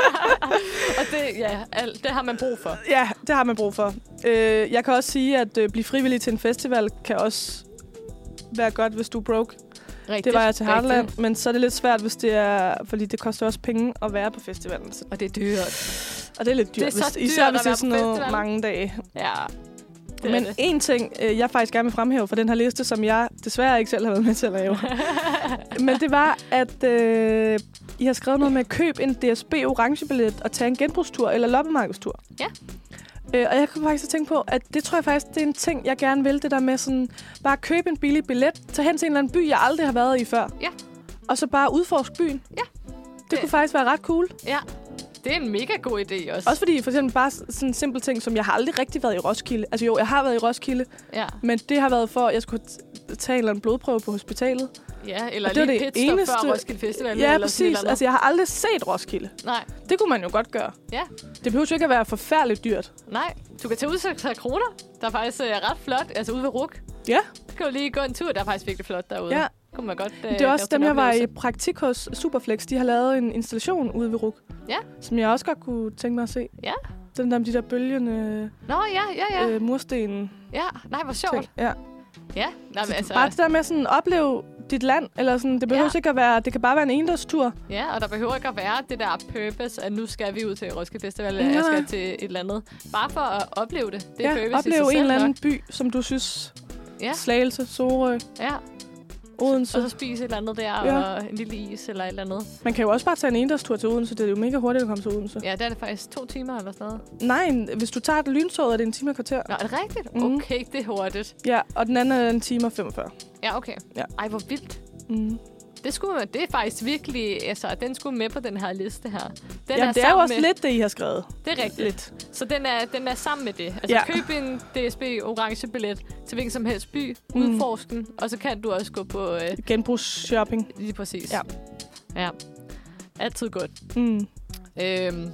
[laughs] Og det, ja, alt, det har man brug for. Ja, det har man brug for. Øh, jeg kan også sige, at øh, blive frivillig til en festival kan også være godt, hvis du er broke. Rigtigt. Det var jeg til rigtigt. Harland, men så er det lidt svært, hvis det er, fordi det koster også penge at være på festivalen. Så, Og det er dyrt. og det er lidt Det er dyrt, så hvis, dyrt især at hvis det være er på sådan noget festival. mange dage. Ja. Det Men er det. [laughs] en ting, øh, jeg faktisk gerne vil fremhæve fra den her liste, som jeg desværre ikke selv har været med til at lave, men det var, at øh, I har skrevet noget med at købe en DSB orangebillet og tage en genbrugstur eller loppemarkedstur. Ja. Øh, og jeg kunne faktisk tænke på, at det tror jeg faktisk, det er en ting, jeg gerne vil, det der med sådan, bare købe en billig billet, tage hen til en eller anden by, jeg aldrig har været i før. Ja. Og så bare udforske byen. Ja. Det, Det- det kunne faktisk være ret cool. ja. Det er en mega god idé også. Også fordi for eksempel bare sådan en simpel ting, som jeg har aldrig rigtig været i Roskilde. Altså jo, jeg har været i Roskilde, Ja. men det har været for, at jeg skulle t- tage en eller anden blodprøve på hospitalet. ja eller Og det var lige det pitstop eneste... eneste- før Roskilde Festival. ja, eller sådan et præcis. eller andet. Altså, jeg har aldrig set Roskilde. Nej, Det kunne man jo godt gøre. Ja. Det behøver jo ikke at være forfærdeligt dyrt. nej. Du kan tage udsigt til kroner. Der er faktisk øh, ret flot. Altså ude ved Ruk. Ja. Du kan jo lige gå en tur. Der er faktisk virkelig flot derude. Ja. Kunne man godt, Det øh, er også lave sådan dem, en jeg var i oplevelse. praktik hos Superflex. De har lavet en installation ude ved RUK. Ja. Som jeg også godt kunne tænke mig at se. Ja. Den der med de der bølgende Nå, ja, ja, ja. ja. Øh. øh, mursten Ja, nej, hvor sjovt. ting. Ja. Ja, nej, men altså, Bare det der med sådan at opleve dit land, eller sådan, det behøver Ja. ja. ikke at være, det kan bare være en endagstur. ja, og der behøver ikke at være det der purpose, at nu skal vi ud til Roskilde Festival, eller Nej. jeg skal til et eller andet. Bare for at opleve det. Det er purpose i sig opleve en selv eller anden nok. by, som du synes, Ja. ja. Slagelse, Sorø, Ja, Odense. og så spise et eller andet der, ja. Ja. og en lille is eller et eller andet. Man kan jo også bare tage en endagstur til Odense. Det er jo mega hurtigt at komme til Odense. Ja, der er det faktisk to timer eller sådan noget. Nej, hvis du tager et lyntog, er det en time og et kvarter. Nå, er det rigtigt? Mhm. Mm. Okay, det er hurtigt. Ja, og den anden er en time og 45. Ja, okay. Ja. Ej, hvor vildt. Mm. Det, skulle, man- det er faktisk virkelig... Altså, den skulle med på den her liste her. Den Jamen, det er jo sammen også med, lidt det, I har skrevet. Det er rigtigt. Lidt. Så den er, den er sammen med det. Altså ja. Ja. køb en DSB orange billet til hvilken som helst by, mm. Mm. udforsk den, og så kan du også gå på øh, Genbrugsshopping. lige præcis. Ja. ja. Altid godt. Mm. Øhm,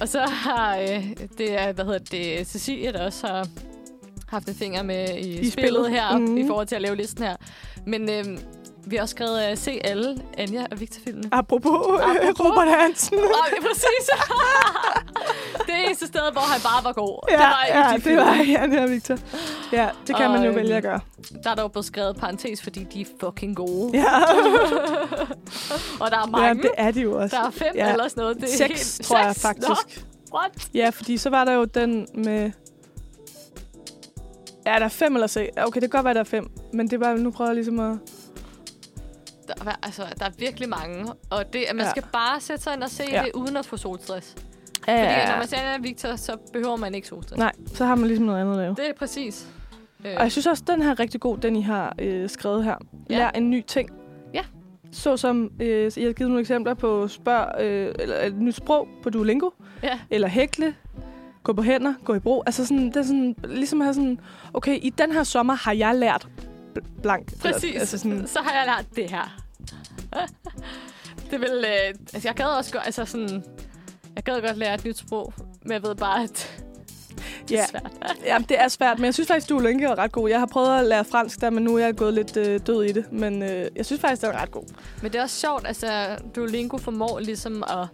og så har øh, det er, hvad hedder det, Cecilie, der også har haft en finger med i, I spillet, spillet spillet. her, mm. Mhm. i forhold til at lave listen her. Men øhm, vi har også skrevet øh, se alle Anja og Victor filmene. Apropos, Apropos. Apropos. [laughs] Robert Hansen. Og [laughs] det er præcis. det eneste sted, hvor han bare var god. Ja, det var i ja, de det film. var Jan her, Victor. Ja, det kan Og, man jo øhm, vælge at [laughs] gøre. Der er dog blevet skrevet parentes, fordi de er fucking gode. Ja, [laughs] Og der ja er mange. det er de jo også. der er fem ja. Ja. eller sådan noget. Det er Seks, tror jeg Seks? faktisk. Nå, what? Ja, fordi så var der jo den med... Ja, der er fem eller seks. Ja, Okay, det kan godt være, der er fem. Men det er bare, nu prøver jeg ligesom at... Der, er- altså, der er virkelig mange. Og det, at man ja. Ja. skal bare sætte sig ind og se ja. Ja. det, uden at få solstress. Ja, Fordi når man ser Anna og Victor, så behøver man ikke solstress. Nej, så har man ligesom noget andet at lave. Det er præcis. Øh, Og jeg synes også, den her er rigtig god, den I har øh, skrevet her. Ja. Lær en ny ting. Ja. Så som, øh, jeg har givet nogle eksempler på spørg, øh, eller et nyt sprog på Duolingo, Ja. eller hækle, gå på hænder, gå i bro. Altså sådan, det er sådan, ligesom at have sådan, okay, i den her sommer har jeg lært bl- blank. Eller, Præcis. altså sådan, Så har jeg lært det her. det vil... Øh, altså, jeg gad også godt... Altså, sådan... Jeg gad godt lære et nyt sprog, men jeg ved bare, at [laughs] det er ja, svært. jamen, det er svært, men jeg synes faktisk, Duolingo er ret god. Jeg har prøvet at lære fransk der, men nu er jeg gået lidt øh, død i det. Men øh, jeg synes faktisk, den er ret god. Men det er også sjovt, altså Duolingo formår ligesom at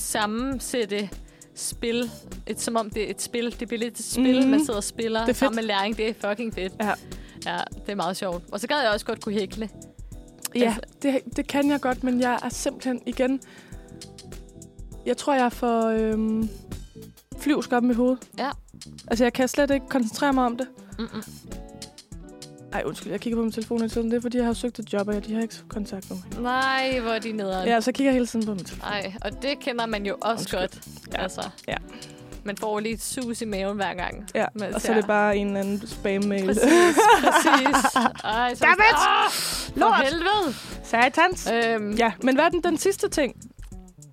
sammensætte spil, et, som om det er et spil. Det bliver lidt et spil, Mhm. mm. man sidder og spiller Det er fedt. sammen med læring. Det er fucking fedt. Ja. ja, det er meget sjovt. Og så gad jeg også godt kunne hækle. Ja, Altså- det, det kan jeg godt, men jeg er simpelthen igen... Jeg tror, jeg får øhm, flyvsk op i mit hoved. Ja. Altså, jeg kan slet ikke koncentrere mig om det. Mm-mm. Ej, undskyld, jeg kigger på min telefon hele tiden. Det er, fordi jeg har søgt et job, og jeg, de har ikke kontaktet mig. Nej, hvor er de nederen. Ja, så kigger jeg hele tiden på min telefon. Ej, og det kender man jo også Undskyld. Undskyld. godt. Ja. Altså, Ja. Man får jo lige et sus i maven hver [laughs] gang. Ja, man og så ser- er det bare en eller anden spam-mail. altså, Præcis, præcis. Ej, så er det [laughs] Damn it! sådan, "Ah, For Lort! helvede! Satans! Øhm, Ja, men hvad er den, den sidste ting?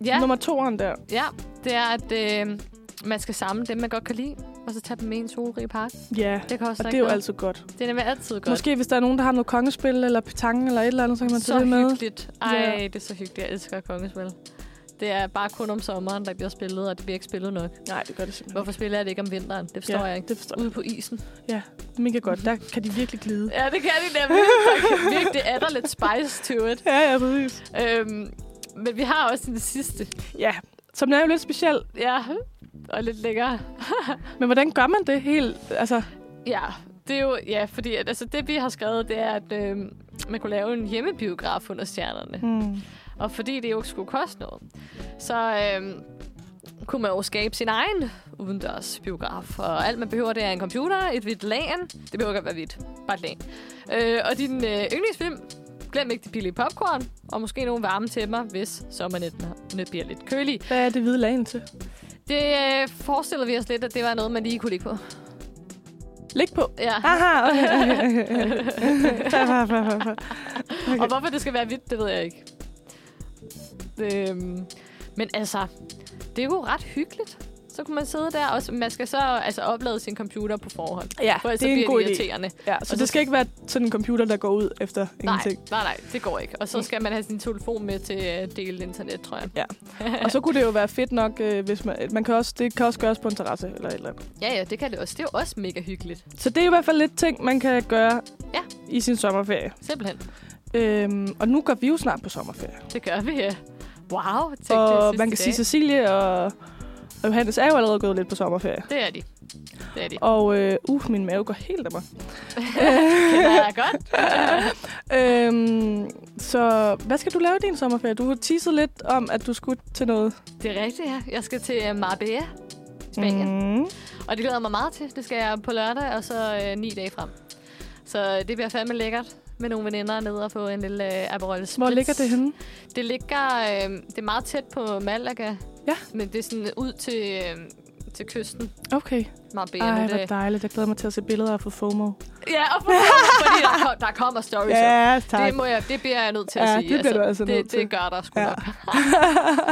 ja. Nummer toeren der. Ja, det er, at øh, man skal samle dem, man godt kan lide, og så tage dem med i en solrig park. Ja, Det kan også og det rigtig er jo noget. altid godt. Det er nemlig altid godt. godt. Måske hvis der er nogen, der har noget kongespil, eller petanque, eller et eller andet, så kan man tage så det med. hyggeligt. Ej, Ja. det er så hyggeligt. Jeg elsker kongespil. Det er bare kun om sommeren, der bliver spillet, og det bliver ikke spillet nok. Nej, det gør det simpelthen. Hvorfor spiller jeg det ikke om vinteren? Det forstår Ja, jeg ikke. det forstår jeg. Ude på isen. Mega godt. Der kan de virkelig glide. Ja, det kan de nemlig. Virkelig, det er der lidt spice to it. Ja, ja, præcis. Øhm, men vi har også den sidste. Ja, som er jo lidt speciel. Ja, og lidt længere. Men hvordan gør man det helt? Altså, Ja, det er jo, ja, fordi at, altså, det vi har skrevet, det er, at øh, man kunne lave en hjemmebiograf under stjernerne. hmm. Og fordi det jo ikke skulle koste noget, så øh, kunne man jo skabe sin egen udendørs biograf. Og alt man behøver, det er en computer, et hvidt lagen. Det behøver ikke at være hvidt, bare et lagen. Øh, og din øh, yndlingsfilm, glem ikke de billige popcorn, og måske nogle varme tæpper, hvis sommernettene bliver lidt kølige. hvad er det hvide lagen til? Det øh, forestillede vi os lidt, at det var noget, man lige kunne ligge på. Læg på. Ja. Aha, okay. [laughs] [laughs] Fair, fair, fair, fair, fair. Og hvorfor det skal være hvidt, det ved jeg ikke. Øhm, men altså, det er jo ret hyggeligt. Så kunne man sidde der, og s- man skal så altså, oplade sin computer på forhånd. ja, For ellers det så er en bliver god det idé. irriterende. Ja, så det skal ikke være sådan en computer, der går ud efter Nej, ingenting. nej, nej, det går ikke. Og så skal man have sin telefon med til øh, at dele internet, tror jeg. Og så kunne det jo være fedt nok, øh, hvis man, man kan også, det kan også gøres på en terrasse eller et eller andet. Ja, ja, det kan det også. Det er jo også mega hyggeligt, Så det er i hvert fald lidt ting, man kan gøre Ja. i sin sommerferie. simpelthen. Øhm, og nu går vi jo snart på sommerferie. Det gør vi, ja. Wow, tænk det Og sidste man kan sige, dag. Cecilie og, og Johannes er jo allerede gået lidt på sommerferie. Det er de. Det er de. Og øh, uh, min mave går helt [laughs] af mig. Kender jeg [laughs] godt. Øhm, så hvad skal du lave i din sommerferie? Du har teaset lidt om, at du skulle til noget. Det er rigtigt, ja. Jeg skal til øh, Marbella, Spanien. Mm. Og det glæder jeg mig meget til. Det skal jeg på lørdag, og så øh, ni dage frem. Så øh, det bliver fandme lækkert med nogle veninder nede og få en lille øh, Aperol Spritz. Hvor ligger det henne? Det ligger... Øh, det er meget tæt på Malaga. Ja. Men det er sådan ud til, øh, til kysten. Okay. Marbella. Ej, det, hvor dejligt. Jeg glæder mig til at se billeder og få FOMO. Ja, og for, fordi der, kom, der kommer stories ja, tak. [laughs] Det, må jeg, det bliver jeg nødt til at Ja, sige. det bliver du altså nødt det, til. det gør der sgu Ja. ja. nok.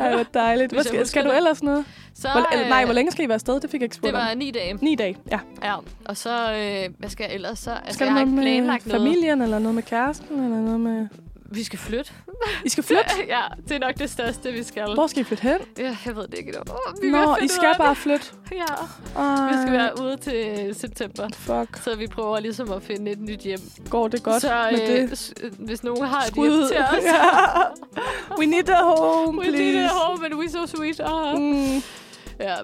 Ej, hvor dejligt. Hvad Hvis jeg skal, husker skal du det. ellers noget? Så, Hvor, eller, nej, øh, hvor længe skal I være afsted? Det fik jeg ikke spurgt Det var om. ni dage. Ni dage, ja. Ja, og så, øh, hvad skal jeg ellers så? Altså, Skal jeg har du ikke noget med planlagt noget. familien, eller noget med kæresten, eller noget med... Vi skal flytte. I skal flytte? [laughs] ja, det er nok det største, vi skal. Hvor skal I flytte hen? Ja, jeg ved det ikke. endnu. Åh, vi er ved at Nå, finde I ud skal af bare flytte. det. Ja, Ej, vi skal være ude til september. Fuck. Så vi prøver ligesom at finde et nyt hjem. Går det godt så med det? s- øh, hvis nogen har et Skud. hjem til [laughs] os, Ja. We need a home, we need please. it home and we so sweet. Uh. Mm. Ja.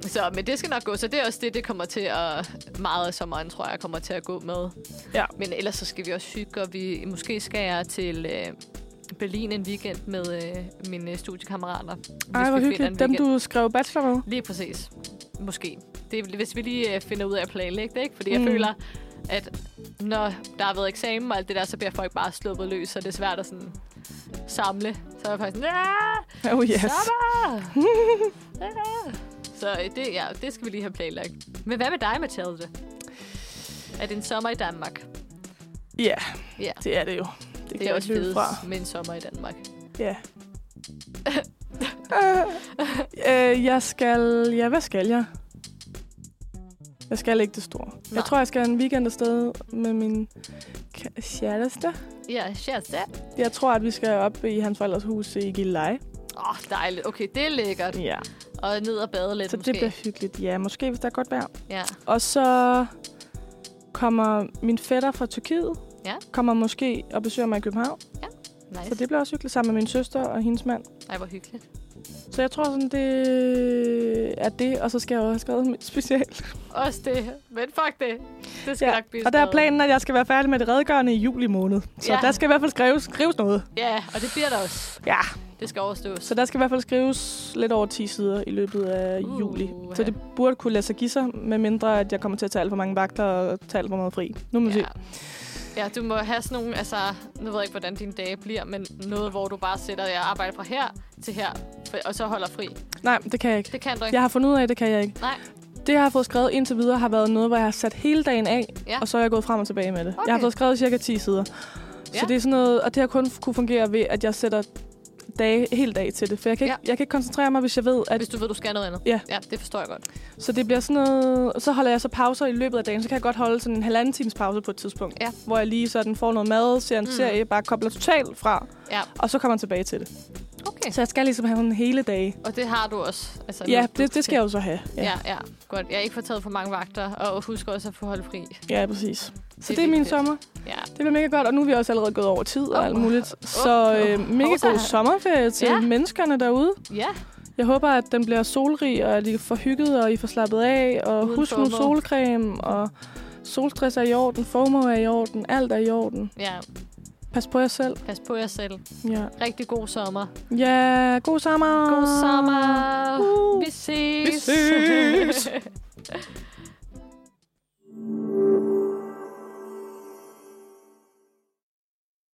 Så, men det skal nok gå. Så det er også det, det kommer til at... Meget af sommeren, tror jeg, kommer til at gå med. Ja. Men ellers så skal vi også hygge, og vi, måske skal jeg til øh, Berlin en weekend med øh, mine øh, studiekammerater. hvis vi Ej, hvor finder en hyggeligt. Dem, weekend. du skrev bachelor med. Lige præcis. Måske. Det er, hvis vi lige øh, finder ud af at planlægge det, ikke? Fordi mm. Mm. jeg føler, at når der har været eksamen og alt det der, så bliver folk bare sluppet løs, så det er svært at sådan samle. Så er jeg faktisk sådan, "Ah, Oh, yes. [laughs] sommer! Ah." Så øh, det, ja, det skal vi lige have planlagt. Men hvad med dig, Mathilde? Er det en sommer i Danmark? Ja, Ja. det er det jo. Det, Det, kan det er jeg også ikke løbe fedt fra. med en sommer i Danmark. Ja. [laughs] Øh, øh, jeg skal... Ja, hvad skal jeg? Jeg skal ikke det store. Nej. Nej. Jeg tror, jeg skal en weekend afsted med min ka- kæreste. Ja, sjældent. Åh, Jeg tror, at vi skal op i hans forældres hus i Gilleleje. oh, dejligt. Okay, det er lækkert. Ja. Og ned og bade lidt Så måske. det bliver hyggeligt. Ja, måske, hvis der er godt vejr. Ja. Og så kommer min fætter fra Tyrkiet. Ja. Kommer måske og besøger mig i København. Nice. Så det bliver også hyggeligt sammen med min søster og hendes mand. Ej, hvor hyggeligt. Så jeg tror sådan, det er det. Og så skal jeg jo have skrevet mit special. Også det. Men fuck det. Det skal Ja, ja. nok blive Og der er skrevet. planen, at jeg skal være færdig med det redegørende i juli måned. Så Ja. ja. der skal i hvert fald skrives, skrives noget. Ja, og det bliver der også. Ja. Det skal overstås. Så der skal i hvert fald skrives lidt over 10 sider i løbet af Uh, uh, juli. ja. Så det burde kunne lade sig give sig, medmindre at jeg kommer til at tage alt for mange vagter og tage alt for meget fri. Nu må vi ja. se. ja, du må have sådan nogle, altså, nu ved jeg ikke, hvordan dine dage bliver, men noget, hvor du bare sætter, jeg arbejder fra her til her, for- og så holder fri. Nej, det kan jeg ikke. Det kan du ikke. Jeg har fundet ud af, at det kan jeg ikke. Nej. Det, jeg har fået skrevet indtil videre, har været noget, hvor jeg har sat hele dagen af, Ja. og så er jeg gået frem og tilbage med det. Okay. Jeg har fået skrevet cirka 10 sider. Ja. Så det er sådan noget, og det har kun kunne fungere ved, at jeg sætter dage, hele dag til det. For jeg kan, ikke, jeg kan ikke koncentrere mig, hvis jeg ved, at Hvis du ved, du skal noget andet. Ja. Ja, det forstår jeg godt. Så det bliver sådan noget... Så holder jeg så pauser i løbet af dagen. Så kan jeg godt holde sådan en halvanden times pause på et tidspunkt. Ja. Hvor jeg lige sådan får noget mad, ser en Mm. mm. serie, bare kobler totalt fra. Ja. Og så kommer jeg tilbage til det. Okay. Så jeg skal ligesom have sådan hele dag. Og det har du også. Altså, Ja, noget, du det, det skal jeg jo så have. Ja. ja, ja. Godt. Jeg har ikke fået taget for mange vagter, og husk også at få holdt fri. ja præcis. Så det, er det er min vigtigt. sommer. Ja. Det bliver mega godt, og nu er vi også allerede gået over tid og Åh, alt muligt. åh, Så øh, mega Hovsa. god sommerferie til Ja. menneskerne derude. Ja. Jeg håber, at den bliver solrig, og at I får hygget, og I får slappet af. Og Uden husk nu FOMO. solcreme, og solstress er i orden, FOMO er i orden, alt er i orden. Ja. Pas på jer selv. Pas på jer selv. Ja, Rigtig god sommer. ja god sommer. God sommer. Uh. Vi ses. Vi ses.